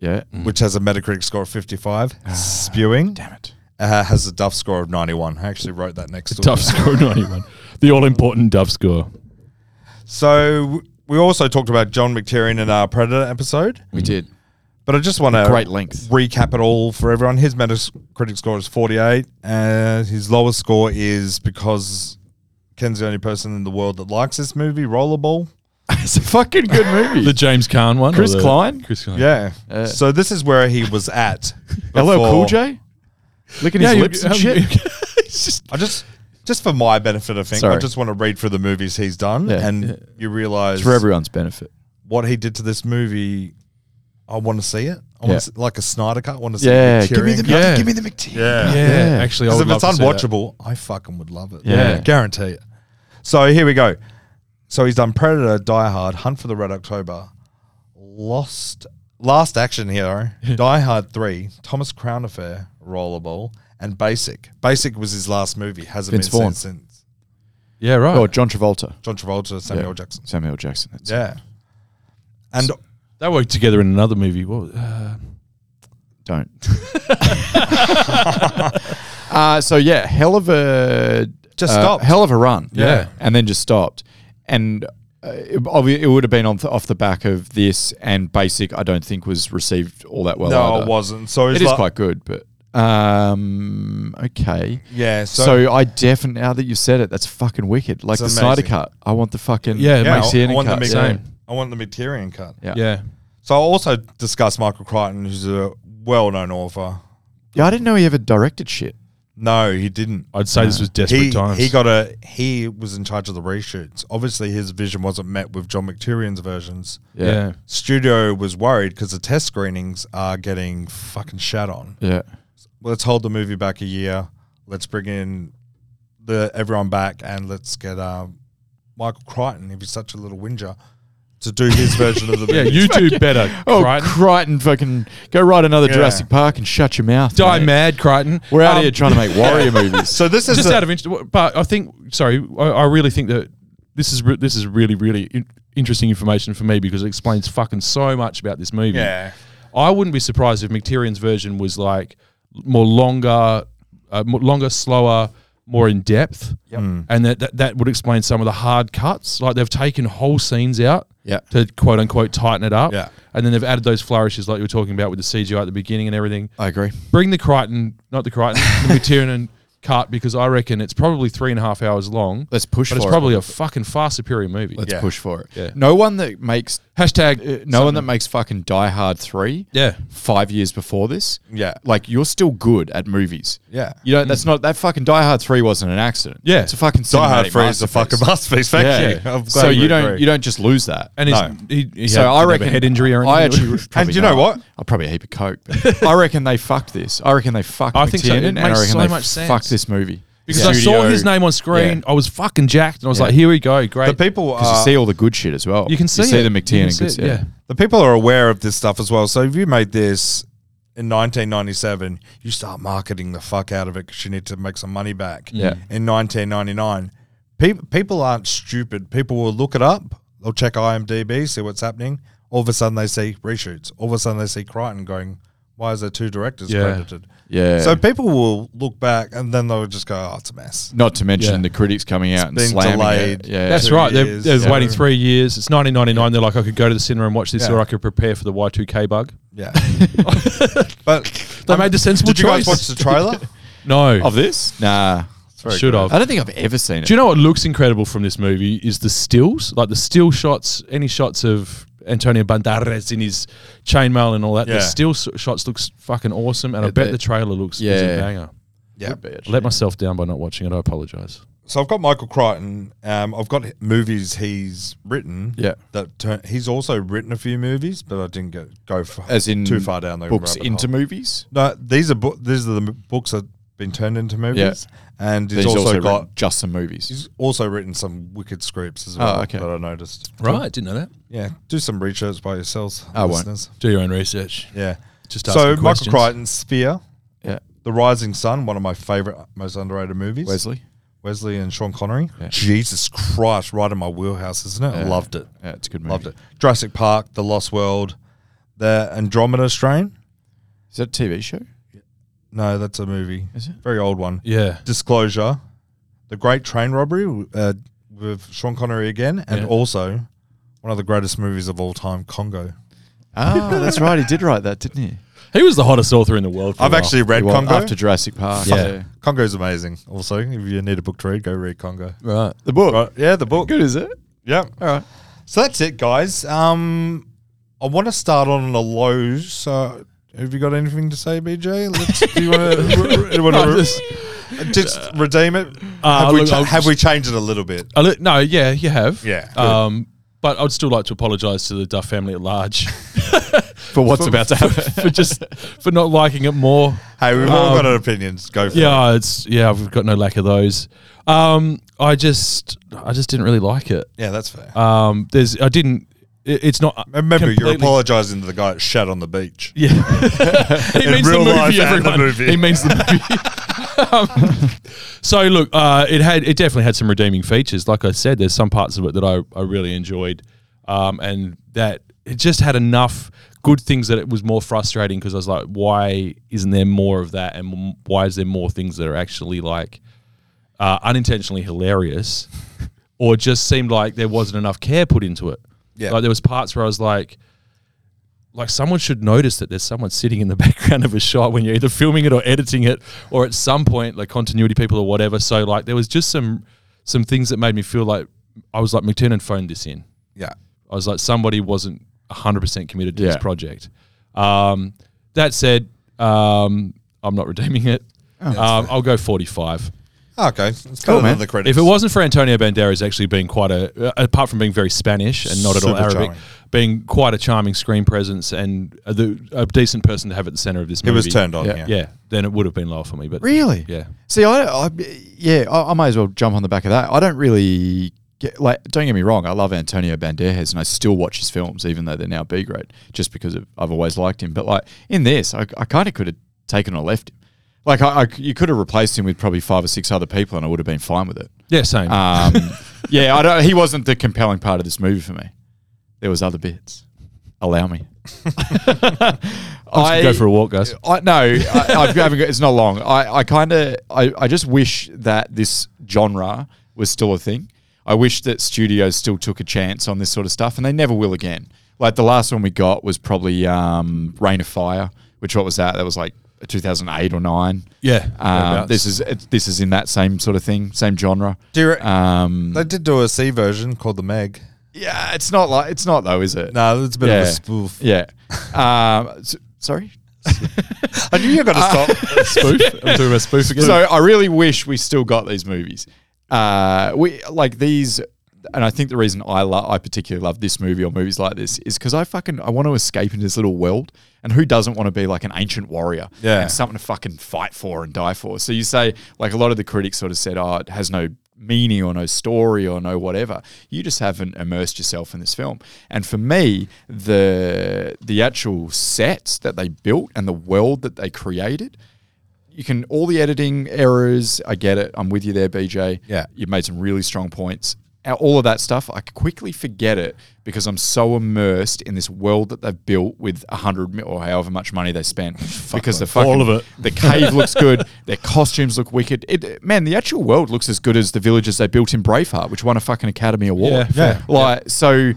Speaker 2: Yeah.
Speaker 1: which has a Metacritic score of fifty-five. Spewing.
Speaker 2: Ah, Damn it.
Speaker 1: uh, has a Duff score of 91. I actually wrote that next to
Speaker 3: [laughs] Duff
Speaker 1: it.
Speaker 3: score 91. The all important Duff score.
Speaker 1: So w- we also talked about John McTiernan in our Predator episode,
Speaker 2: We did.
Speaker 1: but I just want to
Speaker 2: Great length.
Speaker 1: recap it all for everyone. His Metacritic score is 48. Uh, his lowest score is because Ken's the only person in the world that likes this movie, Rollerball.
Speaker 2: it's a fucking good movie.
Speaker 3: The James Caan one. or
Speaker 2: Chris
Speaker 3: the-
Speaker 2: Klein?
Speaker 3: Chris Klein.
Speaker 1: Yeah.
Speaker 2: Uh,
Speaker 1: so this is where he was at.
Speaker 2: [laughs] Hello,
Speaker 1: before-
Speaker 2: Cool J. Licking his
Speaker 3: you-
Speaker 2: lips and
Speaker 3: um,
Speaker 2: shit.
Speaker 3: it's just
Speaker 1: I just. Just for my benefit, I think I
Speaker 2: Sorry.
Speaker 1: just want to read through the movies he's done,
Speaker 2: Yeah.
Speaker 1: and
Speaker 2: Yeah.
Speaker 1: you realize
Speaker 2: For everyone's benefit.
Speaker 1: what he did to this movie, I want to see it. I
Speaker 2: Yeah.
Speaker 1: want to see, like a Snyder cut. I want to see.
Speaker 2: Yeah,
Speaker 1: it
Speaker 2: give me the
Speaker 1: cheering.
Speaker 3: Yeah.
Speaker 2: give me the McTeer.
Speaker 1: yeah.
Speaker 3: yeah. [laughs] Actually, I
Speaker 1: Because
Speaker 3: would
Speaker 1: if it's
Speaker 3: love to see that.
Speaker 1: unwatchable, I fucking would love it.
Speaker 2: Yeah.
Speaker 1: guarantee it. So here we go. So he's done Predator, Die Hard, Hunt for the Red October, Lost, Last Action
Speaker 3: [laughs]
Speaker 1: Hero, Die Hard Three, Thomas Crown Affair, Rollerball, and Basic. Basic was his last movie. Hasn't
Speaker 2: Vince
Speaker 1: been
Speaker 2: Vaughn.
Speaker 1: seen since
Speaker 3: Yeah, right.
Speaker 2: Oh, John Travolta.
Speaker 1: John Travolta, Samuel
Speaker 2: Yeah.
Speaker 1: Jackson.
Speaker 2: Samuel Jackson. That's
Speaker 1: Yeah, and
Speaker 3: They worked together in another movie. What was, uh,
Speaker 2: Don't. uh, so yeah, hell of a
Speaker 1: Just
Speaker 2: uh,
Speaker 1: stopped.
Speaker 2: Hell of a run.
Speaker 3: Yeah.
Speaker 2: and then just stopped, and uh, it, obvi- it would have been on th- off the back of this and basic. I don't think was received all that well.
Speaker 1: no,
Speaker 2: either.
Speaker 1: it wasn't. So it's
Speaker 2: It is
Speaker 1: like,
Speaker 2: quite good, but um, okay.
Speaker 1: Yeah, so-
Speaker 2: So, I definitely now that you said it, that's fucking wicked. Like the
Speaker 1: It's
Speaker 2: Snyder
Speaker 1: amazing.
Speaker 2: cut. I want the fucking
Speaker 3: Yeah, it
Speaker 1: yeah,
Speaker 3: makes
Speaker 1: I,
Speaker 2: Maxian
Speaker 1: I want
Speaker 2: cut.
Speaker 1: the
Speaker 2: yeah.
Speaker 1: Mc- I want the Mid-Tyrian cut.
Speaker 2: Yeah. yeah,
Speaker 3: yeah.
Speaker 1: So I also discussed Michael Crichton, who's a well-known author.
Speaker 2: I didn't know he ever directed shit.
Speaker 1: No, he didn't.
Speaker 3: I'd say this was desperate
Speaker 1: He,
Speaker 3: times.
Speaker 1: he got a he was in charge of the reshoots. Obviously, his vision wasn't met with John McTyrion's versions.
Speaker 3: yeah. yeah.
Speaker 1: Studio was worried because the test screenings are getting fucking shat on.
Speaker 2: yeah,
Speaker 1: Let's hold the movie back a year. Let's bring in the everyone back and let's get uh, Michael Crichton, if he's such a little whinger, to do his version
Speaker 2: [laughs]
Speaker 1: of the [laughs] movie.
Speaker 3: you do better,
Speaker 2: Oh, Crichton.
Speaker 3: Crichton.
Speaker 2: fucking go write another
Speaker 1: Yeah.
Speaker 2: Jurassic Park and shut your mouth.
Speaker 3: Die
Speaker 2: mate.
Speaker 3: mad, Crichton.
Speaker 2: We're out
Speaker 3: Um,
Speaker 2: here trying to make warrior
Speaker 3: [laughs]
Speaker 2: movies.
Speaker 1: so this is
Speaker 3: just
Speaker 1: the-
Speaker 3: out of interest, but I think sorry, I, I really think that this is re- this is really really in- interesting information for me because it explains fucking so much about this movie.
Speaker 1: Yeah.
Speaker 3: I wouldn't be surprised if McTyrion's version was like more longer, uh, more longer, slower, more in depth,
Speaker 2: Hmm.
Speaker 3: and that, that that would explain some of the hard cuts. Like they've taken whole scenes out.
Speaker 2: Yeah.
Speaker 3: To quote unquote tighten it up.
Speaker 1: Yeah.
Speaker 3: And then they've added those flourishes like you were talking about with the CGI at the beginning and everything
Speaker 2: I agree.
Speaker 3: bring the Crichton, not
Speaker 2: [laughs]
Speaker 3: the Crichton, the Materian cut because I reckon it's probably three and a half hours long.
Speaker 2: Let's push
Speaker 3: But it's
Speaker 2: for it.
Speaker 3: probably a fucking far superior movie.
Speaker 2: Let's
Speaker 1: Yeah.
Speaker 2: push for it.
Speaker 3: Yeah.
Speaker 2: No one that makes
Speaker 3: Hashtag
Speaker 2: uh, no one that makes fucking Die Hard three.
Speaker 3: Yeah.
Speaker 2: five years before this.
Speaker 1: Yeah.
Speaker 2: like you're still good at movies.
Speaker 1: Yeah.
Speaker 2: you know that's not that fucking Die Hard three wasn't an accident.
Speaker 3: Yeah.
Speaker 2: it's a fucking
Speaker 1: Die Hard
Speaker 2: cinematic
Speaker 1: Three is a fucking masterpiece.
Speaker 2: masterpiece.
Speaker 1: Thank
Speaker 2: Yeah.
Speaker 1: you. I'm glad
Speaker 2: so
Speaker 1: we
Speaker 2: you don't
Speaker 1: agree.
Speaker 2: you don't just lose that.
Speaker 3: and he's, he, he
Speaker 2: so
Speaker 3: had- did he
Speaker 2: I
Speaker 3: have a
Speaker 2: reckon
Speaker 3: head injury or anything.
Speaker 2: I
Speaker 3: [laughs]
Speaker 2: actually
Speaker 1: And you know what?
Speaker 2: I'll probably a heap of coke. but [laughs] I reckon they fucked this. I reckon they fucked.
Speaker 3: I think so.
Speaker 2: McTiernan,
Speaker 3: It
Speaker 2: and I
Speaker 3: makes
Speaker 2: reckon
Speaker 3: so
Speaker 2: they
Speaker 3: much
Speaker 2: Fucked
Speaker 3: sense.
Speaker 2: this movie
Speaker 3: because I saw his name on screen, I was fucking jacked, and I was like, "Here we go, great."
Speaker 1: The people
Speaker 2: because
Speaker 1: are,
Speaker 2: you see all the good shit as well.
Speaker 3: you can see,
Speaker 2: you see
Speaker 3: it.
Speaker 2: the
Speaker 3: You
Speaker 2: McTiernan
Speaker 3: can
Speaker 2: good
Speaker 3: see it,
Speaker 2: shit.
Speaker 3: Yeah.
Speaker 1: the people are aware of this stuff as well. So if you made this in 1997, you start marketing the fuck out of it because you need to make some money back.
Speaker 2: Yeah.
Speaker 1: In 1999, Pe- people aren't stupid. People will look it up. They'll check IMDb, see what's happening. All of a sudden, they see reshoots. All of a sudden, they see Crichton going, "Why is there two directors
Speaker 3: Yeah.
Speaker 1: credited?"
Speaker 2: Yeah.
Speaker 1: So people will look back and then they'll just go, "Oh, it's a mess."
Speaker 2: Not to mention
Speaker 3: Yeah.
Speaker 2: the critics coming out and
Speaker 1: been
Speaker 2: slamming
Speaker 1: delayed.
Speaker 2: it. Yeah,
Speaker 3: That's
Speaker 1: Two
Speaker 3: right. They're,
Speaker 1: years,
Speaker 3: they're
Speaker 1: yeah.
Speaker 3: waiting three years. It's 1999. They're like, I could go to the cinema and watch this,
Speaker 1: Yeah.
Speaker 3: or I could prepare for the Y2K bug. [laughs]
Speaker 1: Yeah. but
Speaker 3: They made the sensible
Speaker 1: did you guys
Speaker 3: choice.
Speaker 1: watch the
Speaker 3: [laughs]
Speaker 1: trailer?
Speaker 3: no,
Speaker 2: Of this? Nah.
Speaker 3: should have.
Speaker 2: I don't think I've ever seen it.
Speaker 3: Do you know what looks incredible from this movie is the stills, like the still shots, any shots of Antonio Banderas in his chainmail and all that.
Speaker 1: Yeah.
Speaker 3: The still s- shots looks fucking awesome, and I
Speaker 2: Yeah,
Speaker 3: bet
Speaker 2: they-
Speaker 3: the trailer looks is
Speaker 2: Yeah.
Speaker 3: a banger.
Speaker 1: yeah.
Speaker 3: I let myself down by not watching it. I apologize.
Speaker 1: So I've got Michael Crichton. Um, I've got h- movies he's written.
Speaker 2: Yeah.
Speaker 1: That turn, he's also written a few movies, but I didn't get go far,
Speaker 2: As in
Speaker 1: too far down the
Speaker 2: books
Speaker 1: rabbit
Speaker 2: into
Speaker 1: hole.
Speaker 2: movies.
Speaker 1: No, these are bo- these are the m- books that been turned into movies, and he's,
Speaker 2: He's
Speaker 1: also,
Speaker 2: also
Speaker 1: got
Speaker 2: got just some movies.
Speaker 1: he's also written some wicked scripts as well
Speaker 2: Ah, okay.
Speaker 1: that I noticed.
Speaker 3: Right, didn't know that.
Speaker 1: Yeah, do some research by yourselves,
Speaker 2: I won't.
Speaker 1: listeners.
Speaker 3: Do your own research.
Speaker 1: Yeah,
Speaker 3: Just ask
Speaker 1: so
Speaker 3: the
Speaker 1: Michael
Speaker 3: questions.
Speaker 1: Crichton's Sphere,
Speaker 2: Yeah,
Speaker 1: The Rising Sun, one of my favorite, most underrated movies.
Speaker 2: Wesley.
Speaker 1: Wesley and Sean Connery. Jesus Christ, right in my wheelhouse, isn't it? I
Speaker 2: Yeah.
Speaker 1: Loved it.
Speaker 2: Yeah, it's a good movie.
Speaker 1: Loved it. Jurassic Park, The Lost World, The Andromeda Strain.
Speaker 2: Is that a TV show?
Speaker 1: No, that's a movie.
Speaker 2: Is it?
Speaker 1: Very old one.
Speaker 3: Yeah.
Speaker 1: Disclosure, The Great Train Robbery uh, with Sean Connery again, and
Speaker 3: Yeah.
Speaker 1: also one of the greatest movies of all time, Congo.
Speaker 2: Oh, that's right. He did write that, didn't he?
Speaker 3: He was the hottest author in the world. For a
Speaker 1: I've
Speaker 3: while.
Speaker 1: actually read
Speaker 2: Well,
Speaker 1: Congo.
Speaker 2: after Jurassic Park.
Speaker 1: yeah. Congo's amazing. Also, if you need a book to read, go read Congo.
Speaker 2: right. The book.
Speaker 1: Right, yeah, the book.
Speaker 2: Good is it?
Speaker 1: Yeah.
Speaker 2: All right.
Speaker 1: So that's it, guys. Um, I want to start on a low. So, have you got anything to say, BJ? Let's, do [laughs] you want to just redeem it?
Speaker 3: Uh,
Speaker 1: have, we
Speaker 3: look,
Speaker 1: cha-
Speaker 3: I'll
Speaker 1: have we changed it a little bit?
Speaker 3: I li- no, yeah, you have.
Speaker 1: Yeah.
Speaker 3: Um, but I'd still like to apologise to the Duff family at large
Speaker 2: [laughs]
Speaker 3: [laughs]
Speaker 2: For what's about to happen.
Speaker 3: for just for not liking it more.
Speaker 1: Hey, we've all got
Speaker 3: Um,
Speaker 1: our opinions. Go for it.
Speaker 3: Yeah, it's yeah, I've got no lack of those. Um, I just I just didn't really like it.
Speaker 1: Yeah, that's fair.
Speaker 3: Um, there's I didn't. It, it's not.
Speaker 1: Remember, you're
Speaker 3: completely-
Speaker 1: apologising to the guy that shat on the beach.
Speaker 3: Yeah, [laughs] he means the
Speaker 1: real life
Speaker 3: movie.
Speaker 1: and the
Speaker 3: Everyone.
Speaker 1: movie.
Speaker 3: He means the movie.
Speaker 1: [laughs]
Speaker 3: [laughs] um, so look, uh, it had it definitely had some redeeming features. Like I said, there's some parts of it that I, I really enjoyed, um, and that it just had enough good things that it was more frustrating because I was like, why isn't there more of that, and m- why is there more things that are actually like uh, unintentionally hilarious, or just seemed like there wasn't enough care put into it.
Speaker 1: Yeah.
Speaker 3: like there was parts where I was like. Like someone should notice that there's someone sitting in the [laughs] background of a shot when you're either filming it or editing it, or at some point like continuity people or whatever. So like there was just some some things that made me feel like I was like McTiernan phoned this in.
Speaker 1: Yeah.
Speaker 3: I was like, somebody wasn't 100% committed to this
Speaker 2: Yeah.
Speaker 3: project. Um, that said, um, I'm not redeeming it. um, I'll go 45.
Speaker 1: Ah, Okay. It's better
Speaker 2: man.
Speaker 1: than the credits.
Speaker 3: If it wasn't for Antonio Banderas actually being quite a, uh, apart from being very Spanish and not at all
Speaker 1: Super
Speaker 3: Arabic,
Speaker 1: charming.
Speaker 3: being quite a charming screen presence and a, the, a decent person to have at the center of this
Speaker 1: it
Speaker 3: movie.
Speaker 1: was turned on.
Speaker 2: Yeah.
Speaker 1: Yeah.
Speaker 3: Yeah, then it would have been lower for me. But
Speaker 2: Really?
Speaker 3: Yeah.
Speaker 2: See, I, I yeah, I, I might as well jump on the back of that. I don't really get like. Don't get me wrong. I love Antonio Banderas, and I still watch his films, even though they're now B grade, just because of, I've always liked him. But like in this, I, I kind of could have taken or left him. Like I, I, you could have replaced him with probably five or six other people, and I would have been fine with it.
Speaker 3: Yeah, same.
Speaker 2: Um, [laughs] yeah, I don't. He wasn't the compelling part of this movie for me. There was other bits. Allow
Speaker 3: [laughs]
Speaker 2: me. I
Speaker 3: go for a walk, guys.
Speaker 2: I no, I, I've, haven't got, it's not long. I, I kind of, I, I just wish that this genre was still a thing. I wish that studios still took a chance on this sort of stuff, and they never will again. Like the last one we got was probably um, Rain of Fire, which what was that? That was like 2008 or nine.
Speaker 3: Yeah,
Speaker 2: Um,
Speaker 3: thereabouts.
Speaker 2: this is it, this is in that same sort of thing, same genre.
Speaker 1: Do you re-
Speaker 2: um,
Speaker 1: They did do a C version called the Meg.
Speaker 2: yeah, it's not like it's not though, is it?
Speaker 1: No, it's a bit
Speaker 2: yeah.
Speaker 1: of a spoof.
Speaker 2: Yeah. [laughs] Um, s- sorry.
Speaker 1: I knew you were going to stop.
Speaker 3: spoof. I'm talking about spoof again.
Speaker 2: So I really wish we still got these movies. Uh, we like these, and I think the reason I lo- I particularly love this movie or movies like this is because I fucking I want to escape into this little world, and who doesn't want to be like an ancient warrior?
Speaker 1: Yeah.
Speaker 2: and something to fucking fight for and die for. So you say like a lot of the critics sort of said, oh, it has no meaning or no story or no whatever. You just haven't immersed yourself in this film. And for me, the the actual sets that they built and the world that they created you can all the editing errors. I get it. I'm with you there, BJ.
Speaker 1: Yeah.
Speaker 2: you made some really strong points. Uh, All of that stuff, I quickly forget it because I'm so immersed in this world that they've built with a hundred mi- or however much money they
Speaker 3: [laughs]
Speaker 2: spent. because the fucking,
Speaker 3: All of it.
Speaker 2: the cave looks good. [laughs] Their costumes look wicked. It, man, the actual world looks as good as the villages they built in Braveheart, which won a fucking Academy Award.
Speaker 3: Yeah, fair.
Speaker 2: [laughs] Like so,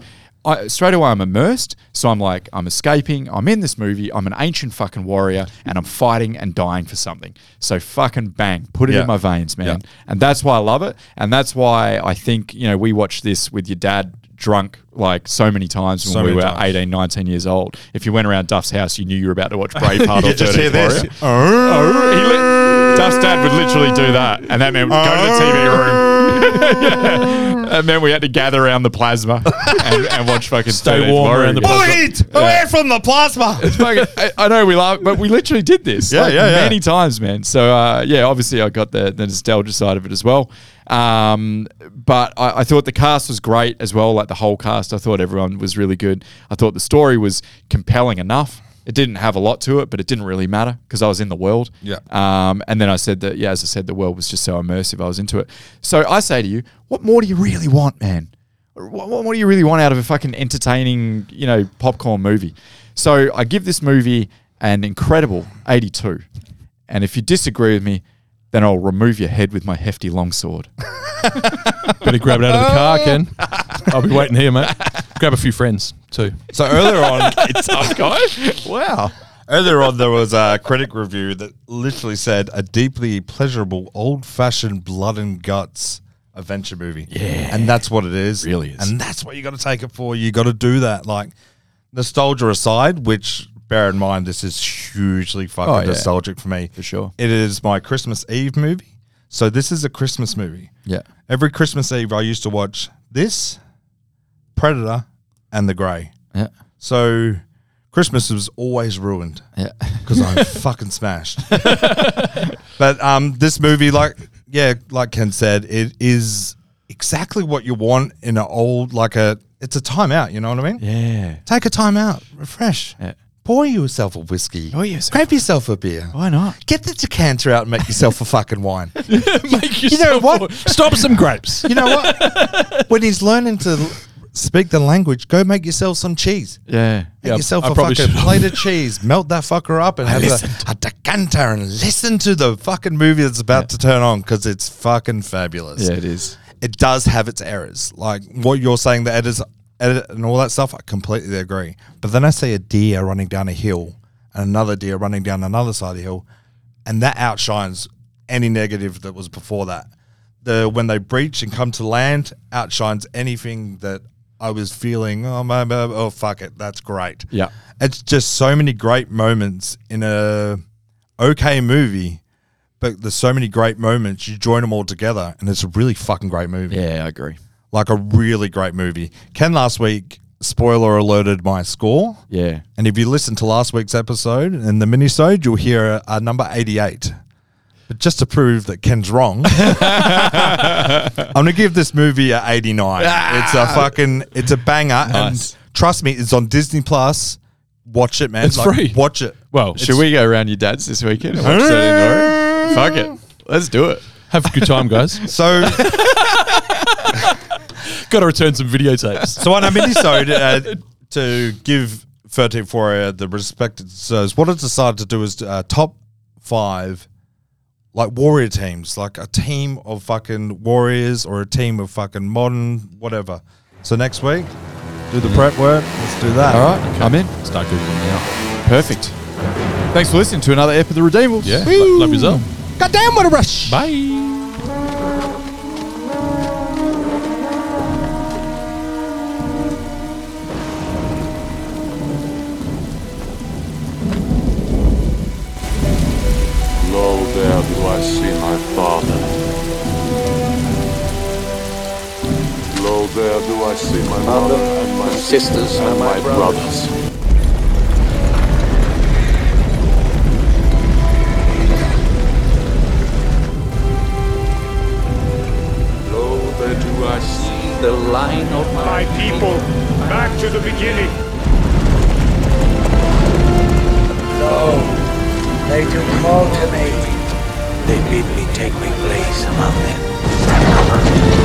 Speaker 2: I, straight away I'm immersed. So I'm like, I'm escaping. I'm in this movie. I'm an ancient fucking warrior, and I'm fighting and dying for something. So fucking bang, put it
Speaker 1: Yeah.
Speaker 2: in my veins, man.
Speaker 1: Yeah.
Speaker 2: And that's why I love it. And that's why I think you know we watched this with your dad drunk like so many times when
Speaker 1: So
Speaker 2: we
Speaker 1: many
Speaker 2: were
Speaker 1: times.
Speaker 2: 18 19 years old if you went around duff's house you knew you were about
Speaker 1: [laughs]
Speaker 2: to watch braveheart or
Speaker 1: just
Speaker 2: Dirty
Speaker 1: hear this.
Speaker 2: Warrior. Oh, he li- Duff's dad would literally do that, and that meant we'd go to the TV room. yeah. That meant we had to gather around the plasma and, and watch fucking
Speaker 3: Stay
Speaker 2: 13th
Speaker 3: warm around the
Speaker 2: Warrior.
Speaker 3: plasma.
Speaker 1: Eat away from the plasma.
Speaker 2: [laughs] It's fucking- I, I know we laugh, but we literally did this.
Speaker 1: Yeah,
Speaker 2: like,
Speaker 1: yeah, yeah.
Speaker 2: Many times, man. So, uh, yeah, obviously I got the, the nostalgia side of it as well. Um, but I, I thought the cast was great as well, like the whole cast. I thought everyone was really good. I thought the story was compelling enough. It didn't have a lot to it, but it didn't really matter because I was in the world.
Speaker 1: Yeah.
Speaker 2: Um, and then I said that, yeah, as I said, the world was just so immersive. I was into it. So I say to you, what more do you really want, man? What, what, what do you really want out of a fucking entertaining, you know, popcorn movie? So I give this movie an incredible 82. And if you disagree with me, then I'll remove your head with my hefty longsword.
Speaker 3: Better grab it out of the
Speaker 2: [laughs]
Speaker 3: car, Ken. I'll be waiting here, mate. Grab a few friends too.
Speaker 1: So earlier
Speaker 2: [laughs]
Speaker 1: on,
Speaker 2: Tough guy. wow.
Speaker 1: Earlier on, there was a critic review that literally said a deeply pleasurable, old-fashioned blood and guts adventure movie. Yeah, and that's what it is.
Speaker 2: Really is.
Speaker 1: and that's what you got to take it for. You got to do that. Like nostalgia aside, which bear in mind, this is hugely fucking
Speaker 2: Oh, yeah.
Speaker 1: nostalgic for me
Speaker 2: For sure.
Speaker 1: It is my Christmas Eve movie. So this is a Christmas movie.
Speaker 2: [laughs] Yeah.
Speaker 1: Every Christmas Eve, I used to watch this, Predator, and The Grey.
Speaker 2: Yeah.
Speaker 1: So Christmas was always ruined
Speaker 2: Yeah.
Speaker 1: because
Speaker 2: [laughs]
Speaker 1: I fucking smashed. but um, this movie, like yeah, like Ken said, it is exactly what you want in an old like a. It's a timeout. You know what I mean?
Speaker 2: [laughs] Yeah.
Speaker 1: Take a time out, refresh.
Speaker 2: Yeah.
Speaker 1: Pour yourself a whiskey.
Speaker 2: Pour yourself-
Speaker 1: Grab yourself a beer.
Speaker 2: Why not?
Speaker 1: Get the decanter out and make yourself a fucking wine.
Speaker 3: Make
Speaker 1: You know what?
Speaker 2: [laughs]
Speaker 3: Stop some grapes.
Speaker 1: [laughs] You know what? when he's learning to l- Speak the language. Go make yourself some cheese.
Speaker 2: Yeah.
Speaker 1: Make
Speaker 3: Yeah,
Speaker 1: yourself
Speaker 3: I
Speaker 1: a
Speaker 3: probably
Speaker 1: fucking
Speaker 3: should've.
Speaker 1: plate of
Speaker 3: [laughs]
Speaker 1: cheese. Melt that fucker up and have
Speaker 2: listened.
Speaker 1: a, a decanter and listen to the fucking movie that's about to turn on because it's fucking fabulous.
Speaker 2: Yeah, it is.
Speaker 1: It does have its errors. Like what you're saying, the editors, edit and all that stuff, I completely agree. But then I see a deer running down a hill and another deer running down another side of the hill, and that outshines any negative that was before that. The when they breach and come to land outshines anything that I was feeling. Oh my, my- oh fuck it, that's great.
Speaker 2: Yeah.
Speaker 1: it's just so many great moments in a okay movie. But there's so many great moments. You join them all together, and it's a really fucking great movie
Speaker 2: Yeah, I agree.
Speaker 1: like a really great movie. Ken last week spoiler alerted my score.
Speaker 2: Yeah.
Speaker 1: And if you listen to last week's episode and the minisode, you'll hear a, a number 88. But just to prove that Ken's
Speaker 2: [laughs]
Speaker 1: wrong, [laughs] I'm going to give this movie a 89. It's a fucking, it's a banger.
Speaker 2: Ah! Nice.
Speaker 1: And trust me, it's on Disney Plus. Watch it, man.
Speaker 3: It's free.
Speaker 1: Watch it.
Speaker 3: Well,
Speaker 2: Should we go around your dad's this weekend? and watch that in order? [laughs] Fuck it. Let's do it.
Speaker 3: have a good
Speaker 1: [laughs]
Speaker 3: time, guys.
Speaker 2: [laughs]
Speaker 1: So
Speaker 3: Got to return some videotapes.
Speaker 1: So on a minisode, uh, to give 13 for uh, the respect it deserves, what I decided to do is uh, top five, like warrior teams, like a team of fucking warriors or a team of fucking modern whatever. So next week, do the prep work. Let's do that.
Speaker 2: All right. I'm in.
Speaker 3: Start googling now.
Speaker 2: Perfect. Thanks for listening to another Ep of the Redeemables.
Speaker 3: Yeah, lo- love yourself.
Speaker 1: Goddamn, what a rush!
Speaker 3: Bye.
Speaker 9: Lo, there do I see my father. Lo, there do I see my mother and my sisters and my brothers. Lo, there do I see
Speaker 7: The line of my
Speaker 9: people back to the beginning.
Speaker 6: They do call to me. They bid me take my place among them.